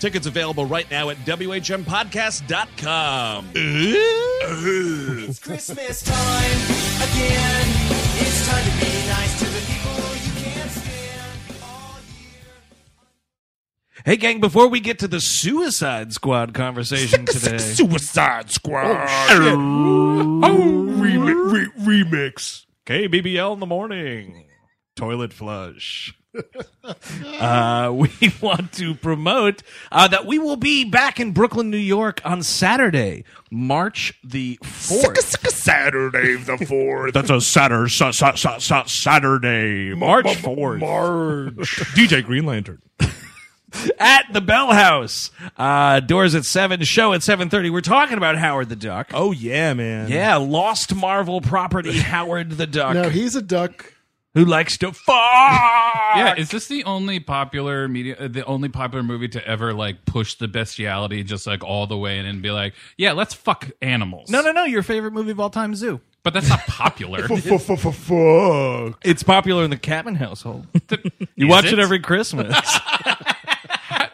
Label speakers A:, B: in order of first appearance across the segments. A: Tickets available right now at WHMPodcast.com.
B: It's Christmas time again. It's time to be nice to the people you can't stand all year.
A: Hey, gang, before we get to the Suicide Squad conversation today.
C: Suicide Squad. Oh, remix.
A: KBBL in the morning. Toilet flush. uh, we want to promote uh, that we will be back in Brooklyn, New York on Saturday, March the 4th.
C: Saturday the fourth.
A: That's a Saturday, Saturday March 4th.
C: DJ Green Lantern.
A: at the Bell House. Uh, doors at 7, show at 7.30. We're talking about Howard the Duck.
C: Oh yeah, man.
A: Yeah, lost Marvel property Howard the Duck,
D: Now he's a duck.
A: who likes to fuck.
E: Yeah, is this the only popular media, uh, the only popular movie to ever like push the bestiality just like all the way in and be like, yeah, let's fuck animals?
A: No, no, no. Your favorite movie of all time, Zoo.
E: but that's not popular.
D: Fuck.
A: It's popular in the Catman household. You
E: Is
A: watch it?
E: it?
A: every Christmas.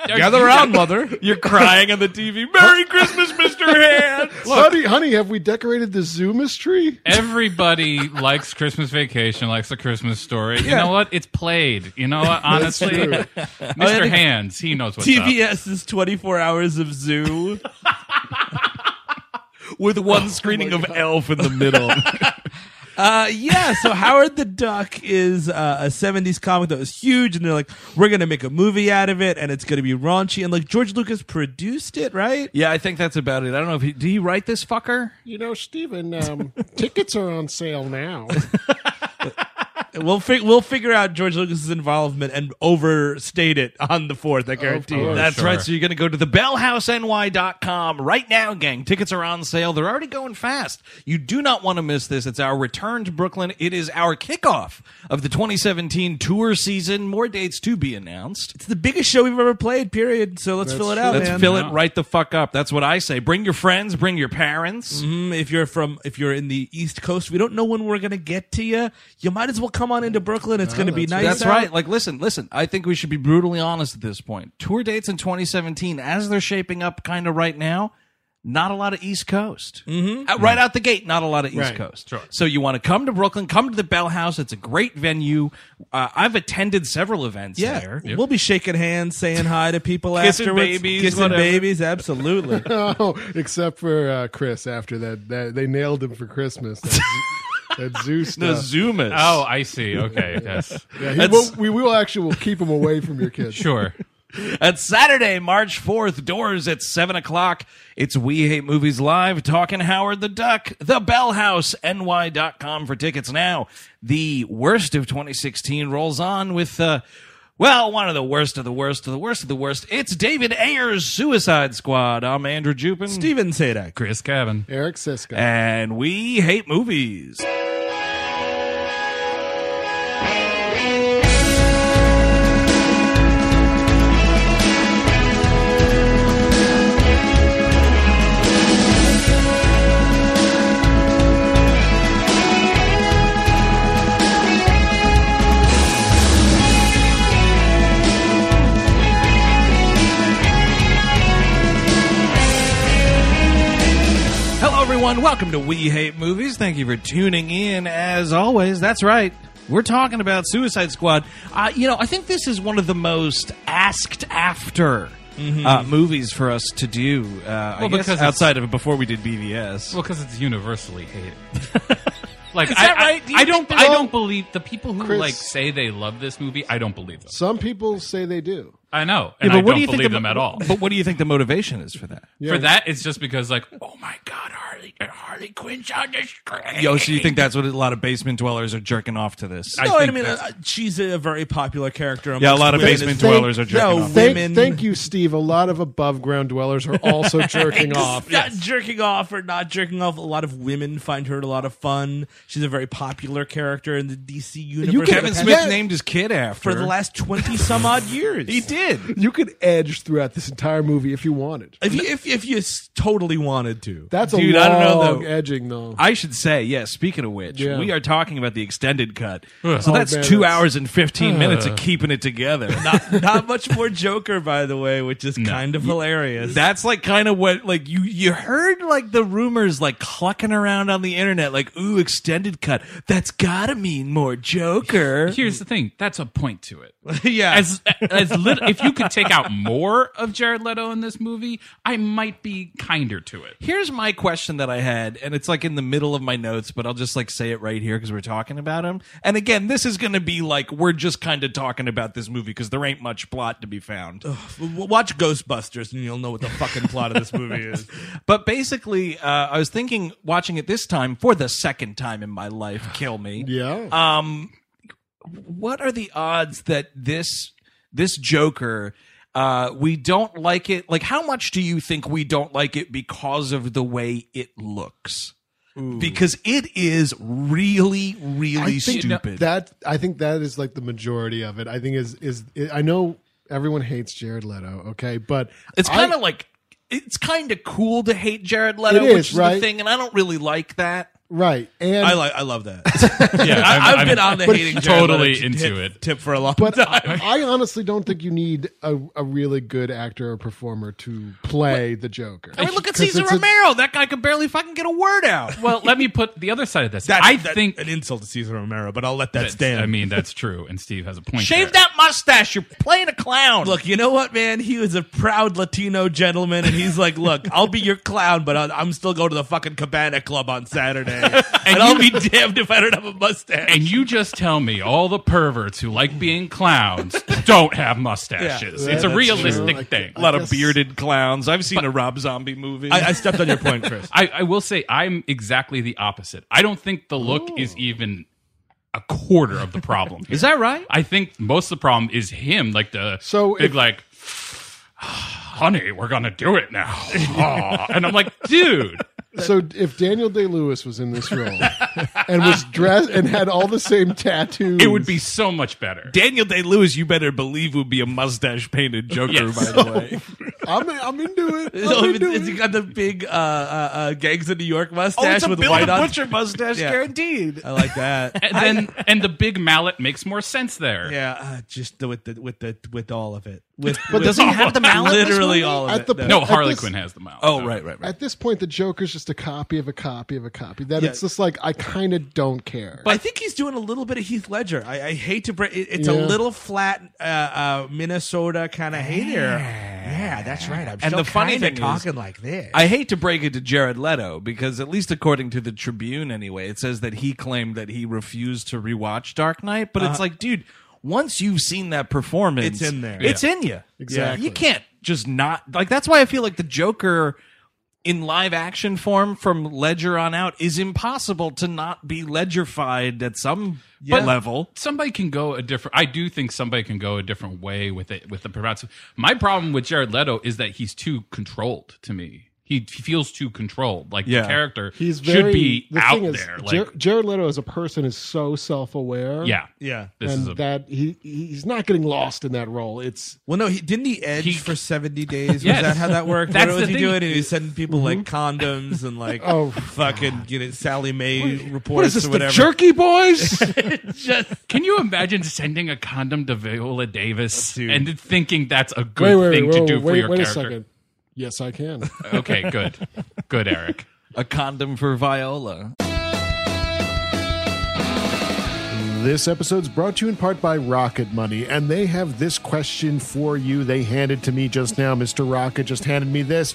C: Gather around, mother.
A: You're crying on the TV. Merry Christmas, Mr. Hand.
D: Honey, honey, have we decorated the Zoomas tree?
E: Everybody likes Christmas Vacation, likes the Christmas story. You know what? It's played. You know what? Honestly,
D: true.
A: Oh,
E: Mr. Hands, he knows what's up.
C: TBS's 24 hours of zoo. Oh
A: With one screening of Elf in the middle.
C: Uh, yeah, so Howard the Duck is uh, a 70s comic that was huge, and they're like, we're going to make a movie out of it, and it's going to be raunchy. And like, George Lucas produced it, right?
A: yeah, I think that's about it. I don't know if he. Did he write this fucker?
D: You know, Stephen, um, tickets are on sale now.
C: We'll, fi- we'll figure out George Lucas's involvement and overstate it on the 4th, I guarantee
D: course.
C: you.
A: That's
E: sure.
A: right. So you're going to go to the bellhouseny.com right now, gang. Tickets are on sale. They're already going fast. You do not want to miss this. It's our return to Brooklyn. It is our kickoff of the 2017 tour season. More dates to be announced.
C: It's the biggest show we've ever played, period. So let's fill it out,
A: Let's
C: man.
A: fill it
E: Yeah.
A: right the fuck up. That's what I say. Bring your friends, bring your parents.
C: Mm, if you're from if you're in the East Coast, we don't know when we're gonna get to you. You might as well come on into Brooklyn. It's gonna be nice.
A: That's
C: out.
A: right. Like, listen, listen. I think we should be brutally honest at this point. Tour dates in 2017, as they're shaping up, kind of right now, not a lot of East Coast. Mm-hmm. right out the gate, not a lot of East
D: Right.
A: Coast. So you want to come to Brooklyn? Come to the Bell House. It's a great venue. Uh, I've attended several events
C: Yeah,
A: there.
C: we'll be shaking hands, saying hi to people
A: Kissing
C: afterwards,
A: babies,
C: kissing
A: whatever.
C: babies. Absolutely.
D: oh, except for uh, Chris after that, that. They nailed him for Christmas. That, zoo- that zoo stuff.
A: The Zoomers.
E: Oh, I see. Okay, yes,
D: Yeah, he will, we will actually will keep him away from your kids.
E: sure.
A: It's Saturday, March 4th, doors at 7 o'clock. It's We Hate Movies Live, talking Howard the Duck, the Bell House, NY.com for tickets now. The worst of 2016 rolls on with, uh, well, one of the worst of the worst of the worst of the worst. It's David Ayer's Suicide Squad. I'm Andrew Jupin.
C: Steven Sadak.
E: Chris Cabin.
D: Eric Siska.
A: And we hate movies.
B: everyone. Welcome to We Hate Movies. Thank you for tuning in. As always, that's right. We're talking about Suicide Squad. Uh, you know, I think this is one of the most asked after uh, movies for us to do. Uh, I
E: Well,
B: guess
E: because it's-
B: outside of before we did BVS.
E: Well, because it's universally hated. like,
B: Is
E: I,
B: that
E: I-
B: right? Do you
E: I, don't.
B: think
E: I
B: so?
E: don't believe the people who
D: Chris-
E: like say they love this movie. I don't believe them.
D: Some people say they do.
E: I know, and
B: Yeah,
E: I
B: but what
E: don't
B: do you think
E: believe
B: the-
E: them at all.
B: But what do you think the motivation is for that?
D: Yeah.
E: For that, it's just because like, oh my god, Harley Harley Quinn's on the screen.
B: Yo, so you think that's what a lot of basement dwellers are jerking off to this?
E: I
C: no, I
E: think
C: mean,
E: that's-
C: uh, she's a very popular character.
B: yeah, a
C: amongst
B: lot of
C: women.
B: basement
D: They-
B: dwellers are jerking
C: no,
B: off.
C: they-
D: Thank,
C: Women-
D: thank you, Steve. A lot of above ground dwellers are also jerking off.
C: Not jerking off or not jerking off. A lot of women find her a lot of fun. She's a very popular character in the DC universe.
D: can-
B: Kevin
C: for the
B: Smith
C: past-
D: Yeah.
B: named his kid after
C: for the last twenty some odd years.
B: He did.
D: You could edge throughout this entire movie if you wanted.
C: If you, if, if you s- totally wanted to,
D: That's
B: Dude,
D: a long
B: I don't know, though.
D: edging though.
B: I should say, yes. speaking of which,
D: Yeah.
B: we are talking about the extended cut. So
D: Oh,
B: that's
D: man,
B: two
D: that's-
B: hours and 15 minutes of keeping it together.
C: not much more Joker, by the way, which is kind of hilarious.
B: that's like kind of what, like, you, you heard, like, the rumors, like, clucking around on the internet, like, ooh, extended cut. That's gotta mean more Joker.
E: Here's the thing. That's a point to it.
C: yeah,
E: As as lit, if you could take out more of Jared Leto in this movie, I might be kinder to it.
B: Here's my question that I had, and it's like in the middle of my notes, but I'll just like say it right here because we're talking about him. And again, this is going to be like we're just kind of talking about this movie because there ain't much plot to be found.
C: W- watch Ghostbusters and you'll know what the fucking plot of this movie is.
B: But basically, uh, I was thinking watching it this time for the second time in my life. Kill me.
D: yeah.
B: What are the odds that this this Joker? Uh, we don't like it. Like, how much do you think we don't like it because of the way it looks? Because it is really, really
D: think
B: stupid.
D: That I think that is like the majority of it. I think is is I know everyone hates Jared Leto, okay, but
B: it's
D: I-
B: kind of like it's kind of cool to hate Jared Leto,
D: It is,
B: which is the
D: right?
B: thing, and I don't really like that.
D: right. And
C: I like, I love that.
E: Yeah,
C: I, I've been on the hating Jared
E: totally
C: Leto
E: into
C: tip,
E: it.
C: tip for a long
D: but
C: time.
D: I, I honestly don't think you need a, a really good actor or performer to play the Joker.
B: I mean, look at
D: 'Cause
B: Cesar
D: it's a-
B: Romero. that guy could barely fucking get a word out.
E: Well, let me put the other side of this.
C: That's-
E: I
C: that's
E: think
C: an insult to Cesar Romero, but I'll let that
E: that's-
C: stand.
E: I mean, that's true, and Steve has a point. there.
B: Shave that mustache. You're playing a clown.
C: Look, you know what, man? He was a proud Latino gentleman, and he's like, "Look, I'll be your clown, but I- I'm still going to the fucking Cabana Club on Saturday, and, I'll be damned if I don't have a mustache."
E: And you just tell me all the perverts who like being clowns don't have mustaches.
D: Yeah,
E: it's a
D: that's
E: realistic
D: true. I-
E: thing.
B: a lot
D: guess-
B: of bearded clowns. I've seen a Rob Zombie movie.
C: I, I stepped on your point, Chris.
E: I, I will say I'm exactly the opposite. I don't think the look is even a quarter of the problem.
B: is that right?
E: I think most of the problem is him, like the
D: So
E: big
D: if-
E: like, honey, we're gonna do it now, Aw. and I'm like, dude,
D: So if Daniel Day Lewis was in this role and was dressed and had all the same tattoos,
E: it would be so much better.
B: Daniel Day Lewis, you better believe, would be a mustache painted Joker,
E: Yes.
B: by the way.
D: I'm I'm into it. I'm
C: So Oh, it's,
D: into
C: it's
D: it.
C: got the big uh, uh, uh, gangs of New York
B: oh,
C: mustache
B: it's a
C: with
B: Bill
C: white
B: the
C: on.
B: Butcher mustache,
C: Yeah.
B: guaranteed.
C: I like that.
E: And then and the big mallet makes more sense there.
C: yeah, uh, just the, with the with the with all of it. With, with
B: does he have the mallet in this
C: Literally
B: movie?
C: all of
D: At
C: it.
D: the
C: no.
E: No,
D: At
E: Harley
D: this-
E: Quinn has the mallet.
B: Oh,
E: though.
B: right, right, right.
D: At this point, the Joker's just a copy of a copy of a copy. That
C: Yeah.
D: it's just like I kind of don't care.
C: I think he's doing a little bit of Heath Ledger. I, I hate to break. It, it's a
D: Yeah.
C: little flat uh, uh, Minnesota kind of hater. Yeah, that's right. I'm
B: And the funny thing is-
C: like this.
B: I hate to break it to Jared Leto because, at least according to the Tribune, anyway, it says that he claimed that he refused to rewatch Dark Knight. But it's like, dude, once you've seen that performance,
C: It's in there.
B: Uh-huh. It's in you.
D: Exactly.
B: You can't just not like. That's why I feel like the Joker in live action form from Ledger on out is impossible to not be Ledgerfied at some level.
E: somebody can go a different i do think somebody can go a different way with it with the perhaps my problem with jared leto is that he's too controlled to me he feels too controlled like
B: Yeah.
E: the character
D: He's very,
E: should be
D: the
E: out
D: thing is,
E: there like
D: Jar- Jared Leto as a person is so self aware.
E: yeah
C: yeah.
E: this
D: and
E: is a
D: that he he's not getting lost in that role. It's
C: Well, no, he didn't he edge
E: He-
C: for seventy days.
E: Yes.
C: Was that how that worked?
E: That's
C: what was
E: the
C: he
E: thing. Mm-hmm.
C: doing? And he was sending people like condoms and like
D: Oh,
C: fucking get it, Sally Mae reports
D: what is this
C: or
D: the
C: whatever.
D: Jerky Boys?
E: can you imagine sending a condom to viola davis
C: Dude.
E: and thinking that's a good
D: Oh, wait, wait,
E: thing
D: wait,
E: to do
D: wait,
E: for your
D: wait a
E: character
D: second. Yes, I can.
E: okay good good eric
B: a condom for Viola.
F: This episode's brought to you in part by Rocket Money, and they have this question for you. They handed to me just now. Mr. Rocket just handed me this.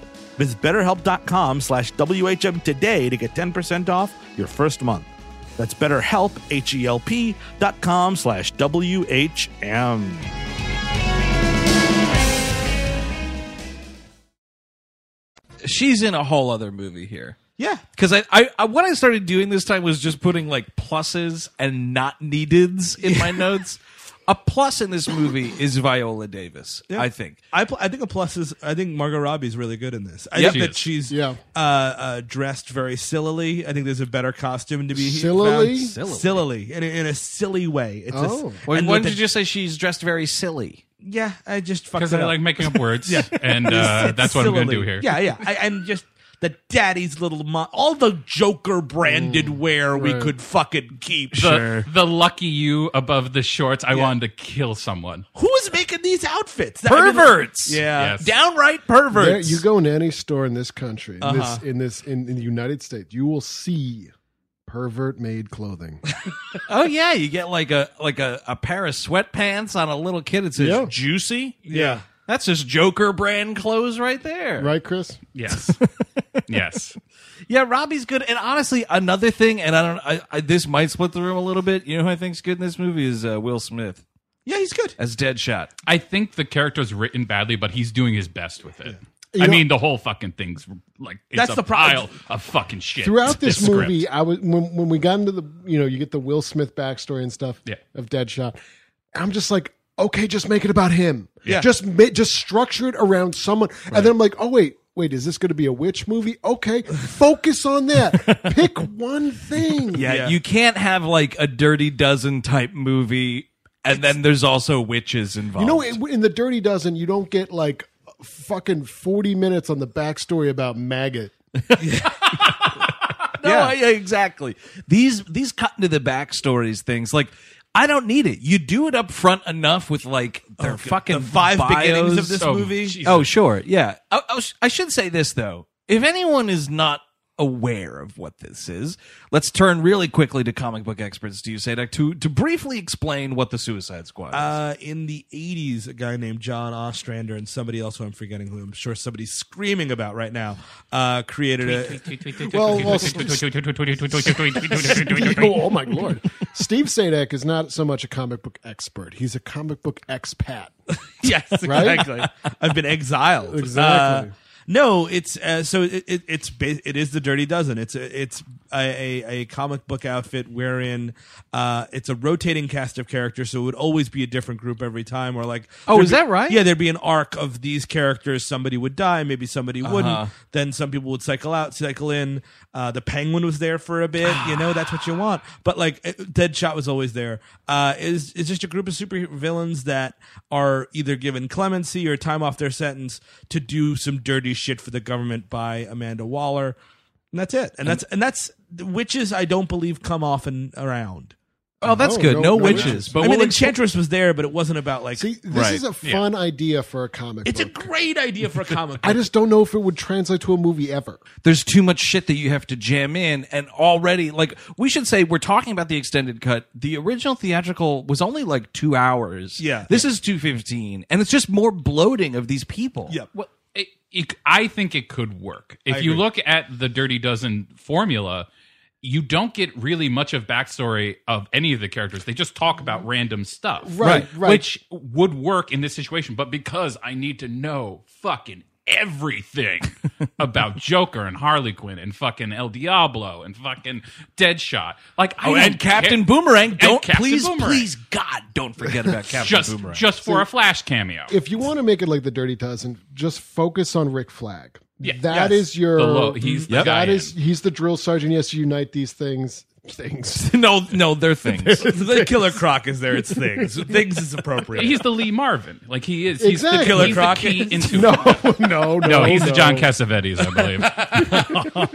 C: Visit betterhelp.com slash WHM today to get 10% off your first month. That's betterhelp, H-E-L-P dot com slash W-H-M.
B: She's in a whole other movie here.
C: Yeah.
B: Because I, I, I, what I started doing this time was just putting like pluses and not neededs in my notes. A plus in this movie is Viola Davis, I think.
G: I, pl- I think a plus is I think Margot Robbie's really good in this. I
B: Yeah.
G: think
E: She
G: that
E: is.
G: she's
F: Yeah.
G: uh, uh, dressed very sillily. I think there's a better costume to be
F: Sillily?
G: found. sillily in a, in a silly way. It's a s-
F: Oh.
B: Why
G: and
B: why
G: with
B: did you
G: the-
B: just say she's dressed very silly?
G: yeah, I just fucked
E: Because
G: it
E: I
G: up.
E: like making up words, and uh,
G: It's
E: that's what I'm going to do
G: sillily.
E: here.
G: Yeah, yeah. I, and just the daddy's little mom, all the Joker branded
F: Mm.
G: wear we could fucking keep.
E: The, the lucky you above the shorts. I wanted to kill someone.
G: Who is making these outfits? That- I mean,
B: Perverts!
G: yeah.
E: Yes.
B: Downright
F: There,
B: perverts.
F: you go in any store in this country, in this in this in, in the United States, you will see pervert made clothing.
B: Oh yeah, you get like a like a, a pair of sweatpants on a little kid. It says
F: Yeah.
B: juicy.
G: Yeah.
B: That's just Joker brand clothes right there.
F: right, Chris?
E: Yes, yes.
B: Yeah, Robbie's good. And honestly, another thing, and I don't, I, I, this might split the room a little bit. You know who I think's good in this movie is uh, Will Smith
G: Yeah, he's good.
B: as Deadshot.
E: I think the character's written badly, but he's doing his best with it.
F: You
E: I
F: know-
E: mean, the whole fucking thing's like it's
G: That's
E: a
G: the problem.
E: pile of fucking shit.
F: throughout this,
E: script.
F: movie, I was when when we got into the you know you get the Will Smith backstory and stuff
E: Yeah.
F: of Deadshot. I'm just like, okay, just make it about him.
E: Yeah.
F: Just ma- just structure it around someone, and then I'm like, oh wait. Wait, is this going to be a witch movie? Okay, focus on that. Pick one thing.
B: Yeah, you can't have like a Dirty Dozen type movie, and then there's also witches involved.
F: You know, in in the Dirty Dozen, you don't get like fucking 40 minutes on the backstory about maggot.
B: No, I- yeah, exactly. These these cut into the backstories things. Like, I don't need it. You do it up front enough with like their fucking
G: Oh, the five beginnings of
B: bios.
G: this
E: Oh,
G: movie.
E: Jesus.
B: Oh, sure. Yeah. I, I was- I should say this, though. If anyone is not aware of what this is, let's turn really quickly to comic book experts, do you say, Doc, to, to briefly explain what the Suicide Squad is.
G: Uh, in the 80s, a guy named John Ostrander and somebody else who I'm forgetting who I'm sure somebody's screaming about right now uh, created a.
F: Well,
E: Well,
F: well, oh, oh my lord. Steve Sadek is not so much a comic book expert. He's a comic book expat.
G: yes,
F: Right?
G: exactly. I've been exiled.
F: Exactly.
G: Uh, no, it's uh, so it, it, it's ba- it is the Dirty Dozen. It's a, it's a, a, a comic book outfit wherein uh, it's a rotating cast of characters, so it would always be a different group every time. Or like,
B: Oh,
G: there'd
B: is
G: be-
B: that right?
G: Yeah, there'd be an arc of these characters. Somebody would die, maybe somebody
B: Uh-huh.
G: wouldn't. Then some people would cycle out, cycle in. Uh, the Penguin was there for a bit. you know, that's what you want. But like, it- Deadshot was always there. Uh, is it's just a group of super villains that are either given clemency or time off their sentence to do some dirty shit for the government by Amanda Waller. And that's it. And that's and that's the witches. I don't believe come often around.
B: oh, that's
F: no,
B: good.
F: no-
B: No,
F: no
B: witches.
F: witches.
B: But
G: I
B: we'll
G: mean,
B: ex-
G: Enchantress was there, but it wasn't about like.
F: See, this
E: Right.
F: is a
E: Yeah.
F: fun idea for a comic
G: it's a
F: book.
G: great idea for a comic.
F: I just don't know if it would translate to a movie ever.
B: there's too much shit that you have to jam in and already like we should say we're talking about the extended cut the original theatrical was only like two hours
G: Yeah.
B: this is 215 and it's just more bloating of these people
G: Yeah.
E: it- it- I think it could work. If you
G: agree.
E: look at the Dirty Dozen formula, you don't get really much of backstory of any of the characters. They just talk about random stuff.
F: Right, Right. right.
E: Which would work in this situation, but because I need to know fucking everything about Joker and Harley Quinn and fucking El Diablo and fucking Deadshot. Like I
B: Oh,
E: don't
B: and Captain
E: care-
B: Boomerang,
E: and
B: don't
E: Captain
B: please,
E: Boomerang.
B: please, God, don't forget about Captain
E: just
B: Boomerang.
E: just for a flash cameo.
F: If you want to make it like the Dirty Dozen, just focus on Rick Flag.
E: Yeah.
F: That is
G: Yes.
F: your.
E: The lo- he's the guy
F: that is-
E: in.
F: he's the drill sergeant. He has to unite these things. Things.
B: no, no, they're things.
G: the Killer Croc is there. It's things. things is appropriate.
E: he's the Lee Marvin. Like he is. He's
F: Exactly.
E: the
F: Killer
E: he's
G: Croc.
E: The key into
F: No, no, no.
E: No, he's the
F: no.
E: John Cassavetes, I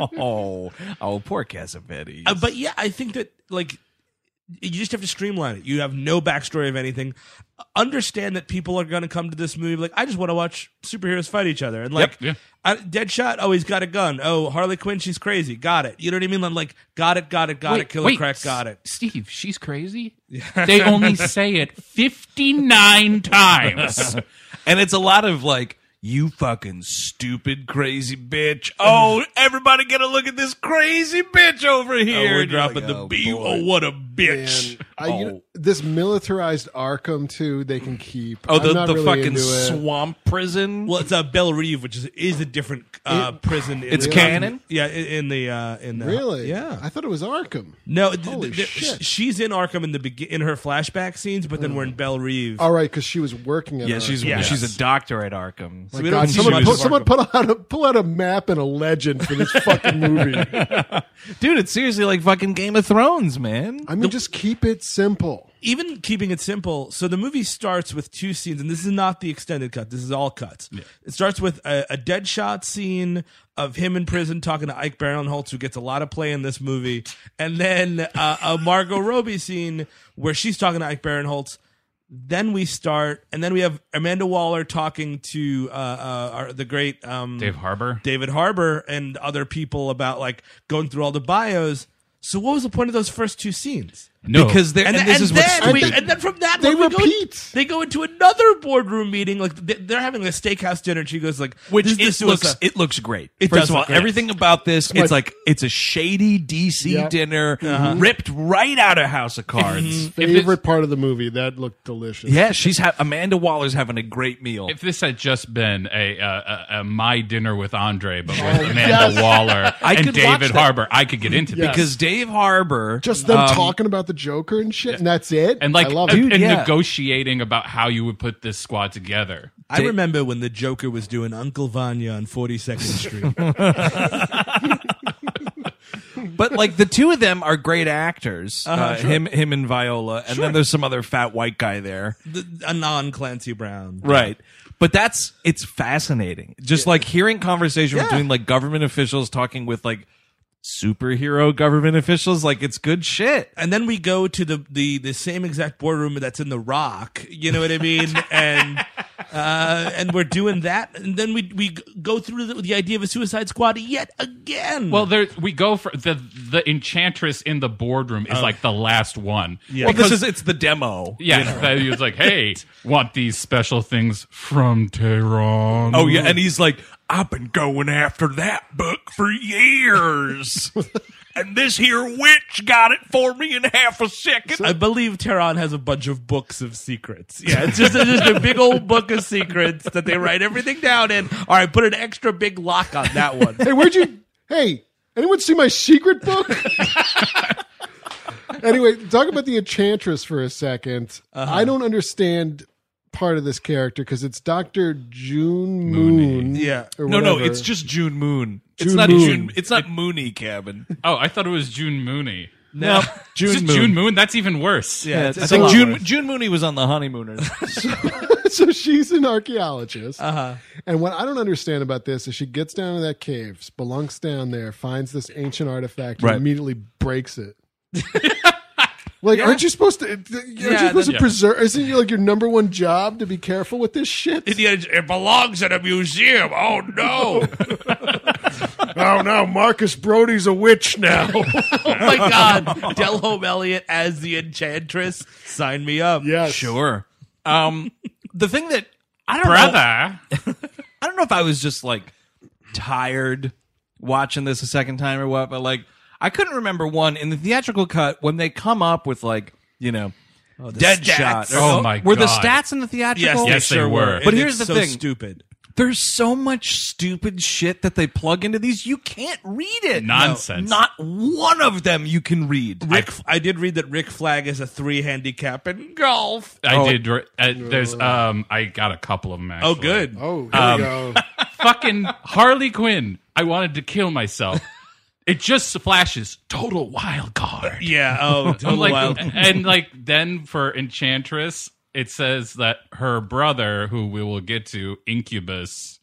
E: believe.
B: oh, oh, poor Cassavetes.
G: Uh, but yeah, I think that like you just have to streamline it. You have no backstory of anything. Understand that people are going to come to this movie like I just want to watch superheroes fight each other and like
E: yeah.
G: I, Deadshot. Oh, he's got a gun. Oh, Harley Quinn, she's crazy. Got it. You know what I mean? I'm like, got it, got it, got it. Killer Crack, got
E: S-
G: it.
E: Steve, she's crazy. they only say it 59 times.
B: and it's a lot of like, you fucking stupid crazy bitch. Oh, everybody get a look at this crazy bitch over
G: Oh,
B: here.
G: we're
B: And you're
G: dropping
B: like,
G: the
B: oh,
G: B.
B: boy.
G: Oh, what a bitch.
F: And I, you know, this militarized Arkham too, they can keep.
B: Oh, the,
F: I'm not
B: the
F: really
B: fucking
F: into it.
B: swamp prison.
G: Well, it's uh, Belle Reeve, which is is a different uh, prison. in
B: It's
G: the- um,
B: canon?
G: Yeah, in, in the uh, in the
F: Really?
G: yeah.
F: I thought it was Arkham.
G: No, th-
F: Holy
G: th- th-
F: shit. Oh.
G: she's in Arkham in the begin in her flashback scenes, but then we're in Belle Reeve.
F: All right, because she was working at.
B: yeah, she's
F: Arkham.
G: Yes.
B: she's a doctor at Arkham.
G: we
F: God,
G: see
F: someone,
G: much
F: pull,
G: of
F: someone
G: Arkham.
F: pull out a pull out a map and a legend for this fucking movie.
B: Dude, it's seriously like fucking Game of Thrones, man.
F: I mean, just keep it simple.
G: Even keeping it simple, so the movie starts with two scenes, and this is not the extended cut. This is all cuts. It starts with a, a dead shot scene of him in prison talking to Ike Barinholtz, who gets a lot of play in this movie, and then uh, a Margot Robbie scene where she's talking to Ike Barinholtz. Then we start, and then we have Amanda Waller talking to uh, uh, our, the great um,
E: Dave Harbor.
G: David Harbour and other people about like going through all the bios. So what was the point of those first two scenes?
E: No.
B: Because they're, and, this is what's
G: then we-
B: stupid.
G: and then from that
F: They
G: one, we go-
F: repeat.
G: they go into another boardroom meeting. Like they- they're having a steakhouse dinner. And she goes like,
B: which
G: this,
B: it
G: this was
B: looks
G: a-
B: it looks great.
G: It
B: First
G: does
B: of all,
G: look great.
B: everything about this, it's
F: like-
B: like it's a shady DC
F: Yep.
B: dinner
G: Uh-huh.
B: ripped right out of House of
G: Mm-hmm.
B: Cards.
E: If
F: Favorite
E: it's-
F: part of the movie that looked delicious.
B: yeah, she's ha- Amanda Waller's having a great meal.
E: if this had just been a, uh, a, a my dinner with Andre, but with Amanda Waller
B: I
E: and
B: could watch
E: David
B: that.
E: Harbor, I could get into this.
B: because Dave Harbor
F: Just them
B: um,
F: talking about the Joker and shit, and that's it.
E: and like
F: I love
E: and,
F: it.
E: and
B: yeah.
E: negotiating about how you would put this squad together.
G: I remember when the Joker was doing Uncle Vanya on Forty Second Street.
B: but like the two of them are great actors. uh Him, him, and Viola, and then there's some other fat white guy there,
G: The- a non Clancy Brown.
B: right? But that's it's fascinating. Just like hearing conversation
G: Yeah.
B: between like government officials talking with like superhero government officials. Like it's good shit.
G: and then we go to the, the the same exact boardroom that's in the rock you know what i mean and uh, and we're doing that and then we we go through the, the idea of a suicide squad yet again
E: Well, there we go for the the enchantress in the boardroom
B: Oh.
E: is like the last one. Yeah,
B: Well, this is it's the demo.
E: yeah. that He was like, "Hey, want these special things from Tehran?"
B: Oh yeah, and he's like, I've been going after that book for years. And this here witch got it for me in half a second.
G: I believe Tehran has a bunch of books of secrets. Yeah, it's just, it's just a big old book of secrets that they write everything down in. All right, put an extra big lock on that one.
D: Hey, where'd you? hey, anyone see my secret book? anyway, talk about the enchantress for a 2nd
B: Uh-huh.
D: I don't understand part of this character because it's Doctor June Moon.
G: Yeah.
D: or
B: No, no,
D: whatever.
B: it's just June Moon. it's
D: June
B: not
D: Moon.
B: June. It's not Mooney Cabin.
E: Oh, I thought it was June Mooney.
B: No, June,
E: Is it
B: Moon.
E: June Moon? That's even worse.
G: Yeah,
B: I think June June Mooney was on the honeymooners.
D: so she's an archaeologist.
G: Uh-huh.
D: And what I don't understand about this is she gets down to that cave, spelunks down there, finds this ancient artifact,
B: Right.
D: and immediately breaks it. like, aren't you supposed to? Aren't you
G: Yeah,
D: supposed to
G: that-
D: preserve? Isn't it like your number one job to be careful with this shit?
G: It belongs at a museum. Oh no!
D: oh no, Marcus Brody's a witch now.
G: oh my God! Delhome Elliott as the Enchantress. Sign me up.
D: yes,
B: sure. Um, the thing that I don't know,
E: Brother,
B: I don't know if I was just like tired watching this a second time or what, but like I couldn't remember one in the theatrical cut when they come up with like you know dead shot.
G: stats.
B: or-
E: Oh, my
B: Were the
E: God.
B: stats in the theatrical?
E: Yes, they were.
B: But
G: And
B: here's
G: it's
B: the
G: so
B: thing.
G: Stupid.
B: There's so much stupid shit that they plug into these. You can't read it.
E: Nonsense.
B: Not one of them you can read.
G: Rick, I, did read that Rick Flag is a three handicap in golf.
E: I
B: Oh,
E: did. re- Uh, there's um, I got a couple of them. Actually.
G: Oh, good.
D: Oh, here we go.
E: fucking Harley Quinn. I wanted to kill myself. It just flashes total wild card.
G: Yeah. Oh, total
E: I'm like,
G: wild.
E: and like then for Enchantress, it says that her brother, who we will get to, Incubus,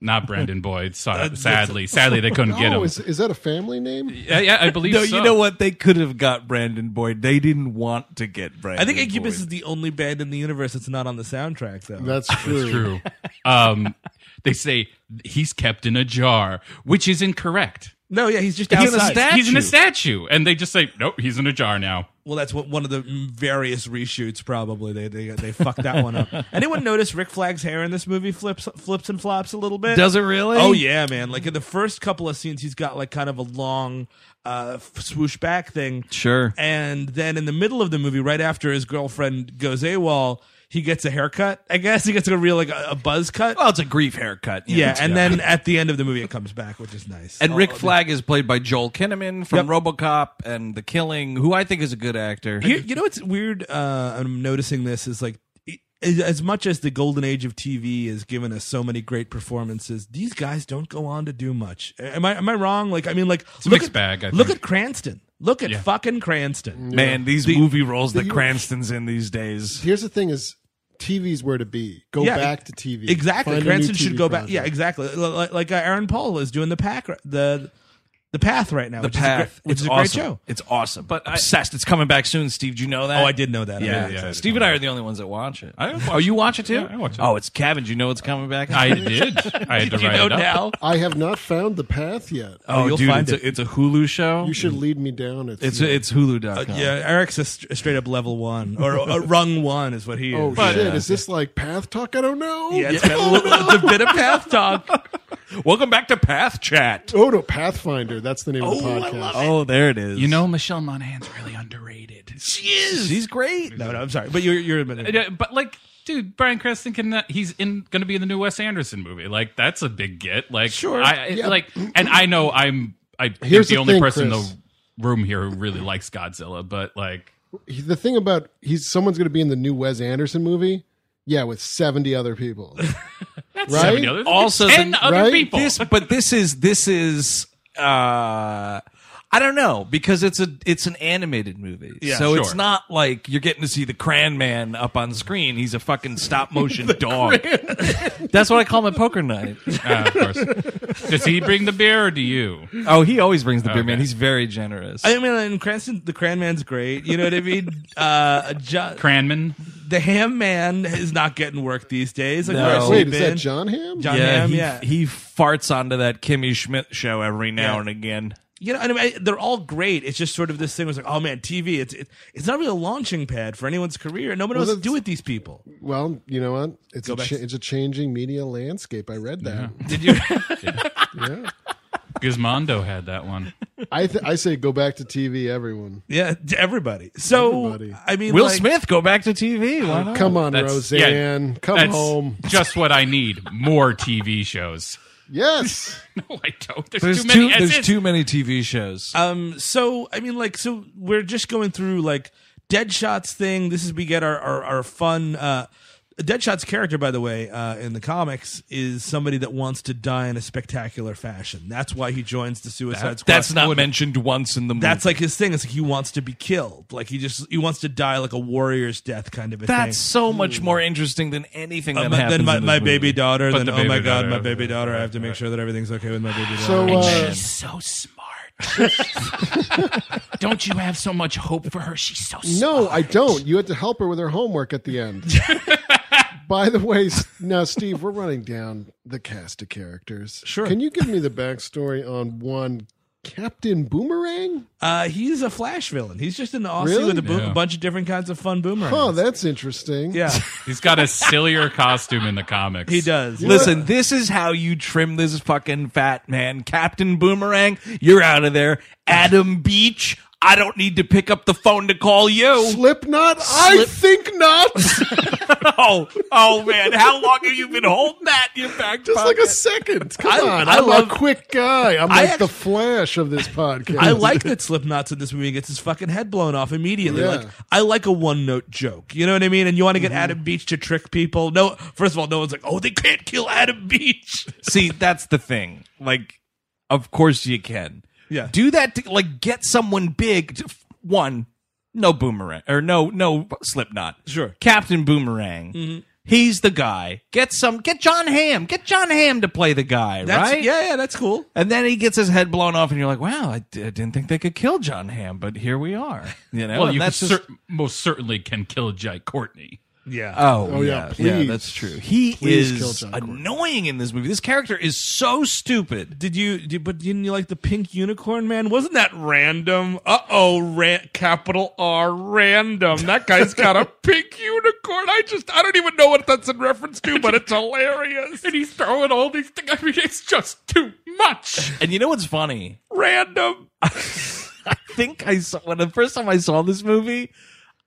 E: not Brendan Boyd. So, sadly, sadly they couldn't get him.
D: Oh, is, is that a family name?
E: yeah, yeah, I believe
B: No,
E: so.
B: you know what? They could have got Brandon Boyd. They didn't want to get Brandon.
G: I think Incubus
B: Boyd.
G: is the only band in the universe that's not on the soundtrack, though.
D: That's true.
E: It's true. Um, they say he's kept in a jar, which is incorrect.
G: no, yeah, he's just
B: He's in a
G: outside.
B: statue.
E: He's in a statue, and they just say, "Nope, he's in a jar now."
G: well, that's what, one of the various reshoots. Probably they they they fucked that one up. Anyone notice Rick Flag's hair in this movie flips flips and flops a little bit?
B: Does it really?
G: Oh yeah, man! Like in the first couple of scenes, he's got like kind of a long uh, f- swoosh back thing.
B: Sure.
G: And then in the middle of the movie, right after his girlfriend goes AWOL, he gets a haircut. I guess he gets a real like a, a buzz cut.
B: Well, it's a grief haircut. you
G: yeah,
B: know.
G: and then at the end of the movie, it comes back, which is nice.
B: And
G: Oh,
B: Rick
G: oh,
B: Flag is played by Joel Kinnaman from RoboCop and The Killing, who I think is a good actor.
G: You, you know what's weird? Uh, I'm noticing this is like i- as much as the golden age of TV has given us so many great performances, these guys don't go on to do much. Am I am I wrong? Like I mean, like
E: a
G: look
E: mixed
G: at,
E: bag, I
G: look
E: think.
G: at Cranston. Look at
E: Yeah.
G: fucking Cranston.
B: Man, these movie roles that Cranston's in these days.
D: Here's the thing: is TV's where to be? Go
G: Yeah,
D: back to TV.
G: Exactly.
D: Find a new
G: Cranston should
D: TV
G: go back.
D: project.
G: Yeah, exactly. L- Like, like uh, Aaron Paul is doing the pack r- the the path right now.
B: The
G: which
B: Path.
G: Is a great, which
B: it's
G: is a
B: awesome.
G: great show.
B: It's awesome. But obsessed. It's coming back soon, Steve. Do you know that?
G: Oh, I did know that. I
B: Yeah,
G: did.
E: yeah.
B: Steve and I are the only ones that watch it. oh, you watch it too?
E: I watch it.
B: Oh, it's Kevin. Do you know it's coming back?
E: I did. I had to
G: Did you
E: write
G: know
E: it up.
G: now?
D: I have not found the path yet.
B: oh,
G: you'll
B: dude,
G: find
B: it's,
G: it.
B: A, it's a Hulu show.
D: You should lead me down. It's
B: It's it's Hulu.com.
G: Uh, yeah, Eric's a, st- a straight up level one or a, a rung one is what he is.
D: Oh shit! Is this like path talk? I don't know.
G: Yeah, it's, got a little- it's a bit of path talk.
B: Welcome back to Path Chat.
D: Oh, no, Pathfinder. That's the name of the
G: Oh, I
D: podcast.
G: love
B: Oh, there it is.
E: You know, Michelle Monaghan's really underrated.
G: She is.
B: she's great.
G: no, no, I'm sorry, but you're you're a minute.
E: Yeah, but like, dude, Brian Cranston can uh, he's in going to be in the new Wes Anderson movie. Like, that's a big get. Like,
G: Sure,
E: I, I-
D: yeah.
E: like, and I know I'm I think
D: Here's
E: the,
D: the
E: only
D: thing,
E: person
D: Chris.
E: in the room here who really likes Godzilla, but like,
D: He- The thing about he's someone's going to be in the new Wes Anderson movie. Yeah, with seventy other people.
E: that's
D: Right?
E: seventy other
B: Also,
E: ten
B: the-
E: other
D: right?
E: people.
B: This, but this is this is. uh I don't know because it's a it's an animated movie, so it's
E: sure.
B: not like you're getting to see the Cran Man up on screen. He's a fucking stop motion dog. That's what I call my poker night.
E: Uh, of course. Does he bring the beer or do you?
B: Oh, he always brings the beer man.
E: Okay.
B: He's very generous.
G: I mean, and Cranston, the Cran Man's great. You know what I mean? Uh, Jo-
E: Cranman?
G: the Ham Man is not getting work these days. Like,
B: No.
G: where's he
B: Wait,
F: Wait, is that
G: been?
F: John Ham?
G: John
B: yeah,
G: Hamm,
B: he,
G: yeah.
B: he farts onto that Kimmy Schmidt show every now
G: Yeah.
B: and again.
G: you know, and I mean, I- they're all great. It's just sort of this thing. Where it's like, oh man, TV. It's it, it's not really a launching pad for anyone's career. Nobody
F: Well,
G: knows what to
F: that's-
G: do with these people.
F: Well, you know what? It's
G: Go
F: a
G: back
F: cha-
G: to-
F: it's a changing media landscape. I read that.
G: Did you?
F: Yeah.
E: Gizmondo had that one.
F: I th- I say go back to TV, everyone.
G: yeah, to everybody. So
F: Everybody.
G: I mean,
B: Will
G: like,
B: Smith go back to TV? Why not?
F: Come on,
E: That's-
F: Roseanne. Come
E: That's
F: home.
E: just what I need. More TV shows.
F: Yes.
E: No, I don't. There's,
B: There's
E: too many.
B: too, there's
E: S's.
B: too many TV shows.
G: Um. So I mean, like, so we're just going through like Deadshot's thing. This is we get our our, our fun. uh Deadshot's character, by the way, uh, in the comics, is somebody that wants to die in a spectacular fashion. That's why he joins the Suicide Squad.
B: That's not mentioned once in the movie.
G: That's like his thing. It's like he wants to be killed. Like he just he wants to die like a warrior's death kind of a
B: That's
G: thing.
B: so much more interesting than anything that
G: Uh, my-
B: happens.
G: then my,
B: in this
G: my
B: movie.
G: baby daughter.
E: But
G: then
E: the
G: oh
E: baby
G: my god,
E: daughter,
G: my
E: right,
G: baby
E: right,
G: daughter. I
E: right,
G: have to make
E: right.
G: sure that everything's okay with my baby daughter.
F: So uh,
E: She's so smart. Don't you have so much hope for her? She's so smart.
F: no, I don't. You had to help her with her homework at the end. By the way, s- now Steve, we're running down the cast of characters.
G: Sure.
F: Can you give me the backstory on one Captain Boomerang?
G: Uh, he's a Flash villain. He's just an Aussie
F: Really?
G: with a, boom,
E: Yeah.
G: a bunch of different kinds of fun boomerangs.
F: Oh, that's interesting.
G: yeah,
E: He's got a sillier costume in the comics.
G: he does.
B: Listen, this is how you trim this fucking fat man. Captain Boomerang, you're out of there. Adam Beach, I don't need to pick up the phone to call you.
F: Slipknot? I think not.
B: Oh, oh man, how long have you been holding that in your back
F: Just like
B: pocket?
F: a second. Come
G: I-
F: on.
G: I
F: I'm
G: love-
F: a quick guy. I'm
G: I
F: like
G: act-
F: the flash of this podcast.
G: I like that Slipknot's in this movie and gets his fucking head blown off immediately.
F: Yeah.
G: Like I like a one note joke. You know what I mean? And you want to get
B: Mm-hmm.
G: Adam Beach to trick people. No, first of all, no one's like, oh, they can't kill Adam Beach.
B: See, that's the thing. Like, of course you can.
G: Yeah.
B: Do that to like get someone big. To, f- one, no boomerang or no no Slipknot.
G: Sure. Mm-hmm.
B: Captain Boomerang. He's the guy. Get some. Get John Ham. Get John Ham to play the guy.
G: That's,
B: right.
G: Yeah, yeah, that's cool.
B: And then he gets his head blown off, and you're like, "Wow, I, d- I didn't think they could kill John Ham, but here we are." You know.
E: Well,
B: And
E: you
B: that's just-
E: cer- most certainly can kill Jai Courtney.
G: Yeah.
B: Oh,
F: Oh, yeah,
B: yeah,
F: please.
B: that's true. He
F: Please kill
B: is
F: John Courtney.
B: annoying in this movie. This character is so stupid.
G: Did you, did, but didn't you like the pink unicorn man? Wasn't that random? Uh oh, ra- capital R, random. That guy's got a pink unicorn. I just, I don't even know what that's in reference to, but it's hilarious.
E: And he's throwing all these things. I mean, it's just too much.
B: And you know what's funny?
G: Random.
B: I think I saw when the first time I saw this movie,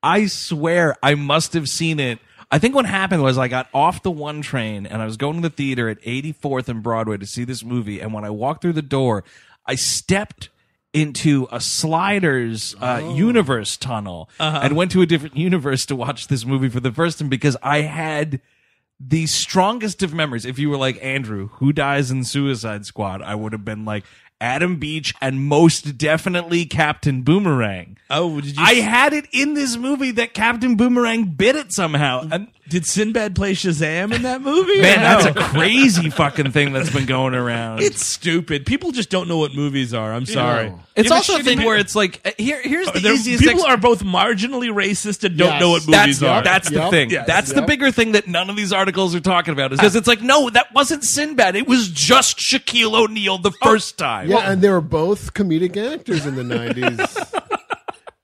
B: I swear I must have seen it. I think what happened was I got off the one train and I was going to the theater at 84th and Broadway to see this movie. And when I walked through the door, I stepped into a sliders uh, universe tunnel and went to a different universe to watch this movie for the first time because I had the strongest of memories. If you were like Andrew, who dies in Suicide Squad, I would have been like Adam Beach and most definitely Captain Boomerang.
G: Oh, did you?
B: I had it in this movie that Captain Boomerang bit it somehow. And
G: Did Sinbad play Shazam in that movie?
B: man,
G: No.
B: that's a crazy fucking thing that's been going around.
G: it's stupid. People just don't know what movies are. I'm sorry.
F: No.
B: It's
E: Yeah, but
B: also a
E: shitty
B: thing
E: mi-
B: where it's like uh, here here's the
G: They're-
B: easiest
G: people
B: ex-
G: are both marginally racist and don't
F: Yes.
G: know what movies
B: that's,
G: are.
B: that's the
F: Yep.
B: thing.
G: Yes.
B: That's the
F: Yep.
B: bigger thing that none of these articles are talking about is because it's like, no, that wasn't Sinbad. It was just Shaquille O'Neal the first time.
F: Yeah, and they were both comedic actors in the 90s.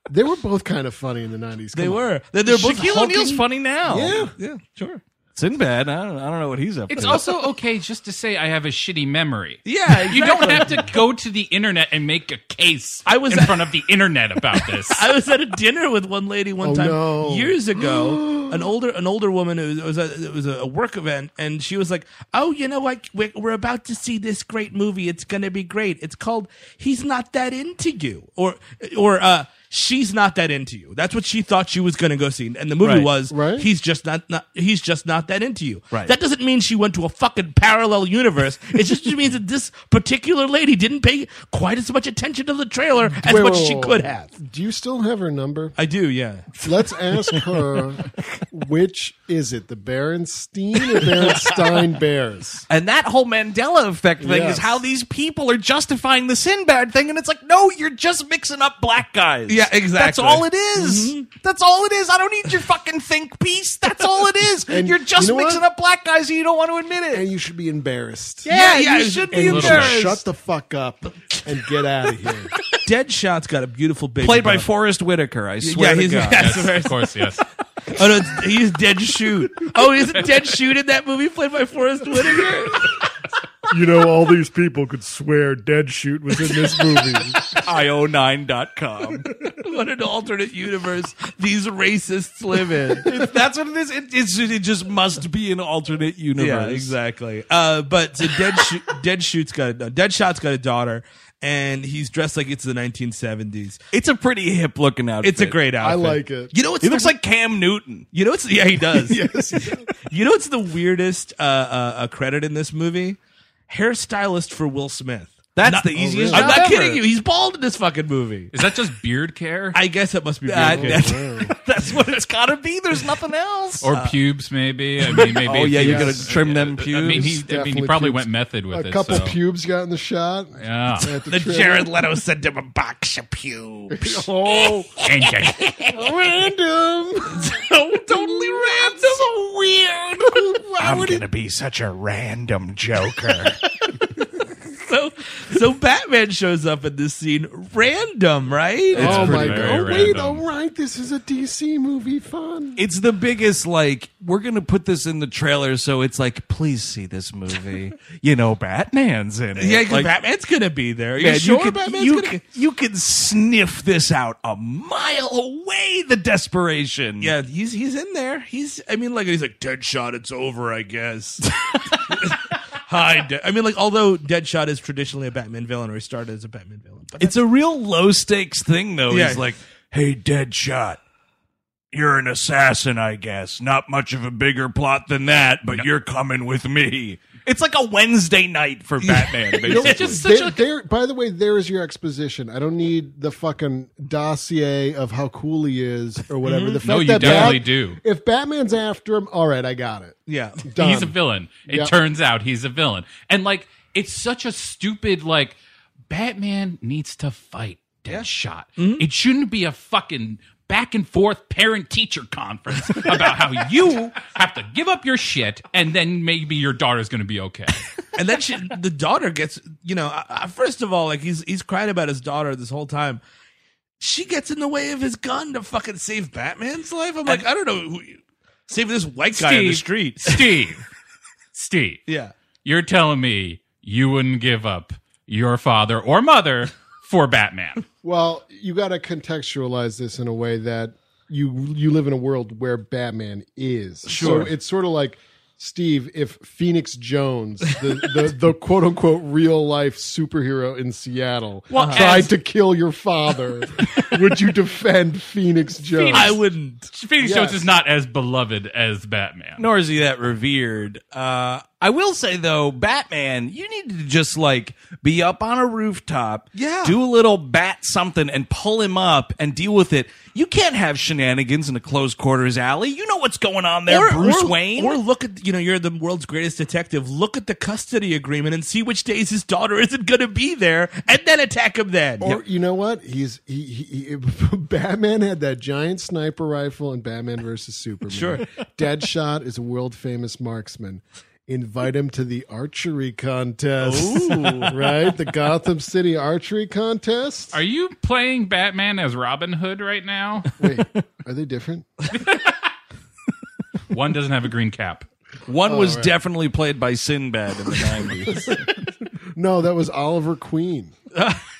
F: they were both kind of funny in the 90s.
G: they
F: Come on.
G: were. They're, they're both
B: Shaquille O'Neal's
G: hulking-
B: funny now.
F: Yeah.
G: Yeah, sure.
B: Sinbad, I don't, I don't know what he's up
E: It's
B: to.
E: also okay just to say I have a shitty memory.
G: Yeah,
E: You don't
G: exactly.
E: have to go to the internet and make a case
G: I was
E: in
G: at-
E: front of the internet about this.
G: I was at a dinner with one lady one
F: Oh,
G: time
F: no.
G: years ago. an older an older woman. It was, it was a it was a work event, and she was like, "Oh, you know what? We're, we're about to see this great movie. It's gonna be great. It's called He's Not That Into You, or or uh, she's not that into you. That's what she thought she was going to go see, and the movie
B: Right.
G: was
D: Right.
G: he's just not, not he's just not that into you.
H: Right.
G: That doesn't mean she went to a fucking parallel universe. it just means that this particular lady didn't pay quite as much attention to the trailer as
D: Wait,
G: much
D: wait,
G: as she
D: wait,
G: could
D: wait.
G: have.
D: Do you still have her number?
G: I do, yeah.
D: Let's ask her which is it, the Berenstein or Berenstein Bears?
B: And that whole Mandela effect thing
D: Yes.
B: is how these people are justifying the Sinbad thing, and it's like, no, you're just mixing up black guys.
G: Yeah, exactly.
B: That's all it
A: Mm-hmm.
B: is. That's all it is. I don't need your fucking think piece. That's all it is.
D: And
B: you're just
D: you know
B: mixing
D: what?
B: up black guys, and you don't want to admit it.
D: And you should be embarrassed.
B: yeah,
G: yeah,
B: you
G: it's-
B: should
D: And
B: be
D: you should
B: embarrassed.
D: shut the fuck up and get out of here.
G: Deadshot's got a beautiful baby.
B: Played by
G: butt.
B: Forrest Whitaker. I
G: Yeah,
B: swear to
G: he's
B: God.
G: yes,
E: Yes, of course, yes.
G: Oh no, it's- he's dead shoot. Oh, isn't dead shoot in that movie played by Forrest Whitaker?
F: You know, all these people could swear Dead Shoot was in this movie.
B: io9.com.
G: what an alternate universe these racists live in.
B: That's what it is. It, it's, it just must be an alternate universe.
G: yeah, exactly. Uh, but so dead shoot, dead shoot's got a, dead shot's got a daughter, and he's dressed like it's the 1970s.
B: It's a pretty hip looking outfit.
G: It's a great outfit.
D: I like it.
G: You know what's
B: He
G: the-
B: looks like Cam Newton.
G: You know what's yeah he does. You know what's the weirdest uh, uh, uh, credit in this movie? Hairstylist for Will Smith.
B: That's the easiest.
G: I'm
B: job
G: not
B: ever.
G: kidding you. He's bald in this fucking movie.
E: Is that just beard care
G: I guess it must be.
B: Uh,
G: beautiful.
B: that- that's what it's got to be. There's nothing else.
E: or
D: uh,
E: pubes? Maybe. I mean, maybe.
B: oh, yeah,
E: if
B: you
E: he
B: gotta
E: was-
B: trim them
E: I mean,
B: pubes.
E: he, I mean, he
D: Definitely
E: probably
D: pubes.
E: went method with
D: a
E: it.
D: couple
E: so. oh.
D: pubes got in the shot.
E: Yeah.
D: At the
G: The
D: trailer.
G: Jared Leto sent him a box of pubes.
D: Oh,
E: Change it.
D: random.
G: so totally random. So weird.
B: I'm gonna be such a random joker.
G: so, so Batman shows up in this scene random, right?
D: oh my
E: pretty
D: god.
E: very
D: Oh, wait,
E: random.
D: all right. This is a DC movie. Fun.
B: it's the biggest. Like we're gonna put this in the trailer, so it's like, please see this movie. you know, Batman's in it.
G: yeah, 'cause
B: like,
G: Batman's gonna be there. Are you
B: man, you
G: sure
B: could-
G: Batman's
B: you
G: gonna?
B: could- you can sniff this out a mile away. The desperation.
G: Yeah, he's he's in there. He's I mean, like he's like Deadshot. It's over, I guess. Hi, De- I mean, like although Deadshot is traditionally a Batman villain, or he started as a Batman villain, but
B: It's a real low stakes thing, though.
G: Yeah.
B: He's like, hey, Deadshot, you're an assassin, I guess. Not much of a bigger plot than that, but you're coming with me. It's like a Wednesday night for Batman, basically.
E: It's just
D: There,
E: such a
D: there- by the way, there is your exposition. I don't need the fucking dossier of how cool he is or whatever. The fact
E: Mm-hmm. No, you
D: that
E: definitely do.
D: If Batman's after him, all right, I got it.
G: yeah,
D: Done.
E: He's a villain. It
D: Yeah.
E: turns out he's a villain. And like it's such a stupid like Batman needs to fight Deadshot.
D: Mm-hmm.
E: It shouldn't be a fucking back and forth parent teacher conference about how you have to give up your shit and then maybe your daughter's going to be okay.
G: and then she, the daughter gets you know I, I, first of all like he's he's crying about his daughter this whole time she gets in the way of his gun to fucking save batman's life i'm like i don't know who save this white guy on the
E: Steve.
G: street
E: Steve. Steve,
G: yeah
E: you're telling me you wouldn't give up your father or mother for Batman.
D: Well, you got to contextualize this in a way that you you live in a world where Batman is. Sure. So it's sort of like Steve, if Phoenix Jones, the, the, the quote unquote real life superhero in Seattle,
E: Well,
D: tried
E: as-
D: to kill your father, would you defend Phoenix Jones?
G: i wouldn't
E: Phoenix Jones
D: Yes.
E: is not as beloved as Batman.
B: nor is he that revered. Uh, I will say though, Batman, you need to just like be up on a rooftop,
G: Yeah.
B: do a little bat something and pull him up and deal with it. You can't have shenanigans in a close quarters alley. You know what's going on there, Bruce Wayne.
G: or look at you know you're the world's greatest detective look at the custody agreement and see which days his daughter isn't going to be there and then attack him then
D: Or you know what? He's he, he, he Batman had that giant sniper rifle in Batman versus Superman. Sure. Deadshot is a world famous marksman. Invite him to the archery contest. right? The Gotham City archery contest.
E: Are you playing Batman as Robin Hood right now?
D: Wait, are they different?
E: One doesn't have a green cap.
B: One was definitely played by Sinbad in the 90s.
D: No, that was Oliver Queen.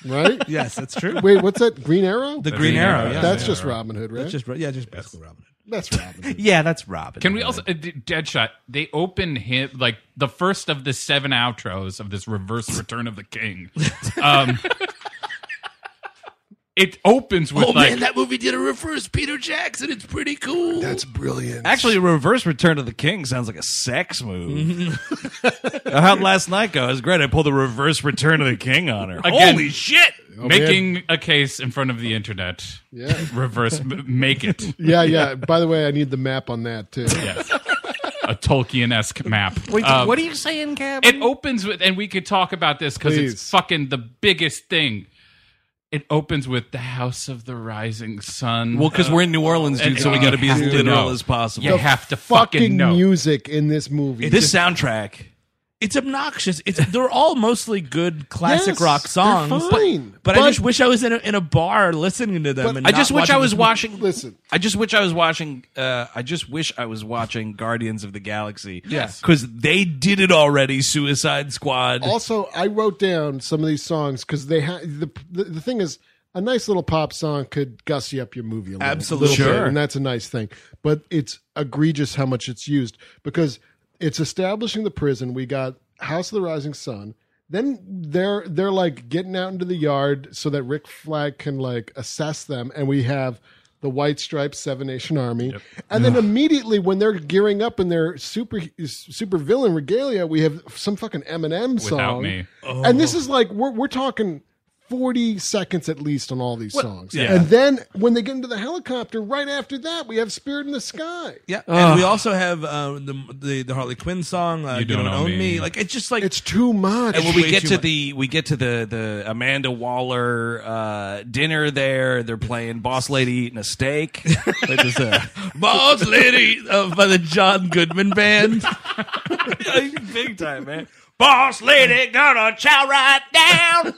D: Right?
G: yes that's true
D: Wait, what's that? Green Arrow?
G: the green, arrow, yeah
D: That's just Robin Hood, right?
G: That's just yeah just basically robin Hood.
D: That's Robin Hood.
B: yeah, that's Robin.
E: Can we also uh, D- Deadshot? They open him like the first of the seven outros of this reverse Return of the King. Um, it opens
G: Oh,
E: with like
C: that movie did a reverse Peter Jackson. It's pretty cool.
D: That's brilliant.
B: Actually, reverse Return of the King sounds like a sex move. How'd last night go? It was great. I pulled the reverse Return of the King on her.
E: Again,
B: Holy shit!
E: making a case in front of the internet.
D: Oh, Yeah.
E: Reverse m- make it
D: yeah, Uh, yeah. By the way, I need the map on that too.
E: a Tolkien esque map. Um,
B: are you saying, Cap?
E: it opens with, and we could talk about this because it's
D: Please.
E: fucking the biggest thing. It opens with the House of the Rising Sun.
B: well, because we're in New Orleans, dude,
E: and
B: so we
E: you
B: got to be as
E: have to
B: literal
E: know.
B: as possible.
E: you have to fucking, know.
D: music in this movie.
B: This soundtrack.
G: It's obnoxious. It's they're all mostly good
D: Yes,
G: classic rock
D: they're
G: songs. but-
D: fine.
G: But, I
D: But-
G: just wish I was in a, in a bar listening to them. and
B: I
G: not
B: just wish I
G: watching
B: was
G: this-
B: watching.
D: Listen.
B: I just wish I was watching. Uh, I just wish I was watching Guardians of the Galaxy.
E: Yes.
B: because they did it already. Suicide Squad.
D: also, I wrote down some of these songs because they ha- the, the the thing is a nice little pop song could gussy up your movie a little,
G: Absolutely.
D: little bit,
B: Sure.
D: and that's a nice thing. But it's egregious how much it's used because it's establishing the prison. We got House of the Rising Sun. Then they're they're like getting out into the yard so that Rick Flag can like assess them, and we have. The White Stripes, Seven Nation Army, and then immediately when they're gearing up in their super super villain regalia, we have some fucking Eminem song.
E: Without Me.
D: And
G: Oh.
D: this is like we're we're talking forty seconds at least on all these songs.
G: yeah.
D: And then when they get into the helicopter, right after that, we have "Spirit in the Sky."
G: Yeah, and we also have uh, the, the the Harley Quinn song. Uh, you, don't, own me. Like it's just like
D: It's too much.
B: and when we
G: way
B: get
G: too
B: to
G: much.
B: the we get to the the Amanda Waller uh, dinner there, they're playing Boss Lady eating a steak. Like this, uh,
G: Boss Lady uh, by the John Goodman Band.
B: Big time, man. Boss Lady gonna chow right down.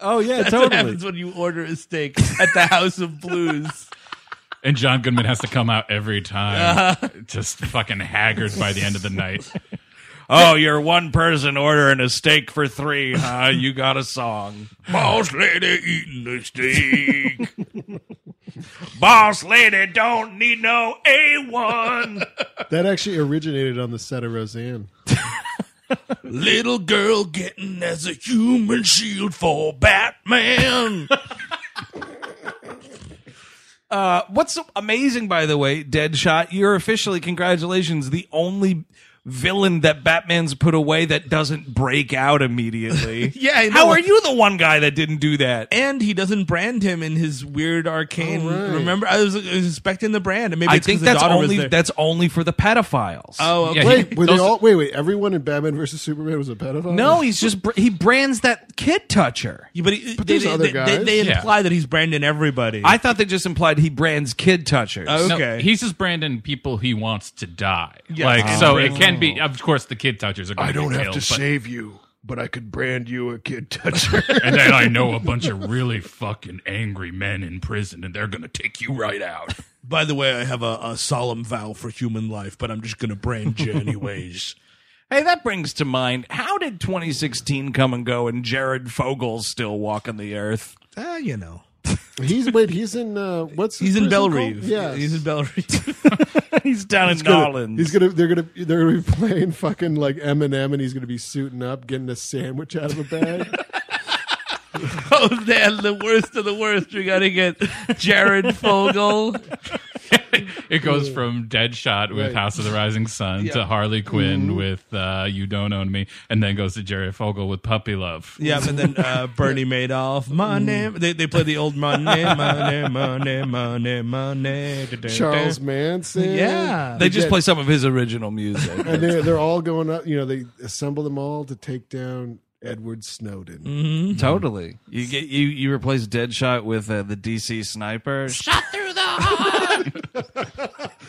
B: oh yeah,
G: What happens when you order a steak at the House of Blues?
E: And John Goodman has to come out every time, just fucking haggard by the end of the night.
B: Oh, you're one person ordering a steak for three, huh? You got a song.
G: Boss Lady eating the steak.
B: Boss lady don't need no A1.
D: that actually originated on the set of Roseanne.
G: Little girl getting as a human shield for Batman.
B: Uh, what's so amazing, by the way, Deadshot, you're officially, congratulations, the only villain that Batman's put away that doesn't break out immediately.
G: Yeah, I know.
B: How are you the one guy that didn't do that?
G: and he doesn't brand him in his weird arcane.
D: All right.
G: Remember, I was, I was expecting the brand. and Maybe
B: I
G: it's 'cause
B: think
G: the
B: that's
G: daughter was
B: only
G: there.
B: that's only for the pedophiles.
G: oh, okay.
E: Yeah, he-
D: Wait, were they
E: those-
D: all? Wait, wait. Everyone in Batman versus Superman was a pedophile.
B: no, he's just br- he brands that kid toucher.
G: Yeah, but, he,
D: But
G: they,
D: there's
G: they,
D: other
G: they-
D: guys.
G: they
E: Yeah.
G: imply that he's branding everybody.
B: I thought they just implied he brands kid touchers.
G: Oh,
E: No,
G: okay.
E: he's just branding people he wants to die.
G: Yeah.
E: Like
G: Oh.
E: so, it can be. Of course, the kid touchers are. Going
D: I don't
E: be
D: have
E: killed,
D: to
E: but-
D: save you, but I could brand you a kid toucher.
E: And then I know a bunch of really fucking angry men in prison, and they're gonna take you right out.
G: By the way, I have a, a solemn vow for human life, but I'm just going to brand you anyways.
B: Hey, that brings to mind how did 2016 come and go and Jared Fogel's still walking the earth?
G: Ah, you know.
D: he's wait. He's in uh, what's his
G: He's in
D: prison
G: Belle
D: called?
G: Reve.
D: Yeah,
G: He's in Belle Reve.
B: He's down in
D: gonna-
B: Nolans.
D: He's gonna they're gonna they're gonna be playing fucking like Eminem, and he's gonna be suiting up, getting a sandwich out of a bag.
G: oh, man, the worst of the worst. We got to get Jared Fogle.
E: it goes from Deadshot with House of the Rising Sun to Harley Quinn
G: Mm-hmm.
E: with uh, You Don't Own Me, and then goes to Jerry Fogle with Puppy Love.
G: Yeah, and then uh, Bernie Madoff. My name. They, they play the old money, money, money, money, money. da, da, da.
D: Charles Manson.
G: Yeah.
B: they just
D: Yeah.
B: play some of his original music.
D: and they're, they're all going up. You know, they assemble them all to take down Edward Snowden.
B: Mm. totally. You get you you replace Deadshot with uh, the DC sniper.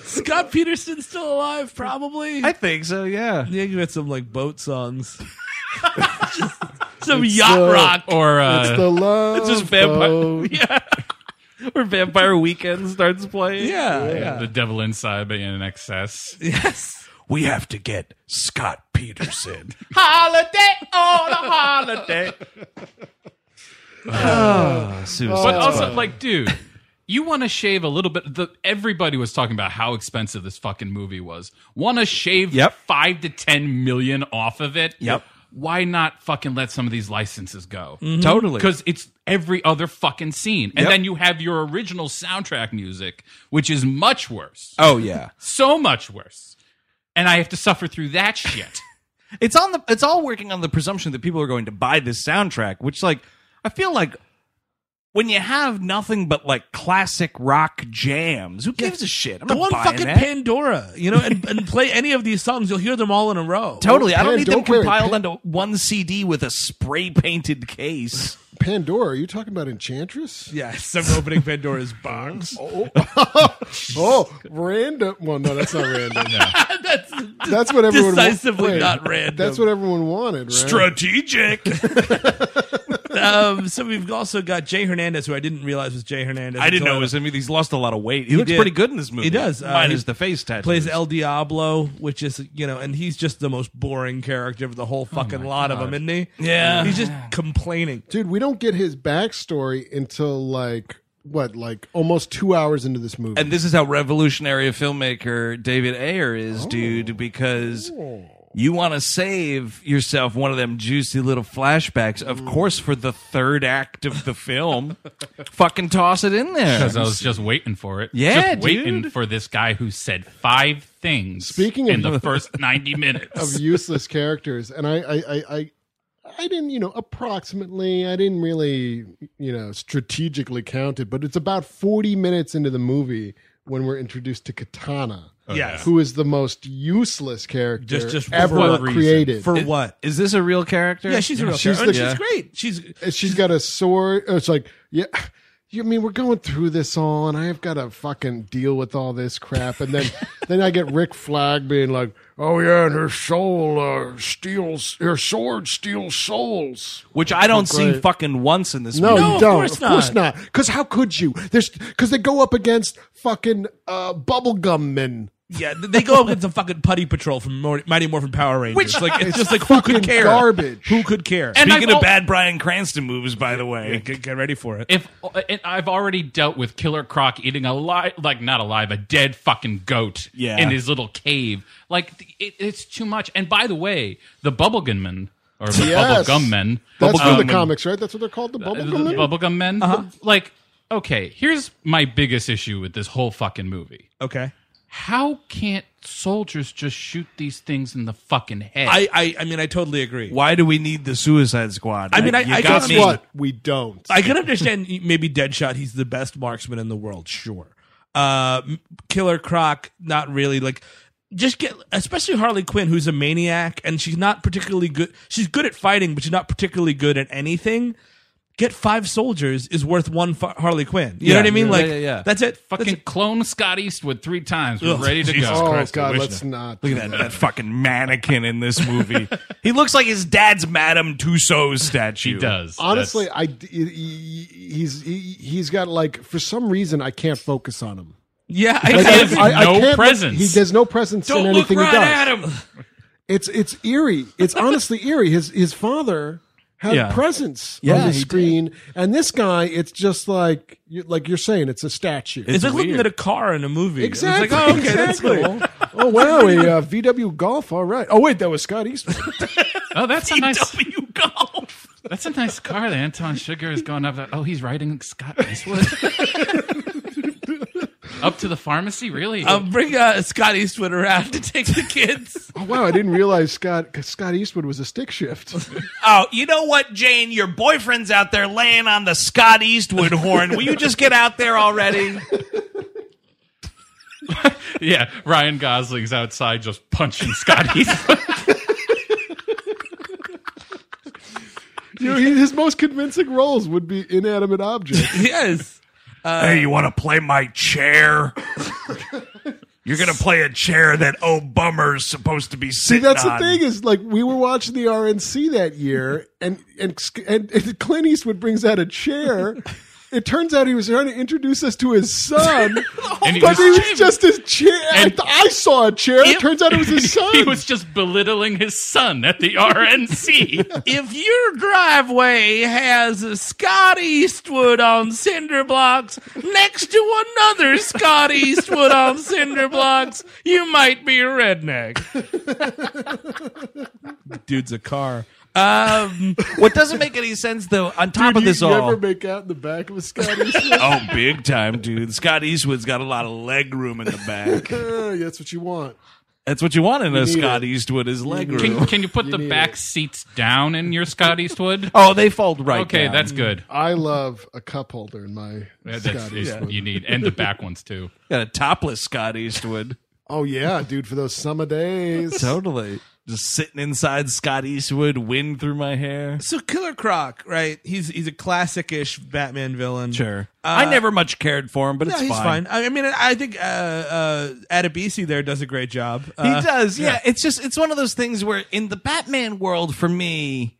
G: Scott Peterson's still alive, probably.
B: I think so. Yeah.
G: Yeah, you had some like boat songs. some yacht
D: uh,
G: rock.
E: Or
D: It's
E: uh,
D: the love.
B: just vampire-
D: boat.
B: Where Vampire Weekend starts playing.
G: Yeah, yeah.
E: The Devil Inside by In Excess.
G: Yes.
B: We have to get Scott Peterson.
E: holiday on a holiday. But also, like, dude, you want to shave a little bit. The, everybody was talking about how expensive this fucking movie was. Want to shave
B: Yep.
E: five to ten million off of it?
B: Yep. Mm-hmm.
E: why not fucking let some of these licenses go?
B: Totally.
E: Because it's every other fucking scene. And then you have your original soundtrack music, which is much worse.
B: Oh yeah.
E: So much worse. And I have to suffer through that shit.
B: It's on the it's all working on the presumption that people are going to buy this soundtrack, which like I feel like when you have nothing but like classic rock jams, who gives a shit? I'm
G: the
B: not
G: one
B: buying
G: fucking
B: that.
G: Pandora, you know, and, and play any of these songs, you'll hear them all in a row.
B: Totally, I don't
D: Pan-
B: need them
D: don't worry,
B: compiled
D: Pan-
B: into one CD with a spray painted case.
D: Pandora, are you talking about Enchantress?
G: Yes, I'm opening Pandora's box.
D: Oh, random. Well, no, that's not random. that's, what everyone wa-
G: decisively
D: wait,
G: not random.
D: That's what everyone wanted, right?
B: Strategic.
G: um, so we've also got Jay Hernandez, who I didn't realize was Jay Hernandez.
B: I didn't
G: until
B: know it was him. He's lost a lot of weight. He, looks
G: did.
B: pretty good in this movie.
G: He does. Uh,
B: Mine
G: he
B: is the face tattoo.
G: plays El Diablo, which is you know, and he's just the most boring character of the whole fucking lot of them, isn't he?
B: Yeah.
G: he's just complaining.
D: Dude, we don't get his backstory until like what, like almost two hours into this movie.
B: and this is how revolutionary a filmmaker David Ayer is,
G: Oh.
B: dude, because you want to save yourself one of them juicy little flashbacks,
G: Mm.
B: of course, for the third act of the film. Fucking toss it in there.
E: Because I was just waiting for it.
B: Yeah,
E: just waiting
B: dude.
E: for this guy who said five things.
D: Speaking of-
E: in the first ninety minutes,
D: of useless characters, and I, I, I, I, I didn't, you know, approximately, I didn't really, you know, strategically count it, but it's about forty minutes into the movie when we're introduced to Katana,
G: yes,
D: who is the most useless character
G: Oh, Just- just
D: ever
G: for what
D: created.
G: for what?
B: Is this a real character?
G: Yeah, she's a real
D: she's
G: character.
D: the-
G: and she's great. She's
D: And she's got a sword. oh, It's like, yeah. You I mean we're going through this all, and I have got to fucking deal with all this crap, and then then I get Rick Flag being like, "Oh yeah, and her soul uh, steals, her sword steals souls." Oh,
B: Which I don't see
D: Great.
B: fucking once in this
D: No,
B: movie.
D: you
G: of
D: don't.
G: course
D: Of course not. Because how could you? There's because they go up against fucking uh, bubblegum men.
G: yeah. They go up against the fucking putty patrol from Mor- Mighty Morphin Power Rangers.
B: Which-
G: like it's just like who could
D: fucking
G: care?
D: garbage.
G: Who could care?
E: And
B: Speaking
E: I've
B: of
E: al-
B: bad Brian Cranston moves, by the way.
G: get, get ready for it.
E: if uh, and I've already dealt with Killer Croc eating a li- like not alive, a dead fucking goat
B: Yeah.
E: in his little cave. Like th- it, it's too much. And by the way, the bubblegum men or the
D: Yes.
E: bubblegum men,
D: That's
E: um,
D: from the comics, right? That's what they're called, the
E: the
D: bubblegum men.
E: bubblegum men. Like okay, here's my biggest issue with this whole fucking movie.
G: Okay.
E: How can't soldiers just shoot these things in the fucking head?
G: I, I I mean I totally agree.
B: Why do we need the Suicide Squad?
G: I mean, I-
B: you
G: I
B: got
G: guess
B: me.
D: what we don't.
G: I can understand e, maybe Deadshot. He's the best marksman in the world, sure. Uh, M- Killer Croc, not really. Like, just get, especially Harley Quinn, who's a maniac, and she's not particularly good. She's good at fighting, but she's not particularly good at anything. Get five soldiers is worth one fu- Harley Quinn. You know
B: Yeah,
G: what I mean?
B: yeah,
G: like,
B: yeah, yeah.
G: that's it. That's
E: fucking
G: it.
E: clone Scott Eastwood three times. We're
G: Ugh,
E: ready to
G: Jesus
E: go.
D: oh
G: Christ, I
D: God,
G: wish
D: let's not.
B: Look at that, that fucking mannequin in this movie. he looks like his dad's Madame Tussauds statue.
E: He does.
D: Honestly, I d- he- he- he's he, he's got like for some reason I can't focus on him.
G: Yeah, I,
D: Like,
E: He has no
D: look-
E: presence.
D: He there's no presence in anything he does.
B: him.
D: It's it's eerie. It's honestly eerie. His his father had
B: Yeah.
D: presence
B: Yeah,
D: on the
B: he
D: screen, and this guy, it's just like you, like you're saying, it's a statue.
G: it's like
B: weird.
G: looking at a car in a movie. It's
D: exactly.
G: like, oh, okay, that's
D: exactly.
G: cool.
D: oh wow, a uh, VW Golf. All right. Oh wait, that was Scott Eastwood.
E: Oh, that's a nice golf. That's a nice car that Anton Sugar is going up. There. Oh, he's riding Scott Eastwood up to the pharmacy. Really?
G: Uh, bring uh, Scott Eastwood around to take the kids.
D: oh wow, I didn't realize Scott Scott Eastwood was a stick shift.
B: Oh, you know what, Jane? Your boyfriend's out there laying on the Scott Eastwood horn. Will you just get out there already?
G: Uh,
E: yeah. Ryan Gosling's outside just punching Scott Eastwood.
D: you know, he, his most convincing roles would be inanimate objects.
G: yes.
B: hey, you want to play my chair? You're gonna play a chair that oh bummer's supposed to be
D: See,
B: sitting
D: that's
B: on.
D: the thing is like we were watching the RNC that year, and and and, and Clint Eastwood brings out a chair. It turns out he was trying to introduce us to his son,
E: And he
D: but
E: was
D: he was
E: Jim.
D: just his chair. I,
E: And-
D: th- I saw a chair. It turns out it was his son.
E: he was just belittling his son at the RNC.
G: if your driveway has a Scott Eastwood on cinder blocks next to another Scott Eastwood on cinder blocks, you might be a redneck. Dude's a car. Um,
B: What doesn't make any sense, though, on top
D: Did
B: of this
D: you
B: all.
D: ever make out in the back of a Scottish?
B: oh, big time, dude. Scott Eastwood's got a lot of leg room in the back.
D: That's what you want. Mm-hmm.
B: That's what you want in a
D: need
B: Scott
D: it.
B: Eastwood is leg
E: Can,
B: room.
E: can you put the back seats down in your Scott Eastwood?
B: Oh, they fold right
E: okay,
B: down.
E: that's good.
D: I love a cup holder in my
E: Yeah, That's
D: Scottish.
E: what you need, and the back ones too.
B: Got a topless Scott Eastwood.
D: Oh yeah, dude, for those summer days.
B: totally. Just sitting inside Scott Eastwood, wind through my hair.
G: so Killer Croc, right? He's he's a classic-ish Batman villain.
B: Sure. I never much cared for him, but
G: No,
B: it's
G: he's
B: fine.
G: fine. I I mean, I think uh, uh, Adebisi there does a great job. Uh,
B: he does, yeah. It's just it's one of those things where in the Batman world for me,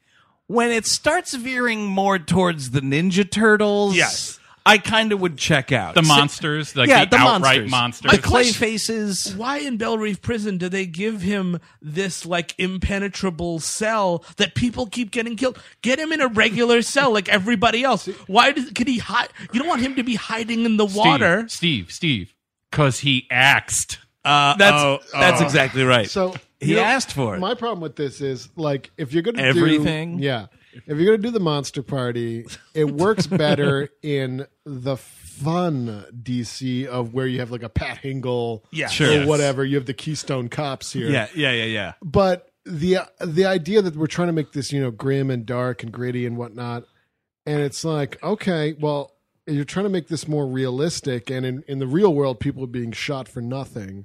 B: when it starts veering more towards the Ninja Turtles,
G: Yes.
B: I kind of would check out.
E: The
B: So-
E: monsters, like
B: yeah,
E: the,
B: the
E: outright
B: monsters.
E: monsters.
B: The clay faces.
G: Why in Belle Reef Prison do they give him this like impenetrable cell that people keep getting killed? Get him in a regular cell like everybody else. Why does, could he hide? You don't want him to be hiding in the water.
E: Steve, Steve, because he axed.
G: Uh,
B: That's that's exactly right.
D: So
B: He asked for it.
D: My problem with this is like if you're gonna
B: Everything?
D: do, yeah. If you're gonna do the monster party, it works better in the fun DC of where you have like a Pat Hingle,
G: Yeah.
D: or
G: Sure. Yes.
D: whatever. You have the Keystone Cops here,
B: yeah, yeah, yeah, yeah.
D: but the the idea that we're trying to make this you know grim and dark and gritty and whatnot and it's like okay well you're trying to make this more realistic and in, in the real world people are being shot for nothing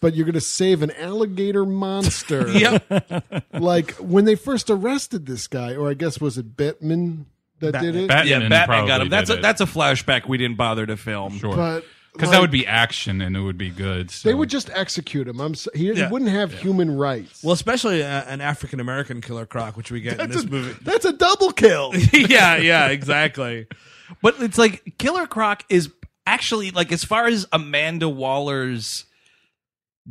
D: but you're going to save an alligator monster
G: Yep.
D: like when they first arrested this guy or i guess was it batman that did it
E: Batman
B: yeah, Batman got
E: probably
B: him. That's
E: did
B: a
E: it.
B: that's a flashback we didn't bother to film.
E: sure.
D: but
E: because that
D: like,
E: would be action and it would be good. So.
D: they would just execute him i'm s he, he
G: Yeah.
D: wouldn't have human rights
G: well, especially uh, an African American Killer Croc, which we get in
D: that's
G: this
D: a,
G: movie.
D: that's a double kill
G: yeah, yeah, exactly.
B: But it's like Killer Croc is actually like as far as Amanda Waller's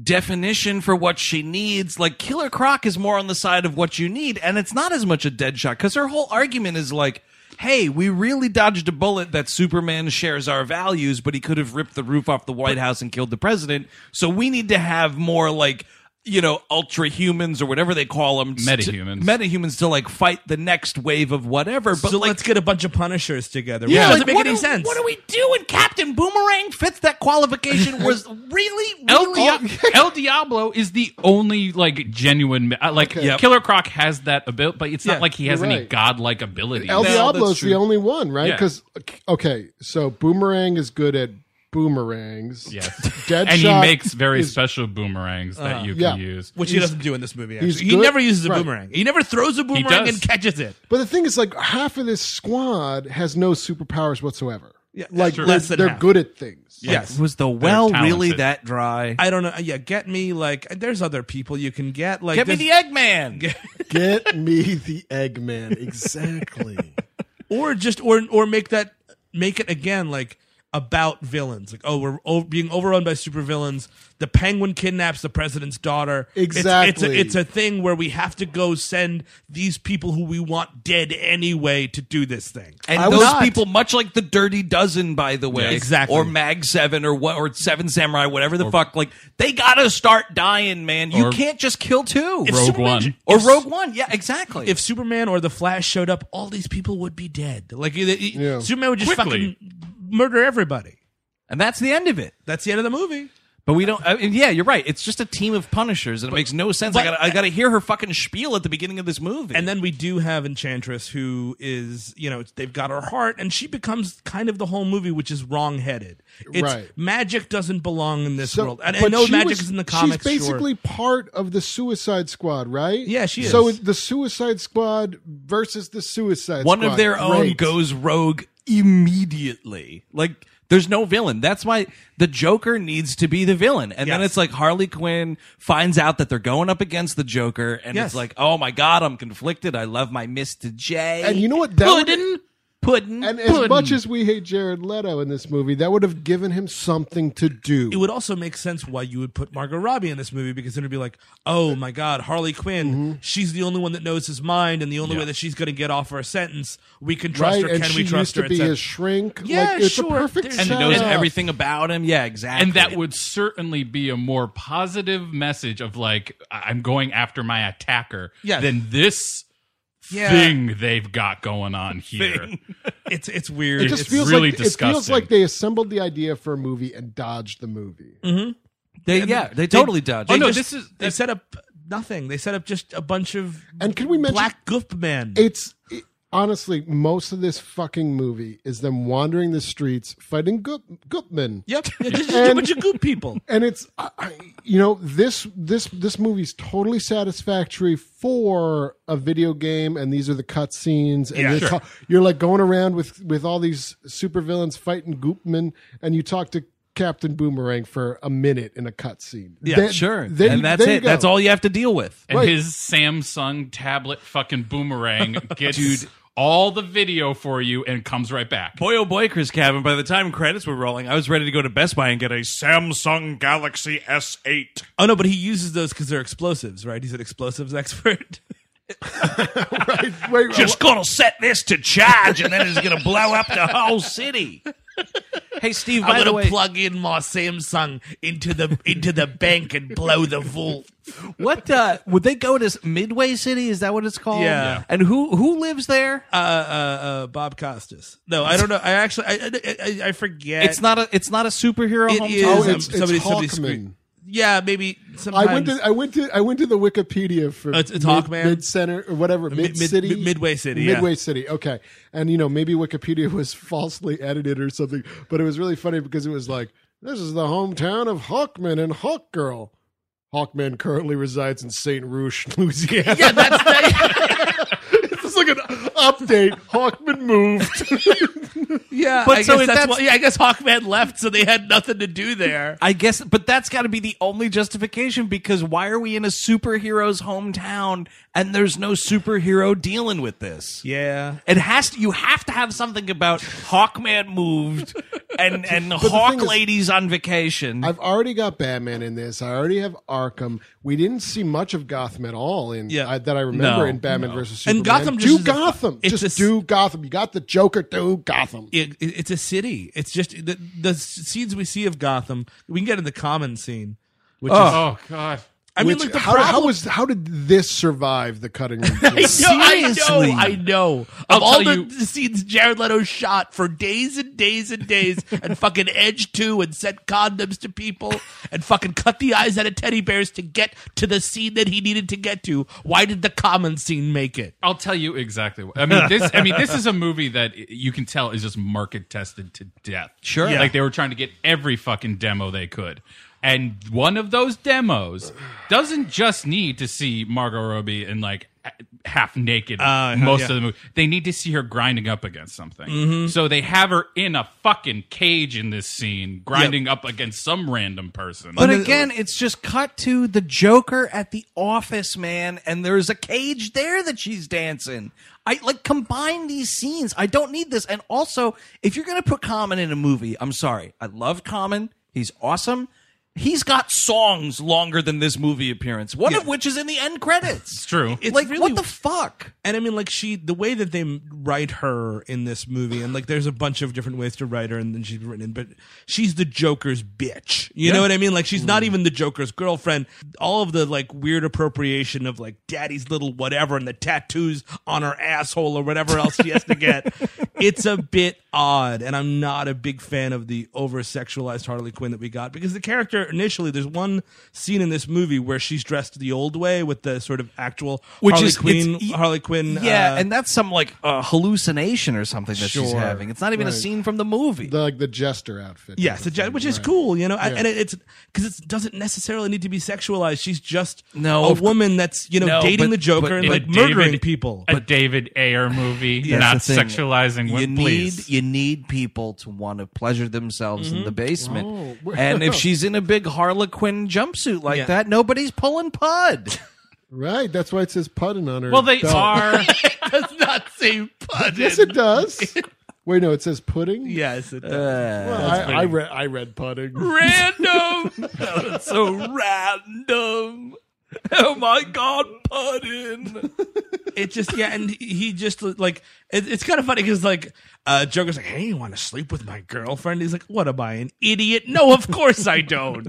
B: definition for what she needs, like Killer Croc is more on the side of what you need, and it's not as much a dead shot because her whole argument is like, hey, we really dodged a bullet that Superman shares our values, but he could have ripped the roof off the White House and killed the president. So we need to have more like you know, ultra humans or whatever they call them,
E: Metahumans.
B: metahumans to like fight the next wave of whatever. But
G: so
B: like,
G: let's get a bunch of Punishers together.
B: yeah,
G: Yeah, doesn't
B: like,
G: make
B: what
G: any
B: do-
G: sense.
B: What do we do? And Captain Boomerang fits that qualification. Was really,
E: El,
B: really
E: Dia- El Diablo is the only like genuine ma- uh, like
B: Yep.
E: Killer Croc has that ability, but it's
G: Yeah,
E: not like he has
D: you're
E: any
D: right.
E: godlike ability.
D: El
B: No,
D: Diablo's
B: that's true.
D: the only one, right?
E: Yeah.
D: Because okay, so Boomerang is good at boomerangs.
E: Yes.
D: Deadshot.
E: and he makes very
D: is- Uh,
E: special boomerangs that you can
D: yeah.
E: use.
G: Which he doesn't do in this movie.
D: he's
G: Actually, he
D: good-
G: never uses a
D: right.
G: boomerang. He never throws a boomerang
E: does.
G: and catches it.
D: But the thing is, like half of this squad has no superpowers whatsoever.
G: Yeah,
D: like
G: sure.
D: they're,
G: Less than
D: they're
G: half.
D: good at things.
G: Yes.
B: was the well really
E: talented.
B: that dry?
G: I don't know. Yeah, get me like. There's other people you can get. Like,
B: Get me the
G: there's-
B: Eggman.
D: Get me the Eggman exactly.
G: or just or or make that make it again like about villains. Like, oh, we're o- being overrun by supervillains. The Penguin kidnaps the president's daughter. It's- It's,
D: Exactly.
G: a, it's a thing where we have to go send these people who we want dead anyway to do this thing.
B: And
D: I
B: those
D: was not.
B: people, much like the Dirty Dozen, by the way,
G: Yeah, exactly.
B: or Mag Seven, or what, or Seven Samurai, whatever the fuck, like they gotta start dying, man. You
E: Or-
B: can't just kill two.
E: Rogue One.
B: or Rogue One, yeah, exactly.
G: if Superman or the Flash showed up, all these people would be dead. Like you- you-
D: Yeah.
G: Superman would just
E: Quickly.
G: fucking murder everybody.
B: and that's the end of it.
G: That's the end of the movie.
B: But we don't. I mean, yeah, you're right. It's just a team of punishers, and it makes no sense. I
G: but-
B: gotta, I gotta hear her fucking spiel at the beginning of this movie.
G: And then we do have Enchantress, who is you know they've got her heart, and she becomes kind of the whole movie, which is wrongheaded. It's,
D: Right.
G: Magic doesn't belong in this world, and I
D: but
G: know
D: she
G: magic
D: was-
G: is in the comics.
D: She's
G: sure.
D: basically part of the Suicide Squad, right?
G: Yeah, she is.
D: So the Suicide Squad versus the Suicide
B: one
D: Squad.
B: of their own
D: Great.
B: goes rogue immediately. Like there's no villain. That's why the Joker needs to be the villain. And then
G: Yes.
B: it's like Harley Quinn finds out that they're going up against the Joker, and
G: Yes.
B: it's like, oh my god, I'm conflicted. I love my Mister J.
D: And you know what? That would-
B: Puddin, puddin,
D: And as
B: puddin.
D: much as we hate Jared Leto in this movie, that would have given him something to do.
G: it would also make sense why you would put Margot Robbie in this movie because it would be like, oh my God, Harley Quinn,
D: Mm-hmm.
G: she's the only one that knows his mind, and the only way that she's going to get off her sentence, we can trust
D: right?
G: her.
D: and
G: can
D: she
G: we
D: used
G: trust
D: to
G: her?
D: be
G: etc.
D: his shrink.
G: Yeah,
D: like, it's
G: sure.
D: a perfect
G: There's-
B: and
G: Shut
B: knows
D: setup.
B: everything about him. Yeah, exactly.
E: and that would certainly be a more positive message of like I- I'm going after my attacker
G: Yes.
E: than this
G: Yeah.
E: thing they've got going on here.
G: It's it's weird.
E: It
G: It's-
E: just feels really
D: like, It feels
E: disgusting.
D: like they assembled the idea for a movie and dodged the movie.
G: Mm-hmm.
B: They, yeah, they totally dodged.
E: Oh
B: it.
E: no,
G: just-
E: this is
G: they set up nothing. They set up just a bunch of
D: And can we mention
G: black goop men.
D: it's it- honestly most of this fucking movie is them wandering the streets fighting Goop, Goopman.
G: yep, yeah, just, just a bunch of goop people.
D: And it's I, I- you know this this this movie's totally satisfactory for a video game, and these are the cutscenes. And
G: Yeah,
D: you're,
G: sure.
D: ta- you're like going around with with all these supervillains fighting Goopman, and you talk to Captain Boomerang for a minute in a cutscene. Yeah,
B: sure, and that's it. That's all you have to deal with.
E: and
D: Right.
E: his Samsung tablet fucking boomerang gets all the video for you and comes right back.
B: Boy, oh boy, Chris Cabin. By the time credits were rolling, I was ready to go to Best Buy and get a Samsung Galaxy S8.
G: Oh no, but he uses those because they're explosives, right? He's an explosives expert.
D: Right, right,
B: Just gonna set this to charge, and then it's gonna blow up the whole city. Hey, Steve. By the way,
G: plug in my Samsung into the into the bank and blow the vault.
B: what uh, would they go to Midway City? Is that what it's called?
G: Yeah.
B: And who who lives there?
G: Uh, uh, uh, Bob Costas. No, I don't know. I actually, I, I, I- I forget.
B: it's not a it's not a superhero
G: It
B: hometown.
G: is.
D: Oh,
G: Um,
D: it's, it's
G: somebody- somebody
D: Hawkman.
G: scream- Yeah, maybe. Sometimes. Uh,
D: I went to I went to I went to the Wikipedia for
G: It's- it's Hawkman?
D: Mid Center or whatever Mid City
G: mid- Midway City, yeah.
D: Midway City. Okay, and you know maybe Wikipedia was falsely edited or something, but it was really funny because it was like this is the hometown of Hawkman and Hawk Girl. Hawkman currently resides in Saint Rouge, Louisiana. Yeah, that's it's just like an update. Hawkman moved.
G: yeah,
B: But
G: I
B: so
G: guess
B: if
G: that's,
B: that's-
G: why- yeah, I guess Hawkman left, so they had nothing to do there.
B: I guess, but that's got to be the only justification because why are we in a superhero's hometown and there's no superhero dealing with this?
G: Yeah.
B: It has to. You have to have something about Hawkman moved and and Hawk
D: thing is-
B: ladies on vacation.
D: I've already got Batman in this. I already have Arkham. We didn't see much of Gotham at all in
G: Yeah.
D: I, that I remember
B: No,
D: in Batman versus Superman.
G: And Gotham just
D: do
G: is a-
D: Gotham.
G: it's
D: just
G: a s-
D: do Gotham. You got the Joker. Do Gotham.
G: It, it- it's a city. It's just the, the s- scenes we see of Gotham. We can get in the common scene, which is.
E: Oh god.
G: I mean,
D: Which,
G: like the
D: how,
G: problem.
D: how was how did this survive the cutting room? floor?
G: I know,
B: Seriously.
G: I know. Of
E: I'll
G: all
E: tell
G: the
E: you-
G: the scenes Jared Leto shot for days and days and days, and fucking edge two and sent condoms to people, and fucking cut the eyes out of teddy bears to get to the scene that he needed to get to. Why did the common scene make it?
E: I'll tell you exactly. What, I mean, this. I mean, this is a movie that you can tell is just market tested to death.
B: Sure. Yeah.
E: like they were trying to get every fucking demo they could, and one of those demos doesn't just need to see Margot Robbie in like half naked
B: Uh,
E: most of the movie. They need to see her grinding up against something.
B: Mm-hmm.
E: So they have her in a fucking cage in this scene, grinding up against some random person.
B: but again, it's just cut to the Joker at the office, man, and there's a cage there that she's dancing. I like combine these scenes. I don't need this. And also, if you're gonna put Common in a movie, I'm sorry. I love Common. He's awesome. He's got songs longer than this movie appearance, one of which is in the end credits. It's
E: true.
G: It's
B: like,
G: really-
B: what the fuck?
G: and I mean, like she, the way that they write her in this movie, and like there's a bunch of different ways to write her, and then she's written in, but she's the Joker's bitch. You know what I mean? Like she's
B: Mm.
G: not even the Joker's girlfriend. All of the like weird appropriation of like daddy's little whatever, and the tattoos on her asshole or whatever else she has to get. It's a bit odd, and I'm not a big fan of the over sexualized Harley Quinn that we got because the character initially, there's one scene in this movie where she's dressed the old way with the sort of actual
B: Which
G: Harley
B: is-
G: Quinn,
B: it's- e-
G: Harley Quinn.
B: Yeah,
G: uh,
B: and that's some like uh, hallucination or something that she's
G: Sure.
B: having. It's not even a scene from the movie.
D: the, like the jester outfit.
G: yes, the jet- which is cool, you know, I- and it, it's because it doesn't necessarily need to be sexualized. She's just
B: No,
G: a
B: of cou-
G: woman that's you know
B: No,
G: dating
B: but-
G: the Joker
B: but
G: and
E: in
G: like
E: a David-
G: murdering people.
E: a David Ayer movie, not
B: That's the thing.
E: sexualizing
B: You
E: women.
B: need
E: Please,
B: you need people to want to pleasure themselves in the
G: Mm-hmm.
B: basement. and if she's in a big Harlequin jumpsuit like
G: Oh, Yeah.
B: that, nobody's pulling pud.
D: right. That's why it says Puddin on her.
E: well, they
D: belt.
E: are.
G: does not say pud.
D: Yes, it does. Wait, no, it says pudding.
G: Yes,
B: Uh,
G: it does.
D: Well, I, I read I read pudding.
B: Random, that's so random. Oh my God, pudding.
G: it just yeah, and he- he just like it, it's kind of funny because like uh, Joker's like, hey, you want to sleep with my girlfriend? He's like, what am I, an idiot? No, of course I don't.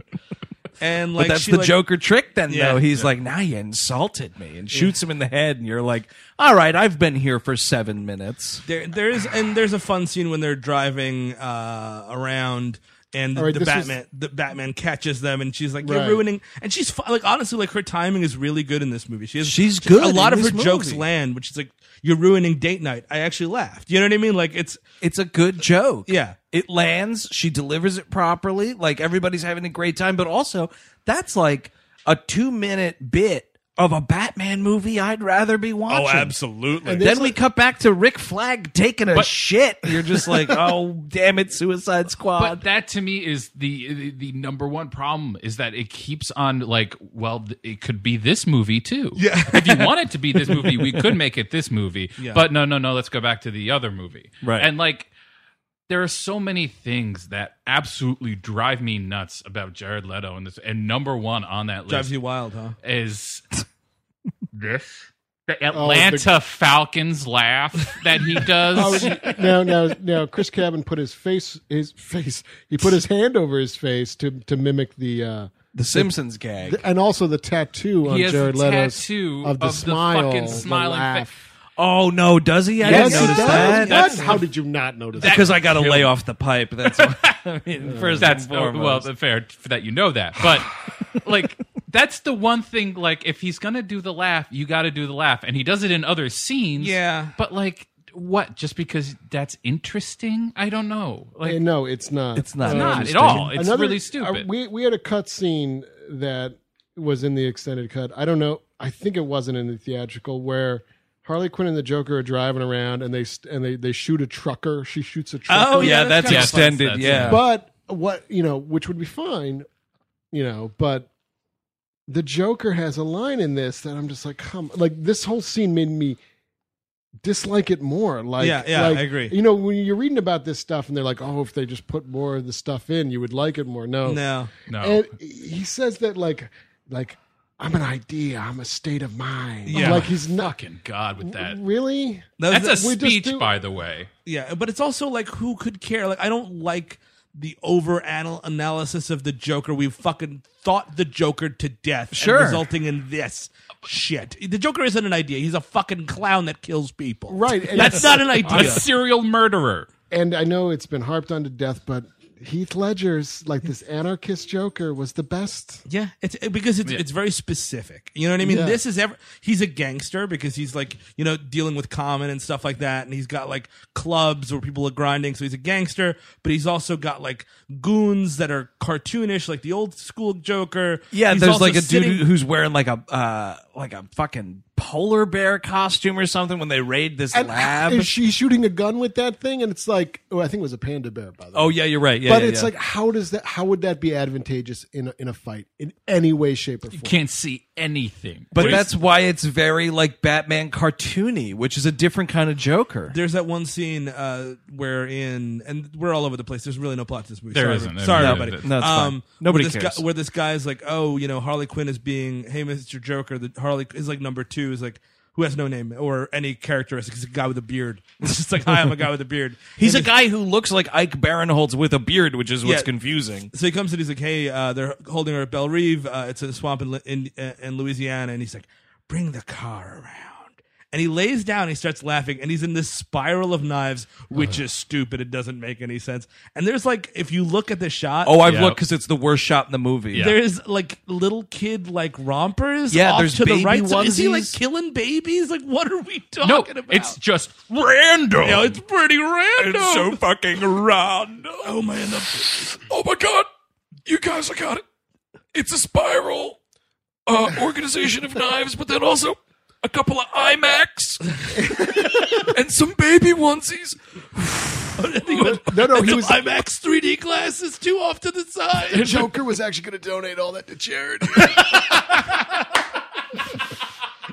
G: And, like,
B: but that's
G: she,
B: the
G: like-
B: Joker trick. Then
G: Yeah.
B: though, he's
G: Yeah.
B: like, "Now you insulted me," and shoots him in the head, and you're like, "All right, I've been here for seven minutes."
G: There, there is, and there's a fun scene when they're driving uh, around, and the,
D: All right,
G: the
D: this
G: Batman, the Batman catches them, and she's like, "You're
D: Right.
G: ruining." And she's fu- like, honestly, like her timing is really good in this movie. She has,
B: She's
G: she-
B: good
G: A lot
B: in
G: of her
B: this
G: jokes
B: movie.
G: land, which is like, "You're ruining date night." I actually laughed. You know what I mean? Like it's
B: It's a good joke.
G: Yeah.
B: it lands. She delivers it properly. Like everybody's having a great time. But also, that's like a two minute bit of a Batman movie. I'd rather be watching.
G: absolutely.
D: And
B: Then
D: there's
B: we
D: like-
B: cut back to Rick Flag taking a shit. You're just like, oh damn it, Suicide Squad.
E: But Uh, that to me is the, the the number one problem is that it keeps on like well th- it could be this movie too. Yeah. if you want it to be this movie, we could make it this movie. But no, no, no. Let's go back to the other movie.
B: Right.
E: And like there are so many things that absolutely drive me nuts about Jared Leto and this. And number one on that
G: drives
E: list
G: you wild, huh?
E: is this. The Atlanta Falcons laugh that he does.
D: now, now, now, Chris Cabin put his face, his face. He put his hand over his face to to mimic the, uh,
B: the Simpsons gag.
D: th- and also the tattoo on
E: he has
D: Jared
E: a
D: Leto's
E: tattoo
D: of the smile,
E: fucking smiling
D: the laugh.
E: fa-
B: oh no, does he? I
D: Yes,
B: didn't
D: he
B: notice
D: does.
B: that.
D: What? How did you not notice that?
B: because I got to lay off the pipe. That's why. I mean, first
E: that's uh,
B: and foremost.
E: well fair for that you know that but like that's the one thing like if he's gonna do the laugh you gotta do the laugh and he does it in other scenes
G: Yeah.
E: but like what just because that's interesting i don't know like
D: Eh, no, it's not.
B: It's not.
E: it's
B: Uh,
E: not at all it's
D: Another-
E: really
D: uh,
E: stupid
D: we we had a cut scene that was in the extended cut. I don't know. I think it wasn't in the theatrical where Harley Quinn and the Joker are driving around and they st- and they they shoot a trucker. She shoots a trucker.
B: Oh yeah, that's
E: kinda fun
B: extended.
E: stuff,
B: yeah,
E: yeah.
D: But what you know, which would be fine, you know, but the Joker has a line in this that I'm just like, come like this whole scene made me dislike it more. Like
G: Yeah, yeah,
D: like,
G: I agree.
D: You know, when you're reading about this stuff and they're like, Oh, if they just put more of the stuff in, you would like it more.
B: Oh.
D: No.
G: No,
E: no
D: And he says that like like I'm an idea, I'm a state of mind.
G: Yeah.
D: Like he's not
E: fucking god with that
D: really
G: That was
E: that's a
D: we just
E: speech
D: do-
E: by the way
G: Yeah, but it's also like who could care? Like I don't like the over anal- analysis of the Joker. We fucking thought the Joker to death, and
B: Sure.
G: resulting in this shit. The Joker isn't an idea. He's a fucking clown that kills people.
D: Right, and
G: That's
D: it's-
G: not an
E: a
G: idea.
E: serial murderer
D: and I know it's been harped on to death, but Heath Ledger's like this anarchist Joker was the best.
G: Yeah, it's it- because it's it's very specific. You know what I mean?
D: Yeah.
G: This is ever he's a gangster because he's like you know dealing with common and stuff like that, and he's got like clubs where people are grinding, so he's a gangster. But he's also got like goons that are cartoonish, like the old school Joker.
B: yeah.
G: He's
B: There's
G: also
B: like a dude
G: sitting-
B: who's wearing like a uh, like a fucking polar bear costume or something when they raid this
D: And
B: lab.
D: is she shooting a gun with that thing? And it's like, oh, I think it was a panda bear, by the way.
B: oh yeah, you're right. Yeah,
D: but
B: yeah,
D: it's
B: yeah.
D: like, how does that? How would that be advantageous in a, in a fight in any way, shape, or form?
E: can't see anything
B: But
E: What is-
B: that's why it's very like Batman cartoony, which is a different kind of Joker.
G: There's that one scene uh, where in and we're all over the place. There's really no plot to this movie.
E: There
G: sorry,
E: isn't.
G: everybody. Sorry,
E: No,
G: everybody. Um,
B: no, it's fine. Nobody
G: where this
B: cares.
G: Guy, where this guy's like, oh, you know, Harley Quinn is being, hey, Mister Joker. The Harley is like number two is like who has no name or any characteristics. He's a guy with a beard. It's just like, hi, I'm a guy with a beard.
B: He's a
G: And
B: guy who looks like Ike Barinholtz with a beard, which is what's
G: Yeah.
B: confusing.
G: So he comes in. He's like, "Hey, uh, they're holding her at Belle Reve. Uh, it's a swamp in, in uh, in Louisiana." And he's like, "Bring the car around." And he lays down. And he starts laughing, and he's in this spiral of knives,
B: Uh-huh.
G: which is stupid. It doesn't make any sense. And there's like, if you look at the shot,
B: Oh, I've
E: Yeah.
B: looked because it's the worst shot in the movie.
G: there's like little kid like rompers.
B: Yeah,
G: off
B: there's
G: to
B: baby
G: the right. So is he like
B: onesies.
G: killing babies? Like, what are we talking
E: no
G: about?
E: it's just random
G: You know, it's pretty random.
B: fucking random.
G: oh man, the
B: Oh my god, you guys, I got it. It's a spiral uh, organization of knives, but then also a couple of IMAX and some baby onesies.
D: no, no, he was.
G: IMAX 3D glasses too off to the side.
D: Joker was actually going to donate all that to charity.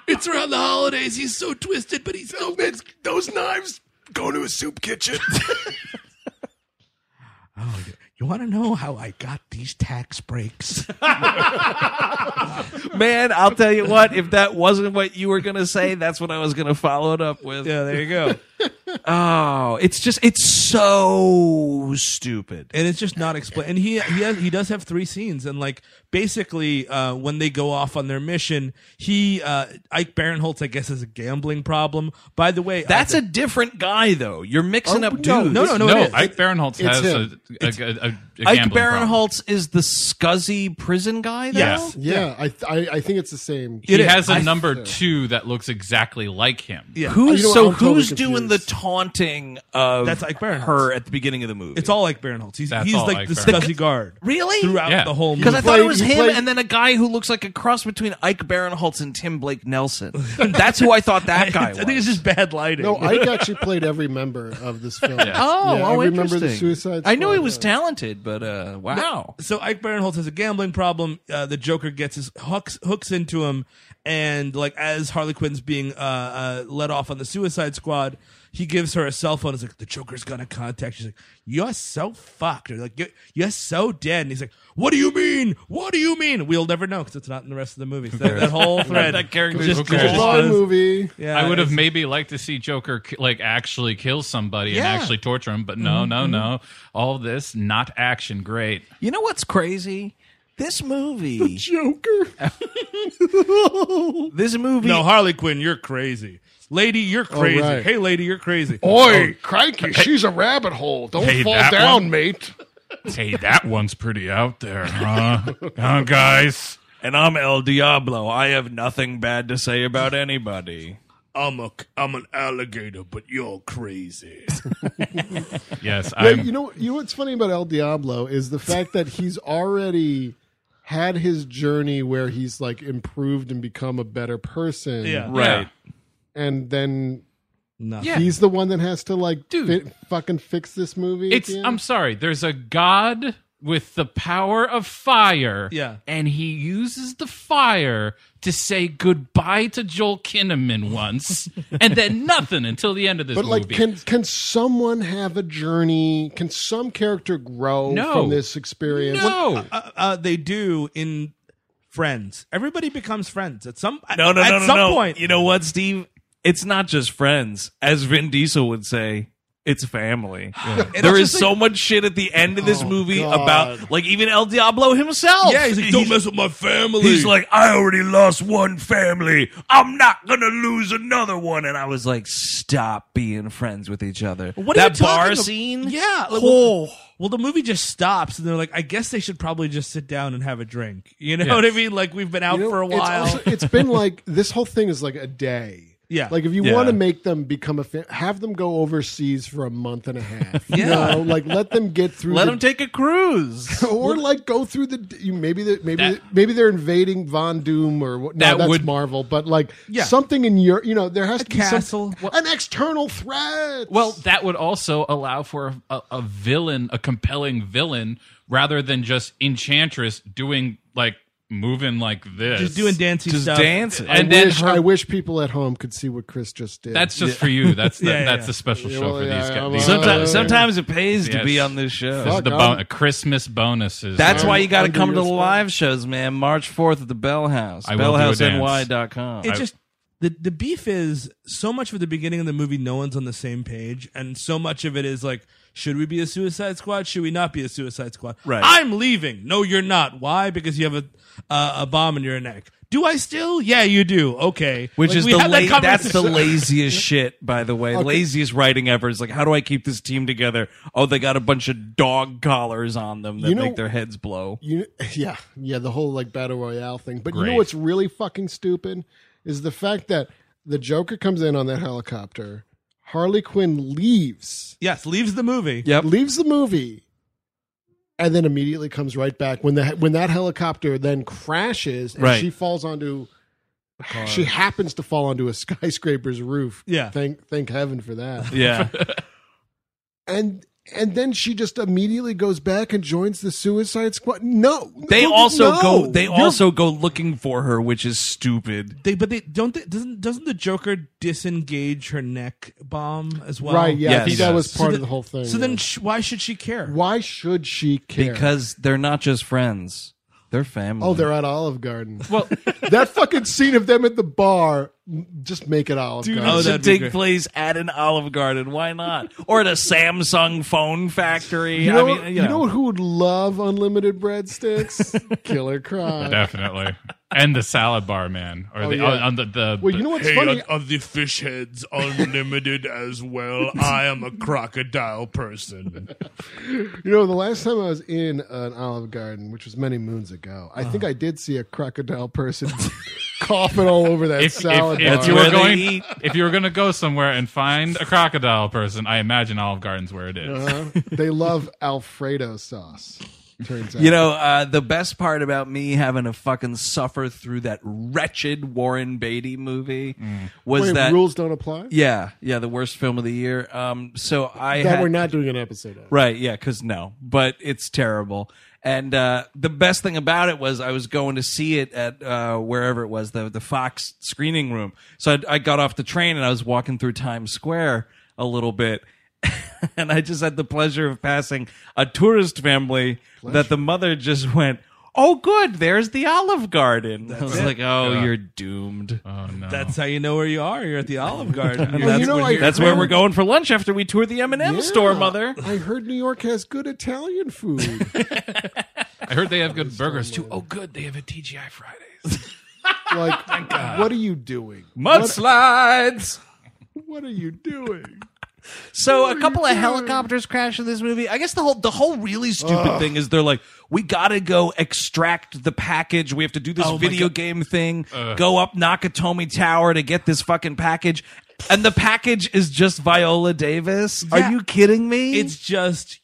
G: It's around the holidays. He's so twisted, but he's so good.
D: Those knives go to a soup kitchen.
G: Oh, You want to know how I got these tax breaks?
B: Man, I'll tell you what, if that wasn't what you were going to say, that's what I was going to follow it up with.
G: yeah, there you go.
B: Oh, it's just, it's so stupid.
G: And it's just not explained. And he he has, he does have three scenes, and like basically uh, when they go off on their mission, he uh, Ike Barinholtz, I guess, has a gambling problem. By the way, uh,
B: That's
G: the-
B: a different guy, though. You're mixing up dudes.
G: no, no, no,
E: no,
G: it is.
E: Ike
D: it's
E: Barinholtz has a,
D: him.
E: a, a, a, a
B: Ike
E: gambling problem.
B: Barinholtz is the scuzzy prison guy, though?
E: Yes.
D: Yeah, I, th- I I think it's the same.
E: He
G: It is.
E: has a
G: I-
E: number two that looks exactly like him.
G: Yeah.
B: Who's,
D: You know what,
B: so
D: I'm totally
B: who's doing the
D: confused.
B: taunting of
G: That's Ike Barinholtz.
B: her at the beginning of the movie?
G: It's all Ike Barinholtz. He's,
E: That's
G: he's
E: all
G: like
E: Ike
G: the
E: Barinholtz.
G: scuzzy guard
B: really
G: throughout
E: Yeah.
G: the whole movie.
B: Because I thought
D: play-
B: it was
D: you
B: him,
D: play-
B: and then a guy who looks like a cross between Ike Barinholtz and Tim Blake Nelson. That's who I thought that guy was.
G: I think it's just bad lighting.
D: No, Ike actually played every member of this film.
B: oh,
D: Yeah,
B: oh,
D: every member of the
B: interesting.
D: Suicide
B: I knew he
D: Squad,
B: was
D: yeah.
B: talented, but uh, wow.
G: so Ike Barinholtz has a gambling problem. Uh, the Joker gets his hooks hooks into him, and like as Harley Quinn's being uh, uh, let off on the Suicide Squad, he gives her a cell phone. He's like, "The Joker's gonna contact." She's like, "You're so fucked." Or like, "You're, you're so dead." And he's like, "What do you mean? What do you mean?" We'll never know because it's not in the rest of the movie. So that, that whole thread,
E: That character
G: just-
E: is cool.
G: just-
D: Long movie.
G: yeah,
E: I would have
G: it's-
E: maybe liked to see Joker ki- like actually kill somebody and
G: Yeah.
E: actually torture him, but
D: Mm-hmm,
E: no, no, no. All this not action. Great.
B: You know what's crazy? This movie,
D: Joker.
B: this movie,
G: No, Harley Quinn, you're crazy. Lady, you're crazy.
D: right.
G: Hey, lady, you're crazy.
A: Oi, crikey, she's a rabbit hole. Don't
E: Hey,
A: fall
E: that
A: down,
E: one-
A: mate.
E: Hey, Oh, that one's pretty out there, huh? huh
D: Oh,
E: guys.
B: and I'm El Diablo. I have nothing bad to say about anybody.
G: I'm a, I'm an alligator, but you're crazy.
E: Yes,
D: But
E: I'm.
D: you know, you know what's funny about El Diablo is the fact that he's already had his journey where he's like improved and become a better person.
G: Yeah.
B: Right.
D: and then
G: Nothing.
E: Yeah.
D: he's the one that has to like
E: Dude.
D: fi- fucking fix this movie. at
E: It's.
D: the end.
E: I'm sorry. There's a god with the power of fire.
G: Yeah.
E: and he uses the fire to say goodbye to Joel Kinnaman once, and then nothing until the end of this
D: but
E: movie.
D: like, can can someone have a journey? Can some character grow
E: No.
D: from this experience?
E: no.
G: uh, uh, they do in Friends. Everybody becomes friends at some
B: No, no,
G: at
B: no, no,
G: some
B: no.
G: point.
B: You know what, Steve? It's not just friends, as Vin Diesel would say. It's family.
G: And
B: There
G: that's
B: is
G: just like-
B: so much shit at the end of this movie
D: God.
B: about, like, even El Diablo himself.
G: yeah. He's like, don't mess with my family.
B: He's like, I already lost one family. I'm not gonna lose another one. And I was like, stop being friends with each other.
G: What are
B: that
G: you talking
B: bar
G: ab-
B: scene?
G: Yeah, like,
B: oh,
G: well, the movie just stops, and they're like, I guess they should probably just sit down and have a drink. You know what I mean? Like we've been out
D: You know,
G: for a
D: it's
G: while.
D: also- it's been like this whole thing is like a day.
G: Yeah.
D: Like if you
B: Yeah.
D: want to make them become a fan, have them go overseas for a month and a half. yeah. You know, like let them get through.
B: let
D: the,
B: him take a cruise.
D: or like go through the you maybe the, maybe
E: That-
D: the- maybe they're invading Von Doom or what- no,
E: That
D: that's
E: would-
D: Marvel, but like
G: Yeah.
D: something in your you know there has to be
G: castle.
D: some, an external threat.
E: Well, that would also allow for a, a, a villain, a compelling villain, rather than just Enchantress doing like moving like this.
G: just doing dancing
B: Just
G: stuff.
B: dance.
D: I
E: and then
D: wish
E: her-
D: I wish people at home could see what Chris just did.
E: That's just for you. That's the,
G: Yeah, yeah,
E: that's
G: yeah.
E: the special
D: Yeah,
E: show
D: well,
E: for
D: yeah,
E: these
D: I'm
E: guys.
D: a-
E: These
B: sometimes,
D: Uh,
B: sometimes it pays to
E: Yes.
B: be on this show.
E: This is
D: Fuck,
E: the
D: I'm-
E: bon- Christmas bonuses.
B: That's why you got to
D: Under
B: come to
D: your
B: the
D: spell.
B: live shows, man. March 4th at the Bell House.
E: I will do a dance.
B: BellHouseNY.com.
G: It just the the beef is so much of the beginning of the movie. No one's on the same page, and so much of it is like, should we be a Suicide Squad? Should we not be a Suicide Squad?
B: Right.
G: I'm leaving. No, you're not. Why? Because you have a uh, a bomb in your neck. Do I still? Yeah, you do. Okay.
B: Which
G: Like,
B: is
G: we
B: the
G: had
B: la-
G: that
B: that's the
G: conversation.
B: laziest shit, by the way. Laziest writing ever is like, how do I keep this team together? Oh, they got a bunch of dog collars on them that
D: You know-
B: make their heads blow.
D: You yeah, yeah, the whole like battle royale thing. But you
E: Great.
D: know what's really fucking stupid is the fact that the Joker comes in on that helicopter, Harley Quinn leaves,
G: yes leaves the movie.
B: Yep.
D: leaves the movie, and then immediately comes right back when the when that helicopter then crashes and
B: Right.
D: she falls onto she happens to fall onto a skyscraper's roof.
G: Yeah.
D: Thank thank heaven for that.
B: Yeah.
D: And and then she just immediately goes back and joins the Suicide Squad. No,
B: They
D: no,
B: also
D: no.
B: go they
D: You're
B: also go looking for her, which is stupid.
G: They, but they don't. They, doesn't doesn't the Joker disengage her neck bomb as well?
D: right, yeah,
B: yes.
D: I think
B: He
D: that
B: does.
D: was part
G: So
D: of the
G: then-
D: whole thing.
G: So
D: yeah.
G: then, sh- why should she care?
D: why should she care?
B: Because they're not just friends. They're family.
D: Oh, they're at Olive Garden.
E: Well,
D: that fucking scene of them at the bar, just make it Olive
B: Dude,
D: Garden.
B: it should
G: that'd be
B: take
G: great.
B: place at an Olive Garden. Why not? Or at a Samsung phone factory.
D: You know,
B: I mean,
D: you know who would love unlimited breadsticks? Killer Croc.
E: Definitely. And the salad bar man, or the uh,
D: yeah.
E: on- on the the.
D: Well, you know what's funny?
G: of the fish heads unlimited as well. I am a crocodile person.
D: You know, the last time I was in an Olive Garden, which was many moons ago, I
B: Uh-huh.
D: think I did see a crocodile person coughing all over that
E: if,
D: salad
E: if, if
D: bar.
E: you
B: where
E: were
B: they
E: going,
B: eat.
E: if you were going to go somewhere and find a crocodile person, I imagine Olive Garden's where it is.
D: Uh-huh. They love Alfredo sauce. Turns out,
B: You know, uh, the best part about me having to fucking suffer through that wretched Warren Beatty movie was
D: Wait,
B: that
D: rules don't apply.
B: Yeah, yeah, the worst film of the year. Um, so I
I: that
B: had,
I: we're not doing an episode of.
B: right, yeah, because no, but it's terrible. And uh, the best thing about it was I was going to see it at uh, wherever it was the the Fox screening room. So I, I got off the train and I was walking through Times Square a little bit. And I just had the pleasure of passing a tourist family that the mother just went, "Oh, good, there's the Olive Garden." I was like, "Oh, you're doomed."
E: Oh no!
G: That's how you know where you are. You're at the Olive Garden.
D: Well, you know, I
B: That's where we're going for lunch after we tour the M and M
D: Yeah.
B: store, mother.
D: I heard New York has good Italian food.
E: I heard they have good burgers too. Oh, good, they have a TGI Fridays.
D: like, what are you doing?
B: mudslides.
D: What are you doing?
B: So a couple of helicopters crash in this movie. I guess the whole the whole really stupid thing is they're like, we gotta go extract the package. We have to do this
E: Oh
B: video game thing. Go up Nakatomi Tower to get this fucking package. And the package is just Viola Davis. Are you kidding me?
G: It's just.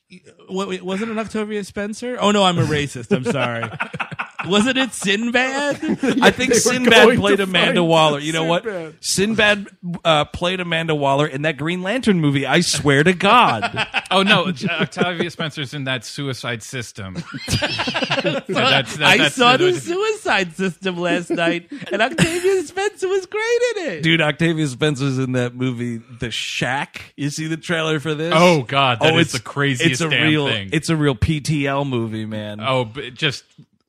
G: Wait, wait, wasn't it Octavia Spencer? Oh no, I'm a racist. I'm sorry. wasn't it Sinbad?
B: I think Sinbad played Amanda Waller. You know what? Sinbad uh, played Amanda Waller in that Green Lantern movie. I swear to God.
E: oh no, Octavia Spencer's in that Suicide System.
G: I saw the Suicide System last night, and Octavia Spencer was great in it.
B: Dude, Octavia Spencer's in that movie, The Shack. You see the trailer for this?
E: Oh God, that is the craziest
B: it's a
E: damn
B: real,
E: thing.
B: It's a real PTL movie, man.
E: oh, but just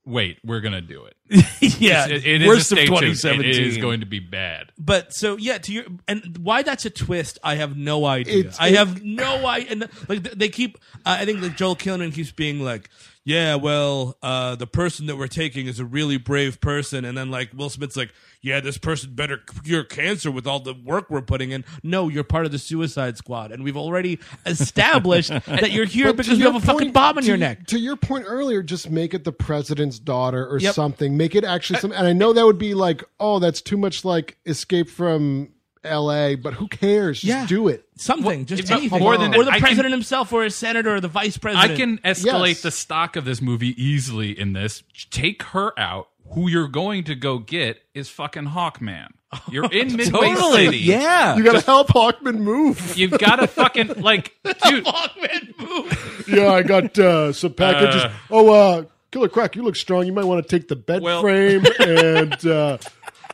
E: wait, we're gonna do it.
B: yeah,
E: It- it is a
B: worst
E: stay
B: of
E: tuned.
B: 2017.
E: It is going to be bad.
G: But so yeah, to your and why that's a twist, I have no idea.
D: It's-
G: I have no idea. And like th- they keep, uh, I think like Joel Kinnaman keeps being like, yeah, well, uh, the person that we're taking is a really brave person, and then like Will Smith's like, yeah, this person better cure cancer with all the work we're putting in. No, you're part of the Suicide Squad, and we've already established that you're here
D: But to
G: because you
D: your
G: have a fucking
D: point-
G: bomb in
D: to-
G: your neck.
D: To your point earlier, just make it the president's daughter or
G: Yep. Uh,
D: something. Make it actually some. And I know that would be like, oh, that's too much like Escape from L.A. But who cares? Just
G: Yeah.
D: do it.
G: Something, just
E: but
G: anything,
E: more than that,
G: or the
E: I can-
G: president himself, or a senator, or the vice president.
E: I can escalate
D: Yes.
E: the stock of this movie easily in this. Take her out. Who you're going to go get is fucking Hawkman. You're in Midway
B: Totally.
E: City.
B: Oh, Yeah.
D: You got to help Hawkman move.
E: You've got to fucking like, dude.
D: yeah, I got uh, some packages. oh, uh, Killer Croc, you look strong. You might want to take the bed
E: Well-
D: frame and uh,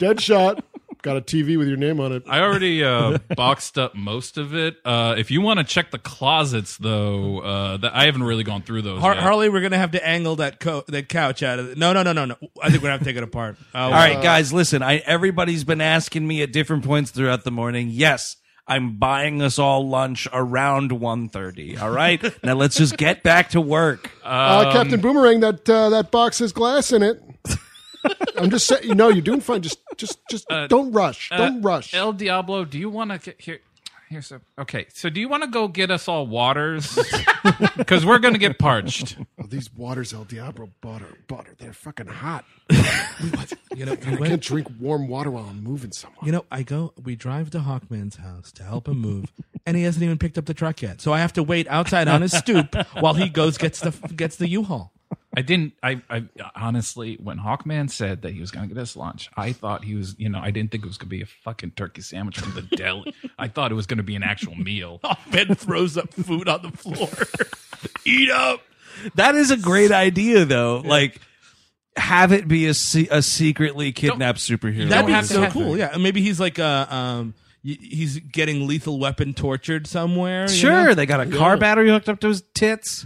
D: Deadshot. Got a TV with your name on it.
E: I already uh, boxed up most of it. Uh, if you want to check the closets, though, uh, that I haven't really gone through those.
G: Har-
E: yet.
G: Harley, we're gonna have to angle that co- that couch out of. No, no, no, no, no. I think we're gonna have to take it apart. Oh,
B: All right, guys, listen. I everybody's been asking me at different points throughout the morning. Yes, I'm buying us all lunch around 1.30, All right, now let's just get back to work.
D: uh,
E: Um,
D: Captain Boomerang, that uh, that box has glass in it. I'm just saying. No, you're doing fine. Just, just, just don't rush. Don't rush.
E: Uh, El Diablo, do you want to get here? Here's a okay. So, do you want to go get us all waters? Because we're gonna get parched.
D: Oh, these waters El Diablo butter, butter. They're fucking hot.
G: you know, we
D: I can't
G: went,
D: drink warm water while I'm moving somewhere.
G: you know, I go. We drive to Hawkman's house to help him move, and he hasn't even picked up the truck yet. So I have to wait outside on his stoop while he goes gets the gets the U-Haul.
E: I didn't. I, I honestly, when Hawkman said that he was going to get us lunch, I thought he was. You know, I didn't think it was going to be a fucking turkey sandwich from the deli. I thought it was going to be an actual meal.
G: Ben throws up food on the floor. Eat up.
B: That is a great idea, though. Like, have it be a, se- a secretly kidnapped superhero.
G: That'd
E: don't
G: be
E: have to
G: so
E: have-
G: cool. Yeah, maybe he's like uh um. y- He's getting lethal weapon tortured somewhere. you
B: sure.
G: know?
B: They got a car battery hooked up to his tits.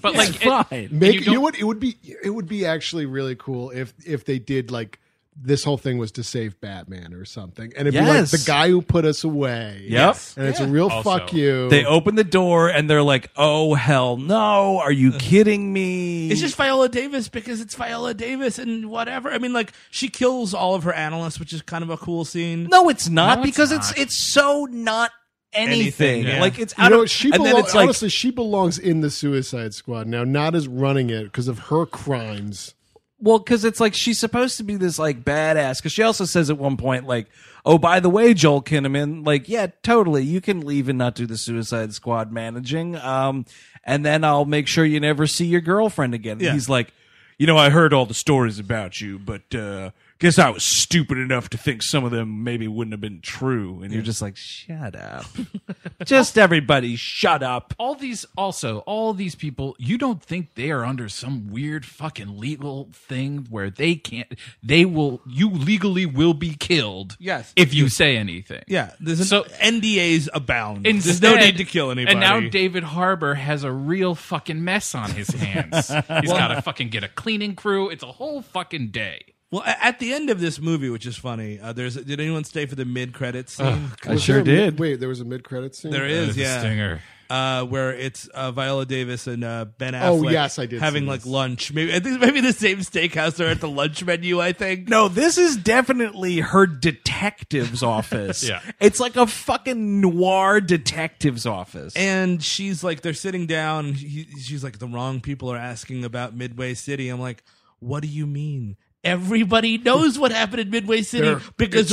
E: But like, it-
C: fine.
E: and
D: Make
E: you
D: you,
E: don't-
D: know what? It would be it would be actually really cool if if they did like this whole thing was to save Batman or something, and it'd
C: Yes.
D: be like the guy who put us away.
B: Yep.
D: and it's a real
E: Also,
D: fuck you.
B: They open the door and they're like, "Oh hell no! Are you kidding me?"
G: It's just Viola Davis because it's Viola Davis and whatever. I mean, like she kills all of her analysts, which is kind of a cool scene.
B: no, it's not
E: No, it's
B: because
E: not.
B: it's it's so not anything.
G: Anything, yeah.
B: Like it's
D: you
B: out
D: know,
B: of
D: she
B: and
D: belo-
B: then it's like
D: honestly, she belongs in the Suicide Squad now, not as running it because of her crimes.
B: Well, because it's like she's supposed to be this like badass. Because she also says at one point, like, "Oh, by the way, Joel Kinnaman, like, yeah, totally, you can leave and not do the Suicide Squad managing, um, and then I'll make sure you never see your girlfriend again." And
G: Yeah.
B: He's like, "You know, I heard all the stories about you, but uh, guess I was stupid enough to think some of them maybe wouldn't have been true." And you're just like, "Shut up, just everybody, shut up."
E: all these also all these people you don't think they are under some weird fucking legal thing where they can't they will you legally will be killed
G: Yes.
E: if you say anything
G: Yeah, there's
E: So-
G: so, NDAs abound.
E: Instead,
G: there's no need to kill anybody.
E: And now David Harbour has a real fucking mess on his hands. He's got to fucking get a cleaning crew. It's a whole fucking day.
G: well, a- at the end of this movie, which is funny, uh, there's did anyone stay for the mid credits scene?
B: I
D: Was there a mid- wait, there was a mid credit scene.
G: There is,
E: The
G: yeah,
E: stinger.
G: uh, where it's uh, Viola Davis and uh, Ben
D: Oh,
G: Affleck.
D: yes, I did
G: having
D: see
G: like
D: this.
G: lunch. Maybe I think maybe the same steakhouse they're at the lunch menu. I think.
B: No, this is definitely her detective's office.
E: Yeah.
B: It's like a fucking noir detective's office.
G: And she's like, they're sitting down. And he, she's like, the wrong people are asking about Midway City. I'm like, what do you mean? Everybody knows what happened in Midway City
A: They're-
G: because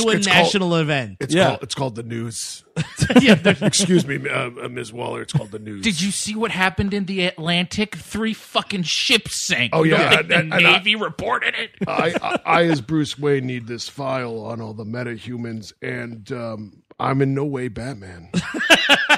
A: it's-
G: of a
A: it's called-
G: national event.
A: It's
B: Yeah.
A: called it's called the news.
G: yeah, there's-
A: Excuse me, uh, uh, Ms. Waller. It's called the news.
E: Did you see what happened in the Atlantic? Three fucking ships sank.
A: Oh,
E: You don't
A: yeah,
E: think
A: and-
E: the
A: and- and I-
E: Navy reported it.
A: I, I, I, as Bruce Wayne, need this file on all the metahumans, and um, I'm in no way Batman.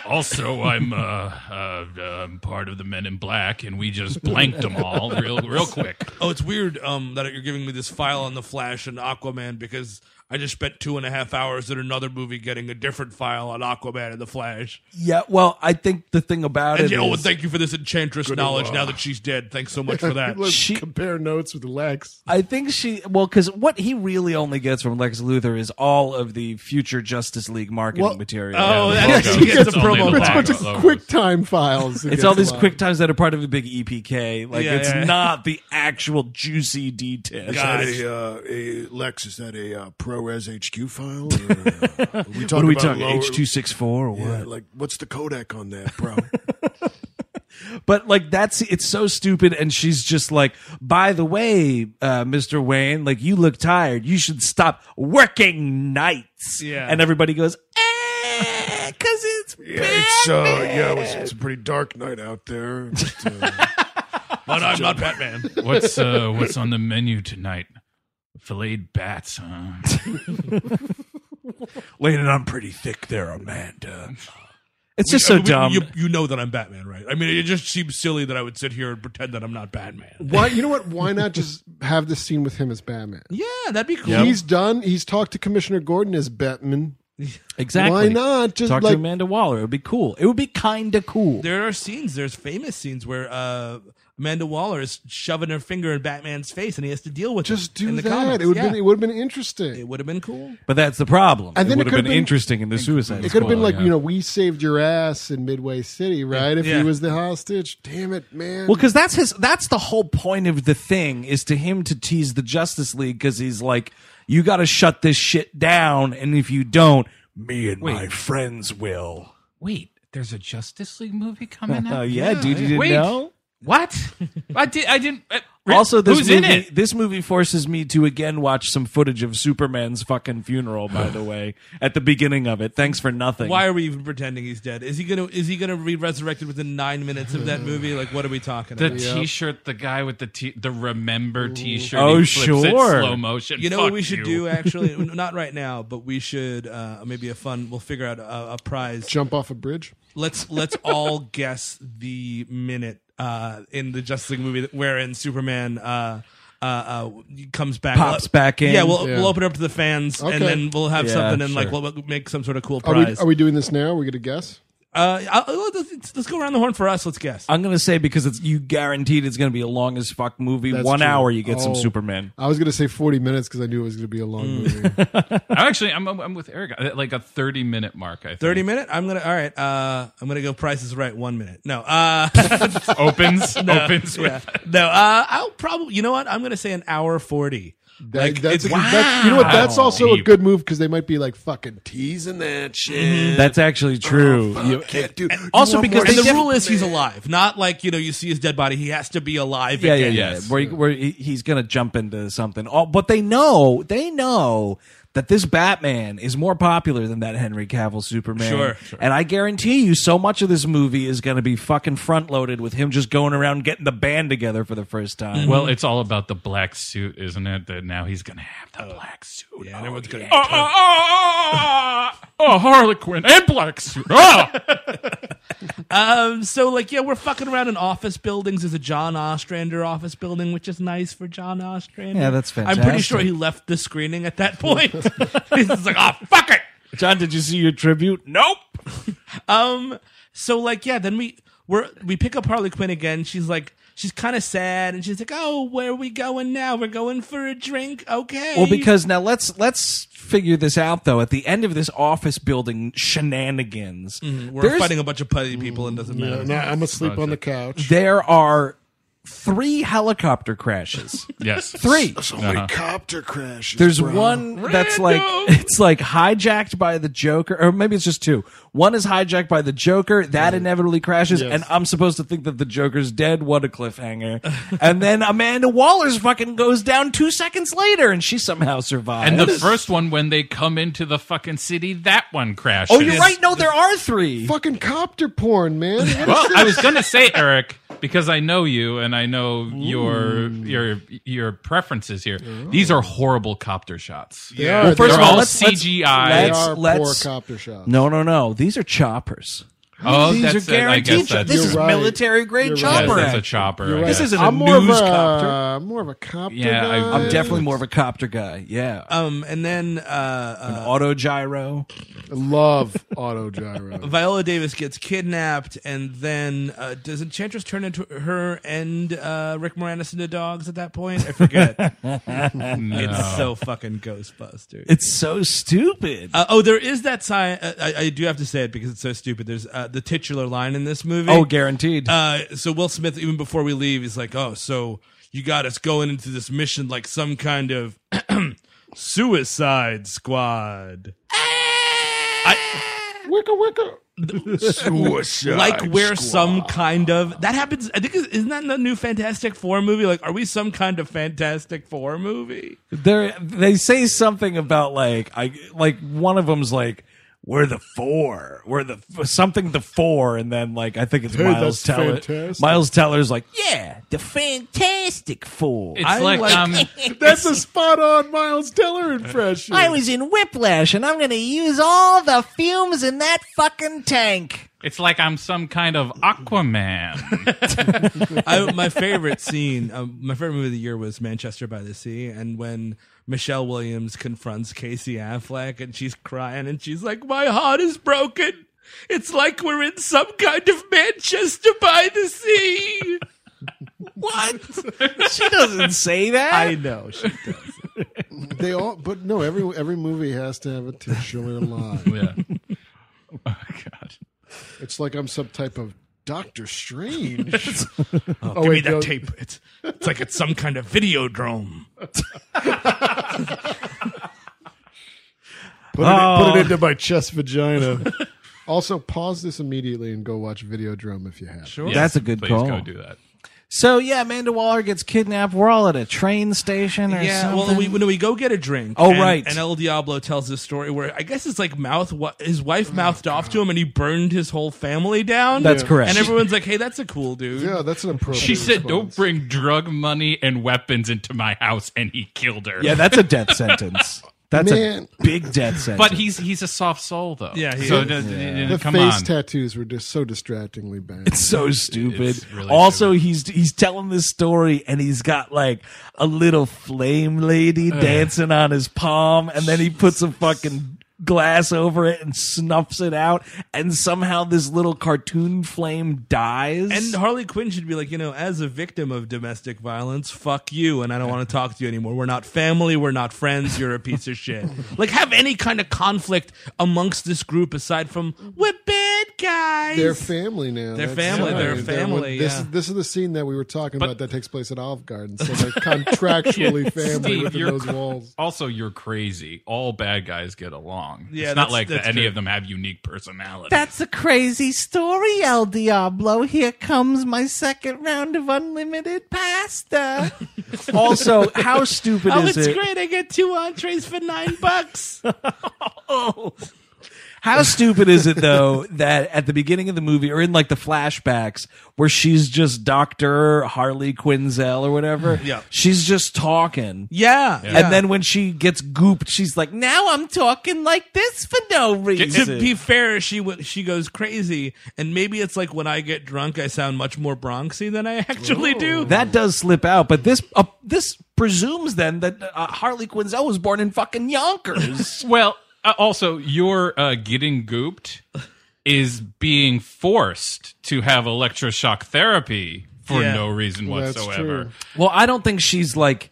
E: Also, I'm uh, uh, um, part of the Men in Black, and we just blanked them all real, real quick.
G: oh, it's weird um, that you're giving me this file on the Flash and Aquaman because I just spent two and a half hours in another movie getting a different file on Aquaman and the Flash.
B: yeah, well, I think the thing about
G: And
B: it
G: you know,
B: is-
G: thank you for this enchantress knowledge. Now that she's dead, thanks so much for that.
D: Let's
B: She-
D: compare notes with Lex.
B: I think she well because what he really only gets from Lex Luthor is all of the future Justice League marketing
D: Well-
B: material.
E: Oh,
G: Yeah,
E: that's-
G: the
E: he
G: logo.
E: gets
G: It's
E: a
G: all
E: promo
G: labeled
D: It's a
E: Black
D: bunch of
E: all over.
D: quick time files. that
B: it's
D: gets
B: all these
D: a lot.
B: quick times that are part of a big EPK. Like
G: Yeah,
B: it's
G: yeah.
B: not the actual juicy details.
A: Is that a, uh, a Lex? Is that a uh, ProRes HQ file? Or, uh, are we talking
B: What are we
A: about
B: talking?
A: lower-
B: H two six four or what?
A: Yeah, like what's the Kodak on that, bro?
B: But like that's it's so stupid, and she's just like, by the way, uh, Mr. Wayne, like you look tired. You should stop working nights.
G: Yeah.
B: And everybody goes, eh, because it's
A: yeah, it's uh, yeah, it was, it's a pretty dark night out there. But, uh,
G: But I'm not Batman.
E: What's uh, what's on the menu tonight? Filleted bats, huh?
B: laying it on pretty thick there, Amanda. It's just so
G: I mean, we-
B: dumb.
G: You, you know that I'm Batman, right? I mean, it just seems silly that I would sit here and pretend that I'm not Batman.
D: Why? You know what? Why not just have this scene with him as Batman?
G: Yeah, that'd be cool.
D: He's done. He's talked to Commissioner Gordon as Batman.
B: exactly.
D: Why not? Just
B: Talk
D: like
B: to Amanda Waller. It would be cool. It would be kind of cool.
G: There are scenes. There's famous scenes where uh, Amanda Waller is shoving her finger in Batman's face, and he has to deal with
D: just
G: it
D: do
G: in the
D: that.
G: comics.
D: It would
G: yeah.
D: been. It would have been interesting.
G: It would have been cool.
B: But that's the problem.
D: And
B: it
D: then it
B: would have
D: could've
B: been,
D: been-
B: interesting in the Suicide
D: It could have been
B: Squad.
D: like
E: yeah.
D: you know we saved your ass in Midway City, right? If
G: Yeah.
D: he was the hostage, damn it, man.
B: Well, because that's his. That's the whole point of the thing is to him to tease the Justice League because he's like, you got to shut this shit down, and if you don't, me and my friends will.
E: Wait, there's a Justice League movie coming out.
B: Oh yeah, dude, you didn't
E: Wait,
B: know.
E: what? I did. I didn't. uh,
B: Also, this
E: who's
B: movie,
E: in it?
B: this movie forces me to again watch some footage of Superman's fucking funeral. By the way, at the beginning of it, thanks for nothing.
G: Why are we even pretending he's dead? Is he gonna? Is he gonna be resurrected within nine minutes of that movie? Like, what are we talking
E: The
G: about?
E: T-shirt, the guy with the t- the remember T-shirt.
B: Oh,
E: he flips it
B: sure.
E: slow motion.
G: You know what
E: Fuck
G: we should
E: you.
G: do? Actually, not right now, but we should uh, maybe a fun. We'll figure out a, a prize.
D: jump off a bridge.
G: let's let's all guess the minute uh, in the Justice League movie that- wherein Superman uh, uh, uh, comes back,
B: Pops back in.
G: Yeah, we'll
D: Yeah.
G: we'll open it up to the fans,
D: Okay.
G: and then we'll have
B: Yeah,
G: something, and
B: sure.
G: like we'll we'll make some sort of cool
D: Are we,
G: prize.
D: are we doing this now? Are we going to guess?
G: Uh, I'll, let's, let's go around the horn for us. Let's guess.
B: I'm gonna say because it's you guaranteed it's gonna be a long as fuck movie.
D: That's
B: One
D: true.
B: hour, you get some
D: Oh.
B: Superman.
D: I was going to say 40 minutes because I knew it was going to be a long
B: Mm.
D: movie.
E: I'm actually I'm, I'm I'm with Eric. Uh, Like a 30 minute mark. I think.
G: Thirty minute. I'm gonna. All right. Uh, I'm gonna go. Price is right. One minute. No. Uh,
E: opens opens with.
G: no. Uh, I'll probably. You know what? I'm gonna say an hour forty.
D: That,
G: Like,
D: that's,
G: it's-
D: a- that's- you know what? That's
E: Wow.
D: also a
E: Deep.
D: good move because they might be like fucking teasing that shit.
B: That's actually true. You-
A: Can't do. You
B: also
A: want
B: because
A: more
G: And
B: they
G: the
B: def-
A: Superman?
G: rule is he's alive, not like you know you see his dead body. He has to be alive.
B: yeah, yeah,
G: again.
B: yeah. Where, where he- he's gonna jump into something. Oh, but they know they know that this Batman is more popular than that Henry Cavill Superman.
G: Sure, sure.
B: And I guarantee you, so much of this movie is gonna be fucking front loaded with him just going around getting the band together for the first time.
G: Mm-hmm.
E: Well, it's all about the black suit, isn't it? That now he's gonna have the black suit.
G: Oh, Yeah, and everyone's gonna.
E: Oh, oh, oh, oh, oh, oh, Harley Quinn and black suit. Oh.
G: Um, so like, yeah, we're fucking around in office buildings. There's a John Ostrander office building, which is nice for John Ostrander.
B: Yeah, that's
G: I'm pretty
B: fantastic.
G: sure he left the screening at that point. He's just like, oh fuck it.
B: John, did you see your tribute? Nope.
G: Um, so like, yeah, then we we're we pick up Harley Quinn again. She's like, she's kind of sad, and she's like, oh, where are we going now? We're going for a drink, okay?
B: Well, because now let's let's figure this out though. At the end of this office building shenanigans,
G: we're
B: there's-
G: fighting a bunch of putty people, and it doesn't matter.
D: And I- I'm asleep on the couch.
B: there are three helicopter crashes.
E: Yes.
B: three.
A: So many copter crashes.
B: There's
A: bro.
B: one that's like it's like hijacked by the Joker, or maybe it's just two. One is hijacked by the Joker that inevitably crashes, and I'm supposed to think that the Joker's dead. What a cliffhanger! and then Amanda Waller's fucking goes down two seconds later, and she somehow survives.
E: And the first one when they come into the fucking city, that one crashes.
B: oh, you're right. No, there are three.
D: Fucking copter porn, man. What is
E: Well,
D: this?
E: I was gonna say Eric because I know you and I know your your your preferences here.
B: Oh.
E: These are horrible copter shots.
D: They are-
B: first
D: they
B: of
E: They're
B: all,
E: all
B: let's- let's-
E: CGI.
D: are- they
B: let's-
D: are
B: let's-
D: poor copter shots.
B: No, no, no. These are choppers.
E: oh,
B: These
E: that's
B: are guaranteed.
E: It. I guess
B: cho-
E: that's,
B: this
D: You're
B: is
D: right.
B: military grade
D: You're right.
E: yes,
B: chopper.
E: that's a
B: act.
E: chopper. I
D: You're right.
B: This
E: guess.
B: isn't a
D: I'm more
B: news
D: of a,
B: copter.
D: I'm more of a copter.
E: Yeah, I-
B: I'm
E: Uh,
B: definitely more of a copter guy. Yeah,
G: Um, and then uh, uh,
B: auto gyro.
D: love auto gyro.
G: Viola Davis gets kidnapped, and then uh, does Enchantress turn into her and uh, Rick Moranis into dogs at that point? I forget. It's so fucking Ghostbusters.
B: It's so stupid.
G: Uh, oh, there is that sign. Uh, I, I do have to say it because it's so stupid. There's uh, the titular line in this movie.
B: oh, guaranteed.
G: Uh, so Will Smith, even before we leave, he's like, "Oh, so you got us going into this mission like some kind of Suicide Squad."
D: Wicka wicka.
A: Suicide
G: like we're
A: Squad.
G: some kind of that happens. I think isn't that in the new Fantastic Four movie? Like, are we some kind of Fantastic Four movie?
B: They they say something about like I like one of them's like we're the four, we're the something the four, and then like I think it's
D: Hey,
B: Miles
D: that's
B: Teller.
D: fantastic.
B: Miles Teller's like yeah, the Fantastic Four.
E: It's like, um,
D: That's a spot on Miles Teller impression.
B: I was in Whiplash, and I'm gonna use all the fumes in that fucking tank.
E: it's like I'm some kind of Aquaman.
G: I, my favorite scene, um, my favorite movie of the year was Manchester by the Sea, and when Michelle Williams confronts Casey Affleck and she's crying and she's like, "My heart is broken. It's like we're in some kind of Manchester by the sea."
B: What? she doesn't say that.
G: I know she does.
D: They all, but no, every every movie has to have a titular line.
E: yeah. Oh God.
D: It's like I'm some type of Doctor Strange.
G: Oh, give me
D: wait,
G: that
D: no.
G: tape. It's, it's like it's some kind of videodrome.
D: Put it, put it into my chest vagina. also, pause this immediately and go watch Videodrome if you have. Sure.
B: That's a good
E: please
B: call.
E: go do that.
B: so yeah, Amanda Waller gets kidnapped. We're all at a train station or
G: Yeah,
B: something.
G: well, we, when we go get a drink.
B: Oh,
G: and-
B: right.
G: And El Diablo tells this story where I guess it's like mouth. wa- His wife mouthed off to him, and he burned his whole family down.
B: That's correct.
G: And everyone's like, "Hey, that's a cool dude."
D: Yeah, that's an appropriate.
E: She said, "Don't
D: response.
E: bring drug money and weapons into my house," and he killed her.
B: yeah, that's a death sentence. That's
D: Man.
B: a big death sentence.
E: but he's he's a soft soul though.
G: Yeah, he
E: so
G: is.
E: d- d- d-
D: The
E: come
D: face
E: on.
D: tattoos were just so distractingly bad.
B: It's so stupid.
E: It's really
B: also, he's he's telling this story and he's got like a little flame lady dancing on his palm, and then he puts a fucking glass over it and snuffs it out, and somehow this little cartoon flame dies.
G: And Harley Quinn should be like, you know, as a victim of domestic violence, fuck you, and I don't want to talk to you anymore. We're not family. We're not friends. You're a piece of shit. Like, have any kind of conflict amongst this group aside from we're bad guys.
D: They're family now.
G: They're
D: That's
G: family. They're
D: right.
G: family,
D: this,
G: yeah.
D: is, this is the scene that we were talking about that takes place at Olive Garden. So they're contractually family
E: Steve,
D: within
E: you're-
D: those walls.
E: Also, you're crazy. All bad guys get along.
G: Yeah,
E: it's not
G: that's-
E: like that
G: that's
E: any
G: true.
E: of them have unique personalities.
J: That's a crazy story, El Diablo. Here comes my second round of unlimited pasta.
B: also, how stupid
G: Oh,
B: is
G: it's
B: it?
G: great! I get two entrees for nine bucks.
B: How stupid is it though that at the beginning of the movie or in like the flashbacks where she's just Dr. Harley Quinzel or whatever,
G: Yeah.
B: she's just talking.
G: yeah,
B: And then when she gets gooped, she's like, "Now I'm talking like this for no reason."
G: to be fair, she w- she goes crazy, and maybe it's like when I get drunk, I sound much more Bronxy than I actually do.
B: that does slip out, but this uh, this presumes then that uh, Harley Quinzel was born in fucking Yonkers.
E: Well, uh, also, your uh, getting gooped is being forced to have electroshock therapy for
G: Yeah.
E: no reason
D: that's
E: whatsoever.
D: true.
B: well, I don't think she's like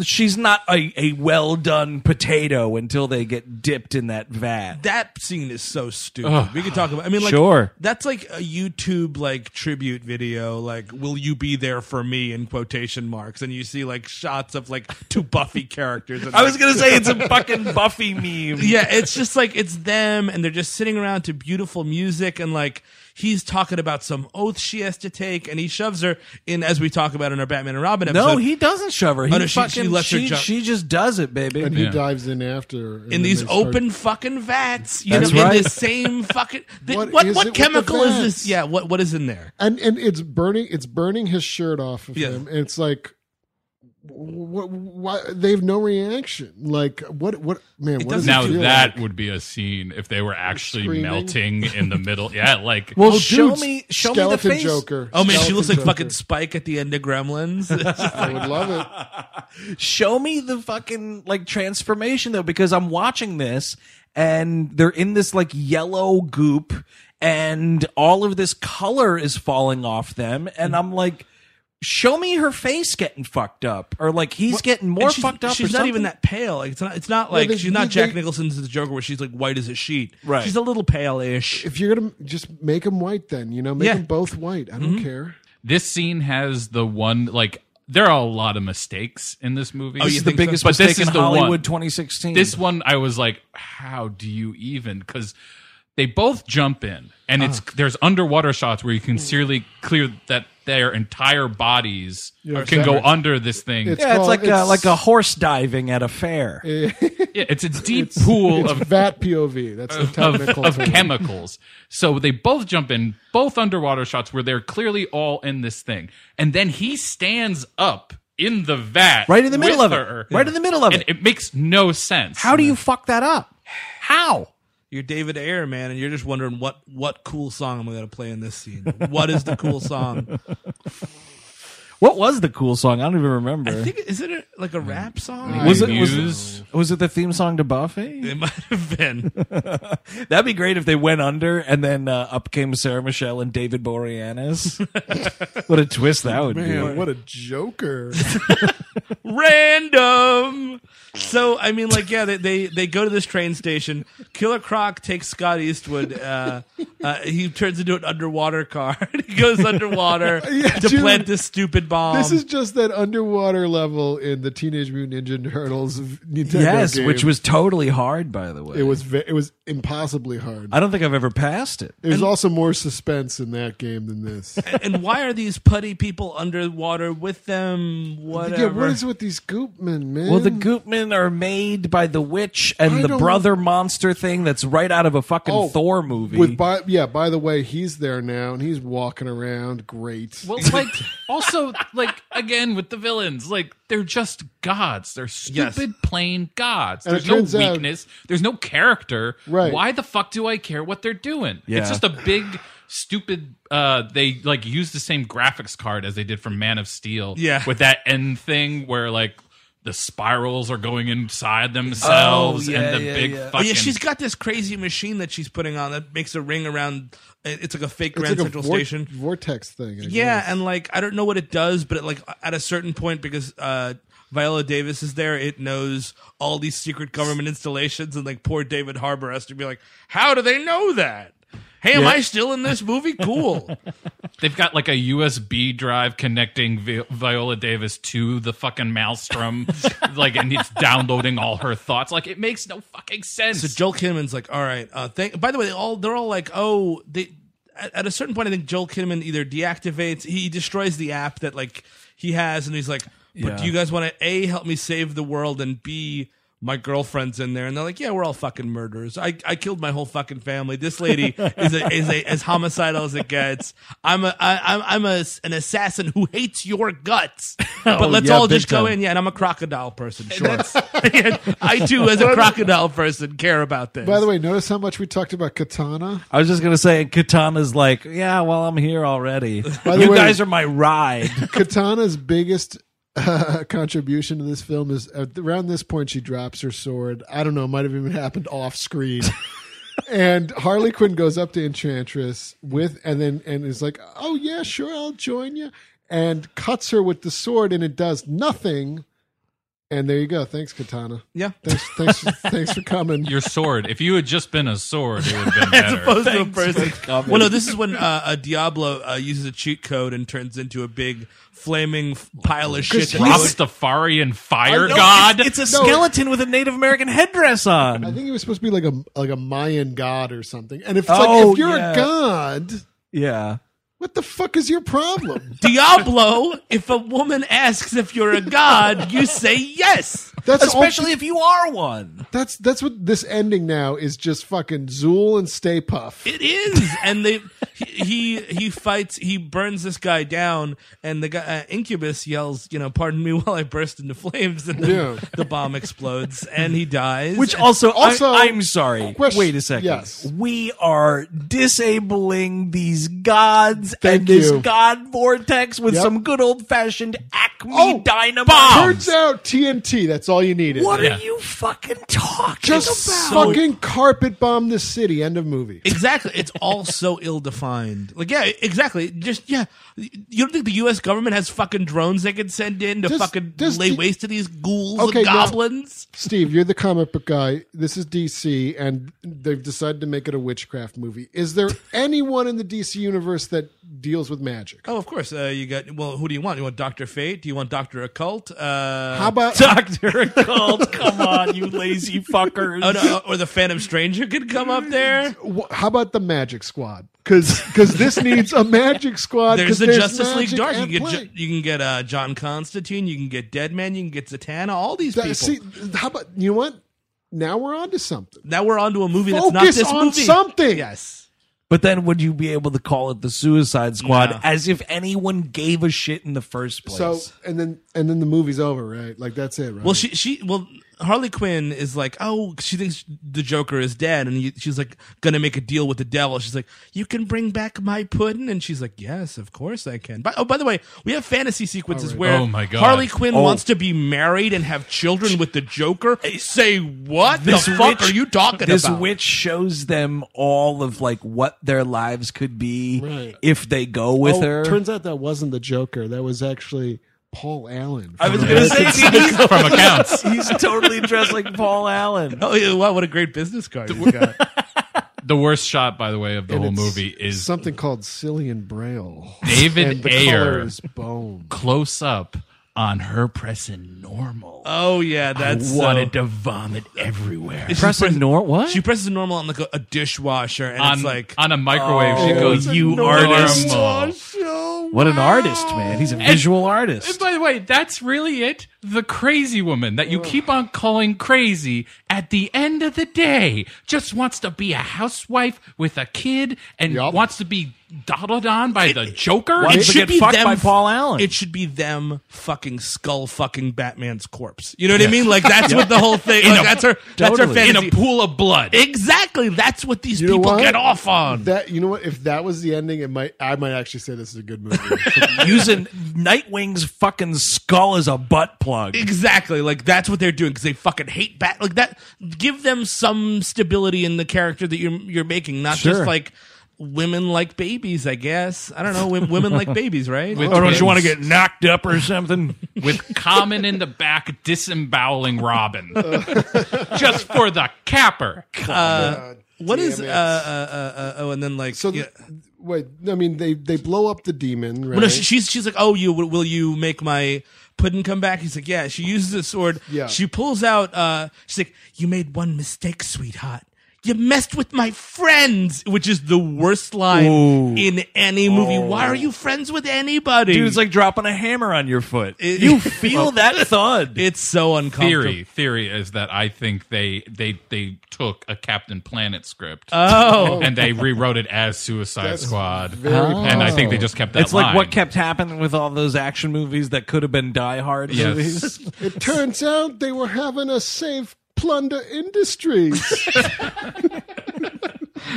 B: she's not a, a well done potato until they get dipped in that vat.
G: that scene is so stupid. we could talk about. I mean, like,
B: Sure.
G: that's like a YouTube like tribute video. Like, will you be there for me in quotation marks? And you see like shots of like two Buffy characters. And,
B: I was gonna say it's a fucking Buffy meme.
G: yeah, it's just like it's them, and they're just sitting around to beautiful music, and like he's talking about some oath she has to take, and he shoves her in, as we talk about in our Batman and Robin episode. Oh,
B: No, he doesn't shove her. He
G: no, she- she
B: fucking she,
G: lets her
B: she,
G: jump.
B: just does it, baby.
D: And he dives in after. and
G: in
D: then
G: these
D: they start-
G: open fucking vats, you
B: That's
G: know,
B: right.
G: in this same fucking. th-
D: What
G: what
D: is
G: what
D: it with the
G: chemical is
D: vats?
G: this? Yeah, what what is in there?
D: and and it's burning it's burning his shirt off of
G: Yeah.
D: him and it's like what why they have no reaction like what what man what does
G: doesn't-
D: it
E: Now
D: feel
E: that
D: like?
E: would be a scene if they were actually
D: Screaming.
E: melting in the middle. Yeah, like
B: well,
D: Oh,
B: show
D: dude,
B: me, show me the
D: skeleton
B: face.
D: joker
G: Oh man, she
D: Skeleton
G: looks like
D: Joker.
G: fucking Spike at the end of Gremlins.
D: i would love it
B: Show me the fucking like transformation though, because I'm watching this and they're in this like yellow goop, and all of this color is falling off them, and I'm like. Show me her face getting fucked up, or like he's getting more
G: And she's-
B: fucked up.
G: She's
B: or
G: not even
B: something.
G: that pale. Like it's not. It's not like
D: they-
G: she's not
D: they-
G: Jack
D: they-
G: Nicholson's the Joker, where she's like white as a sheet.
B: Right.
G: She's a little pale-ish.
D: if you're gonna just make them white then you know make
G: Yeah. Mm-hmm.
D: them both white i don't care
E: this scene has the one like there are a lot of mistakes in this movie.
G: Oh,
B: This
G: you
B: is the
G: think so?
B: biggest
E: But this
B: mistake in
E: is the one-
B: Hollywood 2016.
E: This one, I was like, how do you even? Because they both jump in, and it's
B: Oh.
E: there's underwater shots where you
B: Mm.
E: can clearly clear that their entire bodies can go under this thing.
D: It's-
E: It's,
B: yeah, it's
D: called-
B: like a,
D: it's-
B: like a horse diving at a fair.
E: yeah, it's a deep pool of
D: vat pov that's the
E: of,
D: technical
E: of
D: term.
E: chemicals. So they both jump in, both underwater shots where they're clearly all in this thing. And then he stands up in the vat.
B: Right in the middle
E: with
B: of it.
E: her.
B: Right in the middle of
E: And
B: it.
E: it makes no sense.
B: How do you fuck that up? How?
G: You're David Ayer, man, and you're just wondering what what cool song am I going to play in this scene? What is the cool song?
B: What was the cool song? I don't even remember.
G: I think is it a, like a rap song?
B: was it
E: Muse?
B: was, was it the theme song to Buffy?
G: It might have been.
B: That'd be great if they went under and then uh, up came Sarah Michelle and David Boreanaz. what a twist that would
D: man
B: be!
D: what a joker
G: random. So I mean, like, yeah, they they, they go to this train station. Killer Croc takes Scott Eastwood. Uh, uh, he turns into an underwater car. he goes underwater
D: Yeah,
G: to
D: dude.
G: plant this stupid bomb.
D: this is just that underwater level in the teenage mutant ninja turtles of Nintendo
B: Yes,
D: game.
B: which was totally hard, by the way.
D: it was ve- it was impossibly hard
B: I don't think I've ever passed it.
D: There's also more suspense in that game than this.
G: and why are these putty people underwater with them? Whatever.
D: Yeah, what is with these Goopmen, man?
B: Well, the Goopmen are made by the witch and
D: I
B: the
D: don't-
B: brother monster thing that's right out of a fucking
D: Oh,
B: Thor movie.
D: With by, yeah, by the way, he's there now and he's walking around. Great.
E: Well, like, also, like, again, with the villains, like, they're just gods. They're stupid, plain gods.
D: And it
E: There's no
D: turns out-
E: weakness. There's no character.
D: Right.
E: Why the fuck do I care what they're doing?
B: Yeah.
E: It's just a big, stupid, uh, they, like, use the same graphics card as they did for Man of Steel.
G: Yeah.
E: With that end thing where, like, the spirals are going inside themselves
G: Oh, yeah,
E: and the
G: yeah,
E: big
G: yeah. Oh,
E: fucking
G: yeah, she's got this crazy machine that she's putting on that makes a ring around. it- It's like a fake
D: It's
G: Grand
D: like a
G: Central
D: vor-
G: Station.
D: vortex thing. I
G: Yeah,
D: guess.
G: and like I don't know what it does, but it, like at a certain point, because uh, Viola Davis is there, it knows all these secret government installations, and like poor David Harbour has to be like, "How do they know that? Hey, am I still in this movie? Cool."
E: They've got like a USB drive connecting Vi- Viola Davis to the fucking maelstrom, like, and it's downloading all her thoughts. Like, it makes no fucking sense.
G: So Joel Kinnaman's like, all right. Uh, thank. By the way, they all they're all like, oh, they. At, at a certain point, I think Joel Kinnaman either deactivates, he destroys the app that like he has, and he's like, but do you guys want to a help me save the world and b my girlfriend's in there, and they're like, yeah, we're all fucking murderers. I, I killed my whole fucking family. This lady is a, is a, as homicidal as it gets. I'm a I, I'm I'm a s- an assassin who hates your guts. But let's
I: Oh, yeah,
G: all
I: big
G: just go
I: time.
G: in. Yeah, and I'm a crocodile person. Sure, And I too, as a crocodile person, care about this.
D: By the way, notice how much we talked about katana.
B: I was just gonna say, Katana's like, yeah, well, I'm here already.
D: By the
B: you
D: way-
B: guys are my ride.
D: Katana's biggest uh, contribution to this film is at, around this point she drops her sword. I don't know, it might have even happened off screen. and Harley Quinn goes up to Enchantress with and then and is like, "Oh yeah, sure, I'll join you." And cuts her with the sword and it does nothing. And there you go. Thanks, Katana.
G: Yeah.
D: Thanks thanks thanks for coming.
E: Your sword. If you had just been a sword, it would have been better.
G: opposed to a person. Well, no, this is when uh, a Diablo uh, uses a cheat code and turns into a big flaming f- pile of shit. that goes-
E: Rastafarian fire god.
B: it's a skeleton with a Native American headdress on.
D: I think he was supposed to be like a like a Mayan god or something. And if it's like
B: Oh,
D: if you're
B: yeah.
D: a god,
B: yeah.
D: what the fuck is your problem?
G: Diablo, if a woman asks if you're a god, you say yes.
D: That's all-
B: Especially if you are one.
D: That's that's what this ending now is just fucking Zool and Stay Puff.
G: It is, and they he he- he fights. He burns this guy down, and the guy uh, Incubus yells, "You know, pardon me while I burst into flames." And then
D: Yeah.
G: the bomb explodes, and he dies.
B: Which also,
D: Also-
B: I, am sorry.
D: Question-
B: Wait a second.
D: yes.
B: We are disabling these gods
D: Thank
B: and this
D: you.
B: god vortex with
D: Yep.
B: some good old fashioned Acme
D: Oh,
B: dynamite.
D: Turns out TNT. That's all you needed.
B: What
E: Yeah.
B: are you fucking talking
D: Just
B: about?
D: fucking carpet bomb this city. End of movie.
G: Exactly. It's all so ill defined. Like, yeah, exactly. Just, yeah. You don't think the U.S. government has fucking drones they can send in to
D: Just-
G: fucking
D: just
G: lay
D: the-
G: waste to these ghouls
D: Okay,
G: and
D: now-
G: goblins?
D: Steve, you're the comic book guy. This is DC, and they've decided to make it a witchcraft movie. Is there anyone in the DC universe that deals with magic?
G: Oh, of course. Uh, you got, well, who do you want? You want Dr. Fate? Do you want Dr. Occult? Uh,
D: How about
B: Dr. Occult, come on, you lazy fuckers.
G: oh, no, or the Phantom Stranger could come up there?
D: wh- how about the Magic Squad? Because this needs a Magic Squad.
G: There's
D: Uh, 'cause
G: the Justice League
D: magic
G: Dark. You
D: at
G: can get,
D: play.
G: Ju- you can get uh, John Constantine. You can get Deadman. You can get Zatanna. All these
D: That-
G: people.
D: see, how about you know what? Now we're on to something.
G: now we're onto a movie that's not
D: Focus
G: this
D: on
G: movie.
D: something.
G: Yes.
B: But then would you be able to call it the Suicide Squad
G: No.
B: as if anyone gave a shit in the first place?
D: So and then and then the movie's over, right? Like that's it, right?
G: Well, she she well Harley Quinn is like, oh, she thinks the Joker is dead, and he, she's like, gonna make a deal with the devil. She's like, you can bring back my pudding, and she's like, yes, of course I can. But oh, by the way, we have fantasy sequences where
E: Oh, my God.
G: Harley Quinn wants to be married and have children with the Joker. Say what? The
B: This
G: fuck
B: witch-
G: are you talking
B: this
G: about?
B: witch shows them all of like what their lives could be if they go with her.
D: Oh, Turns out that wasn't the Joker. That was actually Paul Allen.
B: I was gonna say he's,
E: from accounts.
B: he's totally dressed like Paul Allen.
G: Oh yeah, wow, what a great business card you got.
E: The worst shot, by the way, of the whole
D: it's
E: movie is
D: something called Cillian Braille.
E: David
D: and the color
E: Ayer.
D: is bone.
E: close up on her pressing normal.
G: Oh yeah, that's so-
E: to vomit everywhere.
G: It's just
B: Preston Nor what?
G: She presses normal on like a, a dishwasher, and
E: on,
G: it's like
E: on a microwave, she
B: Oh,
E: goes,
B: it's
E: "You
B: normal.
E: artist."
B: what an artist, man. He's a visual artist.
E: And by the way, that's really it. The crazy woman that you keep on calling crazy at the end of the day just wants to be a housewife with a kid and
D: Yup.
E: wants to be doddled on by the Joker.
B: Wants to get fucked by Paul Allen.
G: It should be them fucking skull fucking Batman's corpse. You know what I mean? Like that's what the whole thing. Like, that's her. That's her
E: in
G: fantasy.
E: a pool of blood.
G: Exactly. That's what these
D: You know
G: people
D: what?
G: get off on.
D: That you know what? If that was the ending, it might I might actually say this is a good movie.
B: using Nightwing's fucking skull as a butt plug.
G: Exactly. Like that's what they're doing because they fucking hate Bat. Like that. Give them some stability in the character that you're you're making, not just like women like babies. I guess I don't know. Women, women like babies, right?
B: Or Oh, don't you want to get knocked up or something?
E: with Common in the back disemboweling Robin just for the capper.
G: what is uh, uh, uh, uh, oh, and then like
D: So
G: yeah.
D: th- wait, I mean they they blow up the demon, right?
G: Well, no, she- she's she's like, oh, you will you make my puddin come back? He's like, yeah. She uses a sword.
D: Yeah.
G: She pulls out. uh She's like, you made one mistake, sweetheart. You messed with my friends, which is the worst line in any movie. Why are you friends with anybody?
B: Oh. Dude, it's like dropping a hammer on your foot.
G: It-
B: you feel Oh, that thud.
G: it's so uncomfortable.
E: Theory, theory is that I think they they they took a Captain Planet script
G: Oh.
E: and they rewrote it as Suicide Squad, and I think they just kept that.
B: It's like what
E: line.
B: kept happening with all those action movies that could have been Die Hard movies.
E: Yes.
D: It turns out they were having a safe plunder industries.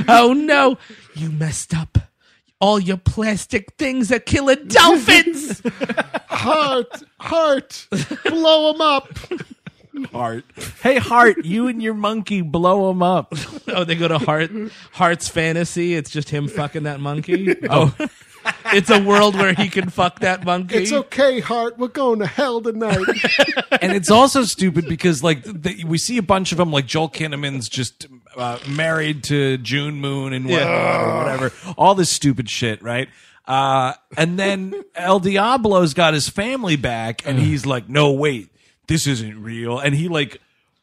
G: Oh no, you messed up. All your plastic things are killing dolphins.
D: heart, heart, blow them up.
B: Hey, Hart, you and your monkey blow him up.
G: Oh, they go to Heart Heart's fantasy. It's just him fucking that monkey. Oh, it's a world where he can fuck that monkey.
D: It's okay, heart. We're going to hell tonight.
B: and it's also stupid because like the, we see a bunch of them like joel kinnaman's just uh, married to june moon and whatnot or whatever all this stupid shit right uh, and then el diablo's got his family back and he's like no wait this isn't real and he like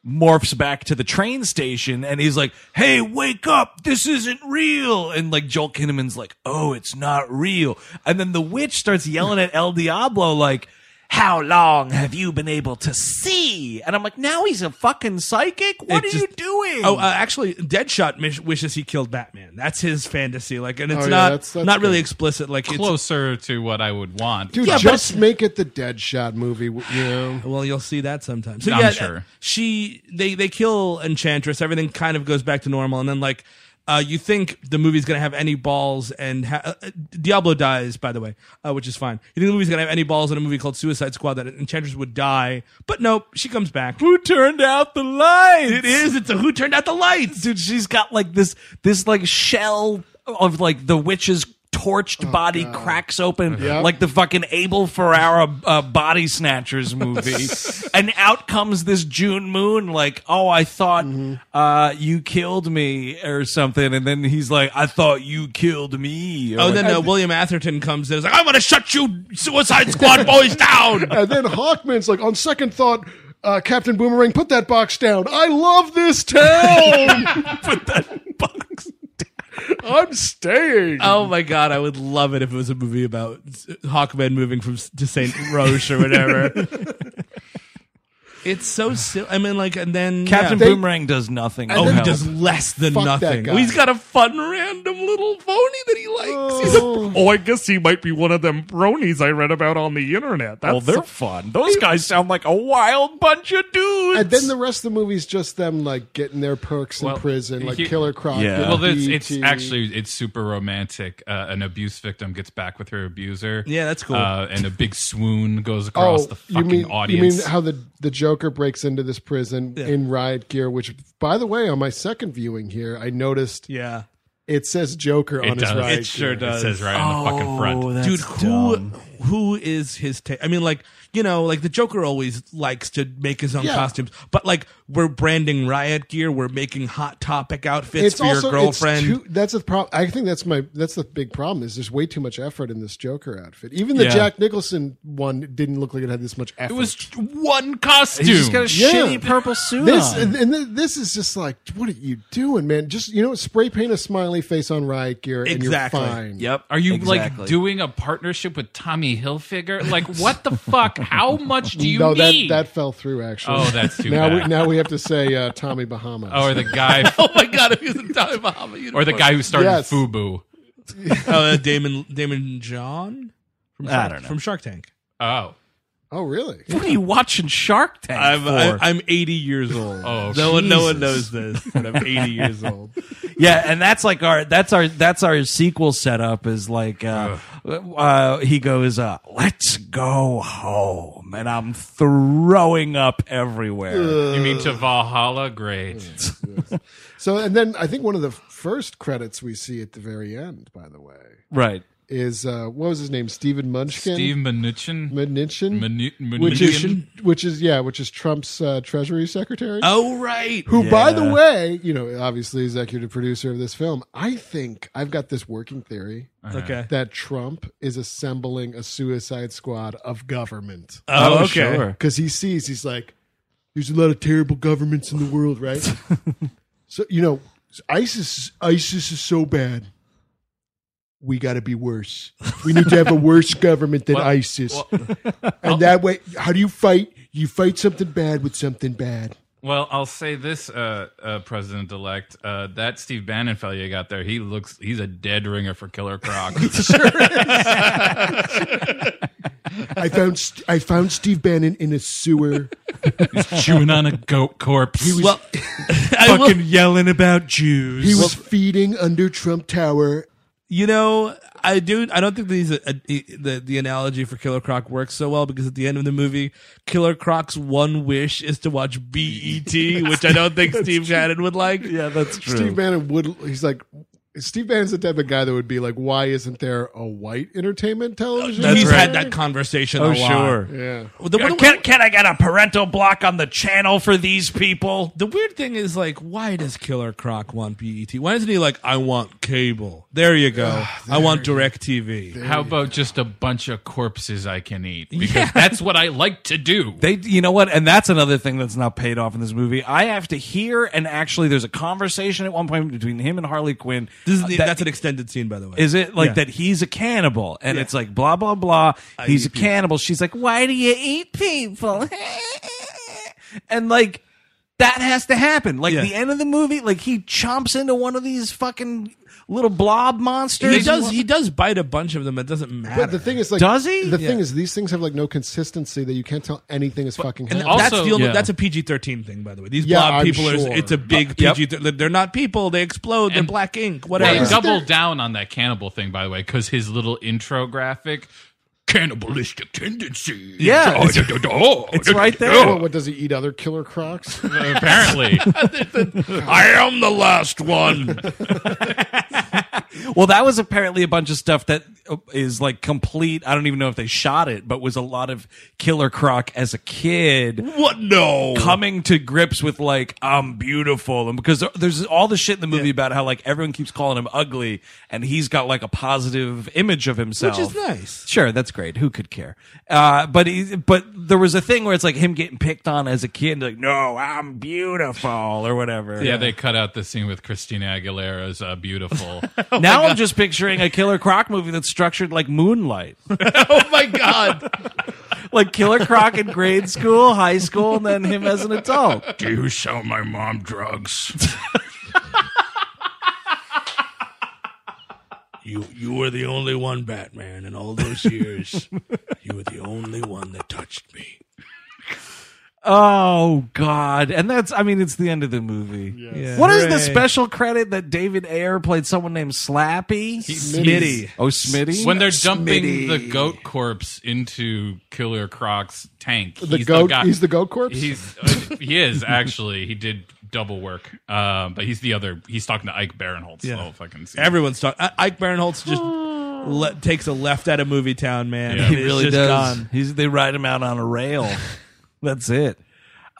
B: morphs back to the train station and he's like hey wake up this isn't real and like joel kinnaman's like oh it's not real and then the witch starts yelling at el diablo like how long have you been able to see? And I'm like, now he's a fucking psychic? What
G: It
B: are you
G: just-
B: doing?
G: Oh, uh, actually, Deadshot mish- wishes he killed Batman. That's his fantasy. Like, and it's
D: Oh, yeah,
G: not
D: that's- that's
G: not really
D: good.
G: explicit. Like, it's-
E: closer to what I would want?
D: Dude,
G: Yeah, but
D: just
G: it's-
D: make it the Dead Shot movie. You know,
G: Well, you'll see that sometime. So
E: I'm
G: yeah,
E: sure.
G: she they they kill Enchantress. Everything kind of goes back to normal, and then like. Uh, you think the movie's gonna have any balls and ha- uh, Diablo dies, by the way, uh, which is fine. You think the movie's gonna have any balls in a movie called Suicide Squad that Enchantress would die, but nope, she comes back.
E: Oh,
B: who turned out the lights?
G: It is. It's a who turned out the lights.
B: Dude, she's got like this, this like shell of like the witch's torched body cracks open like the fucking Abel Ferrara uh, body snatchers movie. and out comes this June Moon like, "Oh, I thought uh you killed me or something." And then he's like, "I thought you killed me." Or
G: Oh,
B: like-
G: then uh, William Atherton comes in. Is like, I'm gonna shut you Suicide Squad boys down.
D: and then Hawkman's like, on second thought, uh, Captain Boomerang, put that box down. I love this town.
B: put that box
D: I'm staying.
G: Oh my god, I would love it if it was a movie about S- Hawkman moving from S- to Saint Roche or whatever. it's so silly. I mean, like, and then
B: Captain
G: yeah.
B: Boomerang does nothing.
G: Oh,
B: to
G: he
B: help.
G: does less than
D: Fuck that
G: nothing.
D: guy.
G: Well, he's got a fun, random little phony that he likes. He's a
D: Oh.
I: Oh, I guess he might be one of them bronies I read about on the internet. That's
B: Well, they're fun. Those guys sound like a wild bunch of dudes.
D: And then the rest of the movie's just them like getting their perks in
E: Well,
D: prison, like
E: he-
D: Killer Croc. E
B: Yeah.
D: getting
B: Well,
E: Well, it's, it's
D: BT.
E: actually it's super romantic. Uh, an abuse victim gets back with her abuser.
G: Yeah, that's cool.
E: Uh, and a big swoon goes
D: Oh,
E: across the fucking
D: you mean,
E: audience.
D: You mean how the, the Joker breaks into this prison in riot gear, which, by the way, on my second viewing here, I noticed
G: yeah.
D: it says Joker on
E: it
D: his
E: does.
D: riot
G: It sure
D: gear.
G: does. Oh,
E: It says right on the fucking front.
G: Dude, who who is his take? I mean, like you know, like the Joker always likes to make his own
D: Yeah.
G: costumes, but like we're branding riot gear, we're making hot topic outfits
D: It's
G: for
D: also
G: your girlfriend.
D: It's too, that's the problem. I think that's my that's the big problem. Is there's way too much effort in this Joker outfit. Even the
G: Yeah.
D: Jack Nicholson one didn't look like it had this much effort.
E: It was one costume.
B: He's just got a
D: Yeah.
B: shitty purple suit
D: this
B: on.
D: and, and th- this is just like what are you doing, man? Just you know, spray paint a smiley face on riot gear, and
G: Exactly.
D: you're fine.
B: yep.
E: Are you
B: Exactly.
E: like doing a partnership with Tommy Tommy Hilfiger. Like, what the fuck? How much do you
D: no, that
E: need?
D: that fell through actually.
E: Oh, that's too
D: now
E: bad.
D: we now we have to say uh, Tommy Bahama.
E: Oh, or the guy,
C: oh my god, if he's a Tommy Bahama
E: or the guy who started
D: Yes.
E: FUBU.
G: Oh, uh, Damon Damon John from Shark,
B: I don't know.
G: from Shark Tank.
E: Oh,
D: oh, really?
B: What are you watching Shark Tank
G: I'm
B: for?
G: I, I'm 80 years old.
E: Oh,
G: no one no one knows
B: Jesus.
G: this, but I'm 80 years old.
B: yeah, and that's like our that's our that's our sequel setup is like uh, uh he goes uh let's go home and I'm throwing up everywhere.
E: you mean to Valhalla? Great.
D: So and then I think one of the first credits we see at the very end, by the way,
B: right.
D: is uh, what was his name? Stephen Munchkin.
E: Steve Mnuchin.
D: Mnuchin,
E: Mnu- Mnuchin?
D: which is which is yeah, which is Trump's uh, Treasury Secretary.
G: Oh right.
D: who, by the
B: Yeah.
D: way, you know, obviously executive producer of this film. I think I've got this working theory
G: Okay.
D: that Trump is assembling a Suicide Squad of government
G: Oh, okay.
D: because he sees he's like, there's a lot of terrible governments in the world, right? so you know, ISIS ISIS is so bad. We got to be worse. We need to have a worse government than ISIS, and that way, how do you fight? You fight something bad with something bad.
E: Well, I'll say this, uh, uh, President Elect. Uh, that Steve Bannon fellow you got there, he looks, he's a dead ringer for Killer Croc.
D: I found St- I found Steve Bannon in a sewer.
E: chewing on a goat corpse.
G: Well, I will,
B: Fucking yelling about Jews.
D: He was feeding under Trump Tower.
G: you know, I do. I don't think these uh, uh, the the analogy for Killer Croc works so well because at the end of the movie, Killer Croc's one wish is to watch BET, which I don't think Steve Bannon would like.
B: yeah, that's true.
D: Steve Bannon would. He's like. Steve Bannon's the type of guy that would be like, "Why isn't there a white entertainment television?"
G: We've
D: channel?"
G: had that conversation.
B: Oh
G: a lot.
B: sure.
D: Yeah.
G: The,
B: Uh,
G: one-
B: Can, can I get a parental block on the channel for these people?
G: the weird thing is, like, why does Killer Croc want BET? Why isn't he like, I want cable? There you go. I want Direct TV.
E: How about just a bunch of corpses I can eat? Because that's what I like to do.
B: They, you know what? And that's another thing that's not paid off in this movie. I have to hear, and actually, there's a conversation at one point between him and Harley Quinn.
G: This is the,
B: uh, that-
G: that's an extended scene, by the way.
B: Is it like
G: Yeah.
B: that he's a cannibal? And it's like, blah, blah, blah. he's a
G: eat people.
B: cannibal. She's like, why do you eat people? and like, that has to happen. Like,
G: Yeah.
B: the end of the movie, like, he chomps into one of these fucking little blob monsters.
G: He does. He does bite a bunch of them. It doesn't matter.
D: But the thing is, like,
B: Does he?
D: The thing is, these things have like no consistency that you can't tell anything is fucking
G: And
D: happening.
E: all-
G: that's
E: Also-
G: the only,
E: yeah.
G: that's a PG thirteen thing, by the way. These
D: Yeah,
G: blob
D: I'm
G: people
D: sure.
G: are it's a big
B: yep.
G: PG. They're not people. They explode. they're
E: And-
G: black ink.
E: They
G: Whatever.
D: Well,
E: double
D: there-
E: down on that cannibal thing, by the way, because his little intro graphic, cannibalistic tendencies.
B: Yeah,
E: Oh,
B: it's-
E: da, da, da. Oh,
B: It's right there.
D: Well, what does he eat? Other killer crocs?
E: Apparently,
G: I am the last one.
B: Well, that was apparently a bunch of stuff that uh, is like complete. I don't even know if they shot it, but was a lot of Killer Croc as a kid
G: what? No.
B: coming to grips with like I'm beautiful, and because there- there's all the shit in the movie about how like everyone keeps calling him ugly, and he's got like a positive image of himself,
G: Which is nice.
B: Sure, that's great. Who could care? Uh, but he, but there was a thing where it's like him getting picked on as a kid, like no, I'm beautiful or whatever.
E: yeah, they cut out the scene with Christina Aguilera's uh, "Beautiful."
B: now I'm just picturing a Killer Croc movie that's structured like Moonlight.
G: oh my god.
B: like Killer Croc in grade school, high school, and then him as an adult.
E: Do you sell my mom drugs?
G: You you were the only one, Batman, in all those years. you were the only one that touched me.
B: Oh God! And that's I mean, it's the end of the movie. What is the special credit that David Ayer played someone named Slappy? Smitty. Oh, Smitty.
E: when they're dumping the goat corpse into Killer Croc's tank.
D: The goat. he's the goat corpse.
E: He's uh, he is actually he did double work, um, but he's the other. He's talking to Ike Barinholtz. Yeah.
G: Yeah.
E: Oh, fucking scene.
G: Everyone's talking. Ike Barinholtz just le- takes a left out of Movie Town, man.
E: Yeah.
G: and
E: He
G: it's
B: really
G: just
B: does.
G: gone.
B: He's they ride him out on a rail. that's it.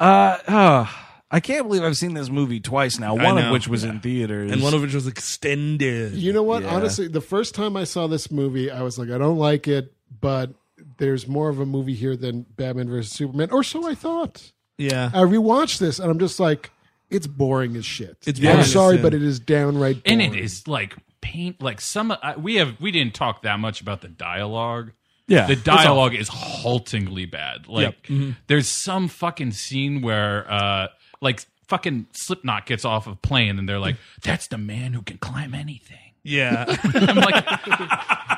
B: Uh, oh, I can't believe I've seen this movie twice now. One of
G: know.
B: which was in theaters,
G: And one of which was extended.
D: you know what? Honestly, the first time I saw this movie, I was like, I don't like it, but there's more of a movie here than Batman versus Superman, or so I thought.
G: yeah.
D: I rewatched this, and I'm just like, it's boring as shit.
G: It's
D: I'm
G: boring as
D: sorry,
G: sin.
D: but it is downright. Boring.
E: uh, and it is like paint. Like some I, we have we didn't talk that much about the dialogue.
I: Yeah,
E: the
I: it's awful.
E: dialogue is haltingly bad. Like
D: Mm-hmm.
E: there's some fucking scene where uh like fucking Slipknot gets off of plane and they're like, That's the man who can climb anything.
G: Yeah.
E: I'm like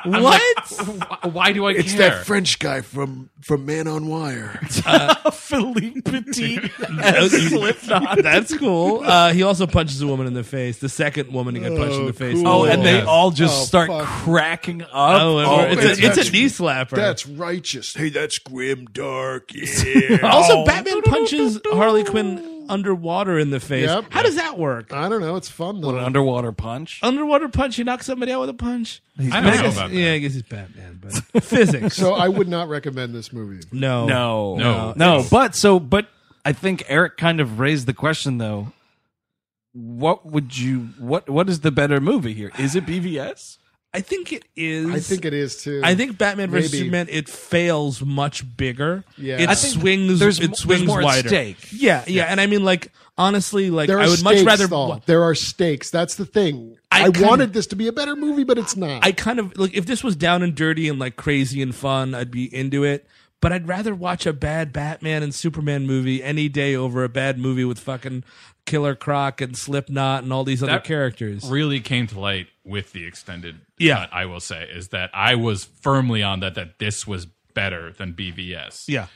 E: I'm like, "Wh- why do I
A: It's
E: care?
A: that French guy from from Man on Wire.
B: Philippe Petit.
G: That's cool. Uh, he also punches a woman in the face. The second woman to get punched in the face.
B: Oh, and they
G: Yeah.
B: all just
A: Oh,
B: start
A: fuck.
B: cracking up.
G: Oh, and
B: Oh,
G: we're- it's, a,
A: that's-
G: it's a knee slapper.
A: That's righteous. Hey, that's grim dark. Yeah.
D: Oh,
G: also, Batman punches Harley Quinn underwater in the face.
D: Yep.
G: How does that work?
D: I don't know. It's fun though.
B: an underwater punch.
G: Underwater punch, you knock somebody out with a punch.
E: I don't know about that.
G: Yeah, I guess he's Batman, but physics.
D: so I would not recommend this movie.
G: No.
B: No,
E: No.
B: no. But so, but I think Eric kind of raised the question though. What would you? What What is the better movie here? Is it BVS?
G: I think it is.
D: I think it is too.
G: I think Batman versus
D: Maybe.
G: Superman it fails much bigger.
D: Yeah.
G: it
D: I think
G: swings.
B: there's m-
G: it swings
B: there's more at
G: wider.
B: stake.
G: Yeah, yeah, and I mean, like honestly, like
D: there are
G: I would much
D: stakes,
G: rather.
D: though. there are stakes. That's the thing.
G: I
D: I,
G: kinda-
D: wanted this to be a better movie, but it's not.
G: I kind of like if this was down and dirty and like crazy and fun, I'd be into it. But I'd rather watch a bad Batman and Superman movie any day over a bad movie with fucking Killer Croc and Slipknot and all these other
E: That-
G: characters.
E: really came to light with the extended
G: Yeah.
E: cut, I will say is that I was firmly on that that this was better than BVS.
G: Yeah.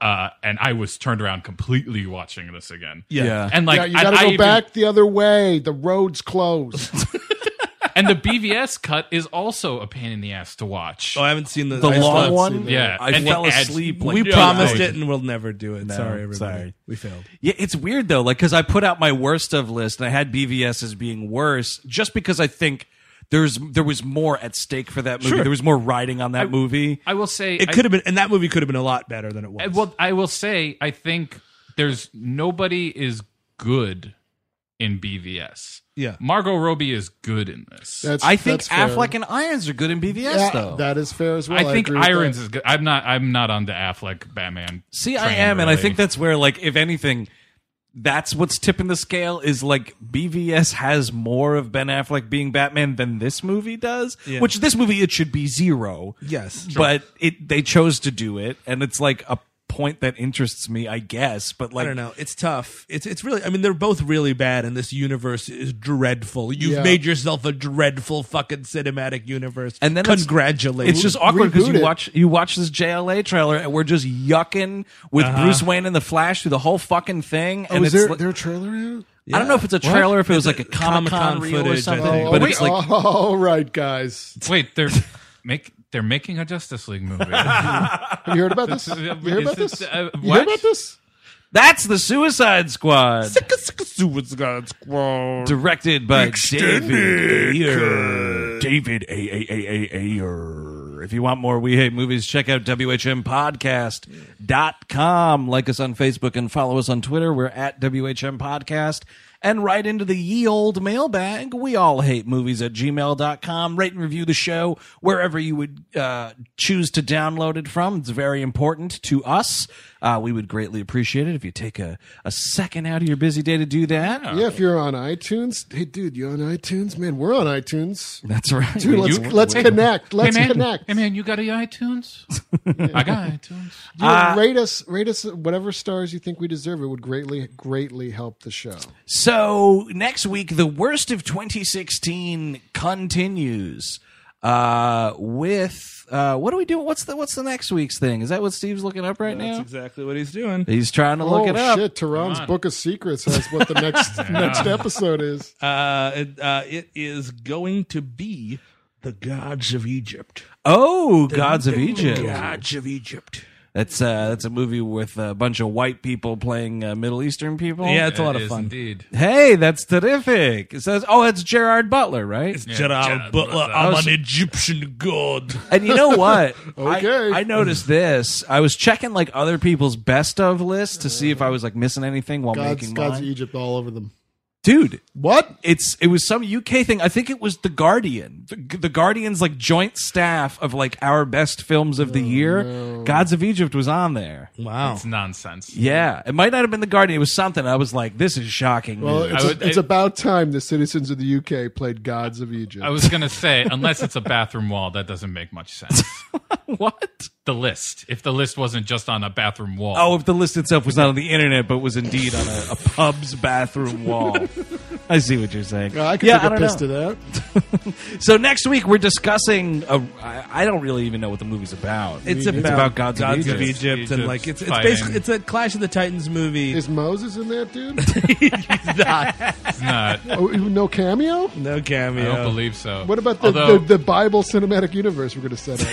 E: Uh, and I was turned around completely watching this again.
G: Yeah. Yeah.
E: And like
D: yeah, you
E: and
D: got to
E: I
D: go
E: even-
D: back the other way. The road's closed.
E: and the BVS cut is also a pain in the ass to watch.
G: Oh, I haven't seen the,
B: The
G: I still
B: long
G: haven't
B: one?
G: seen that.
E: yeah.
B: I
E: and it
B: fell
E: adds-
B: asleep, like,
G: We
B: Yeah.
G: promised
B: Yeah.
G: it and we'll never do it. sorry, everybody.
B: sorry.
G: We failed.
B: Yeah, it's weird though. Like, because I put out my worst of list, and I had BVS as being worse, just because I think there's there was more at stake for that movie. There was more riding on that movie.
E: I will say
G: It
E: I-
G: could have been, and that movie could have been a lot better than it was.
E: I- well, I will say, I think there's nobody is good in BVS.
G: Yeah.
E: Margot Robbie is good in this.
D: That's,
B: I think
D: that's fair.
B: Affleck and Irons are good in BVS
D: Yeah,
B: though.
D: that is fair as well.
E: I think
D: agree with
E: Irons
D: that.
E: is good. I'm not. I'm not on the Affleck Batman.
B: See, I
E: train,
B: am, and I
E: really.
B: think that's where, like, if anything, that's what's tipping the scale is like BVS has more of Ben Affleck being Batman than this movie does.
G: Yeah.
B: Which this movie it should be zero.
G: Yes. Sure.
B: but it they chose to do it, and it's like a point that interests me, I guess. But like,
G: I don't know. It's tough. It's it's really. I mean, they're both really bad, and this universe is dreadful. You've
D: Yeah.
G: made yourself a dreadful fucking cinematic universe.
B: And then it's-
G: congratulations.
B: It's just awkward because
D: reboot
B: you
D: it.
B: watch you watch this JLA trailer and we're just yucking with Bruce Wayne and the Flash through the whole fucking thing.
D: Oh,
B: And
D: is
B: it's
D: there,
B: like-
D: there a trailer out?
B: I don't know if it's a trailer, if it was like a Comic
G: Comic-Con
B: Con reel or
G: footage, I
B: something,
G: think.
D: Oh,
B: but
D: wait,
B: it's like
D: all right, guys.
E: Wait, they're make they're making a Justice League movie.
D: Have you heard about this?
E: Is
D: You heard about
E: this-
D: this?
E: uh,
D: You heard
E: what?
D: about this?
B: That's the Suicide Squad.
G: Suicide Squad.
B: Directed by David Ayer. David A A A A Ayer. If you want more We Hate Movies, check out WHMPodcast.com. Like us on Facebook and follow us on Twitter. We're at WHM Podcast. And right into the ye old mailbag, we all hate movies at gmail.com. Rate and review the show wherever you would uh, choose to download it from. It's very important to us. Uh, we would greatly appreciate it if you take a, a second out of your busy day to do that.
D: Yeah, if you're on iTunes, hey dude, you on iTunes? Man, we're on iTunes.
B: That's right.
D: Dude, let's let's connect. Let's
E: hey man,
D: connect.
E: hey man, you got a iTunes? I got iTunes.
D: Dude, rate us, rate us whatever stars you think we deserve. It would greatly, greatly help the show.
B: So next week, the worst of 2016 continues uh, with uh, what are we doing? What's the what's the next week's thing? Is that what Steve's looking up right now?
G: exactly what he's doing.
B: He's trying to look
D: oh
B: it up.
D: shit, Tehran's Book of Secrets has what the next next episode is.
G: Uh, it, uh, it is going to be the gods of Egypt.
B: Oh, Gods of Egypt.
G: Gods of Egypt.
B: That's uh, that's a movie with a bunch of white people playing uh, Middle Eastern people.
G: Yeah, it's a lot
E: It
G: of
E: is
G: fun.
E: indeed.
B: Hey, that's terrific. It says, oh, it's Gerard Butler, right?
G: Gerard
E: Gerard
G: Butler,
E: Butler.
G: I'm an Egyptian god.
B: And you know what?
D: Okay.
B: I, I noticed this. I was checking like other people's best of lists to see if I was like missing anything while
D: God's,
B: making
D: God's E- of
B: mine.
D: Egypt all over them.
B: Dude,
D: What?
B: it's it was some UK thing. I think it was The Guardian. The, the Guardian's like joint staff of like our best films of the
D: Oh,
B: year. Gods of Egypt was on there.
G: Wow.
E: It's nonsense.
B: Yeah, it might not have been The Guardian. It was something. I was like, this is shocking.
D: Well,
B: news.
D: Oh, it's,
E: I would-
D: it's
E: I-
D: about time the citizens of the UK played Gods of Egypt.
E: I was gonna say, unless it's a bathroom wall, that doesn't make much sense. What? The list. If the list wasn't just on a bathroom wall.
B: Oh, if the list itself was not on the internet, but was indeed on a, a pub's bathroom wall. I see what you're saying.
F: I could
B: yeah,
F: take a
B: don't
F: piss
B: know.
F: to that.
B: So next week we're discussing. I I, I don't really even know what the movie's about.
G: It's
B: it's
G: about,
B: about Gods, of
G: Egypt,
B: Egypt.
G: and
E: Egypt
G: like it's it's
E: fighting.
G: basically it's a Clash of the Titans movie.
D: Is Moses in that, dude?
E: It's not. I
D: oh, no cameo?
G: no cameo.
E: don't believe so.
D: What about the,
E: Although,
D: the, the Bible cinematic universe we're going to set up?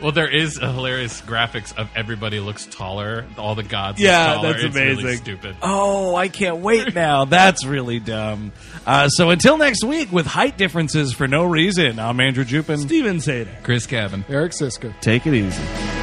E: well, there is a hilarious graphics of everybody looks taller. All the gods.
G: Yeah,
E: look taller.
G: that's
E: It's really
G: amazing. Uh,
E: stupid.
B: Oh, I can't wait now. That's really dumb. Uh, so until next week with height differences for no reason. I'm Andrew Jupin.
G: Steven Sater.
E: Chris Cabin.
D: Eric Siska.
B: Take it easy.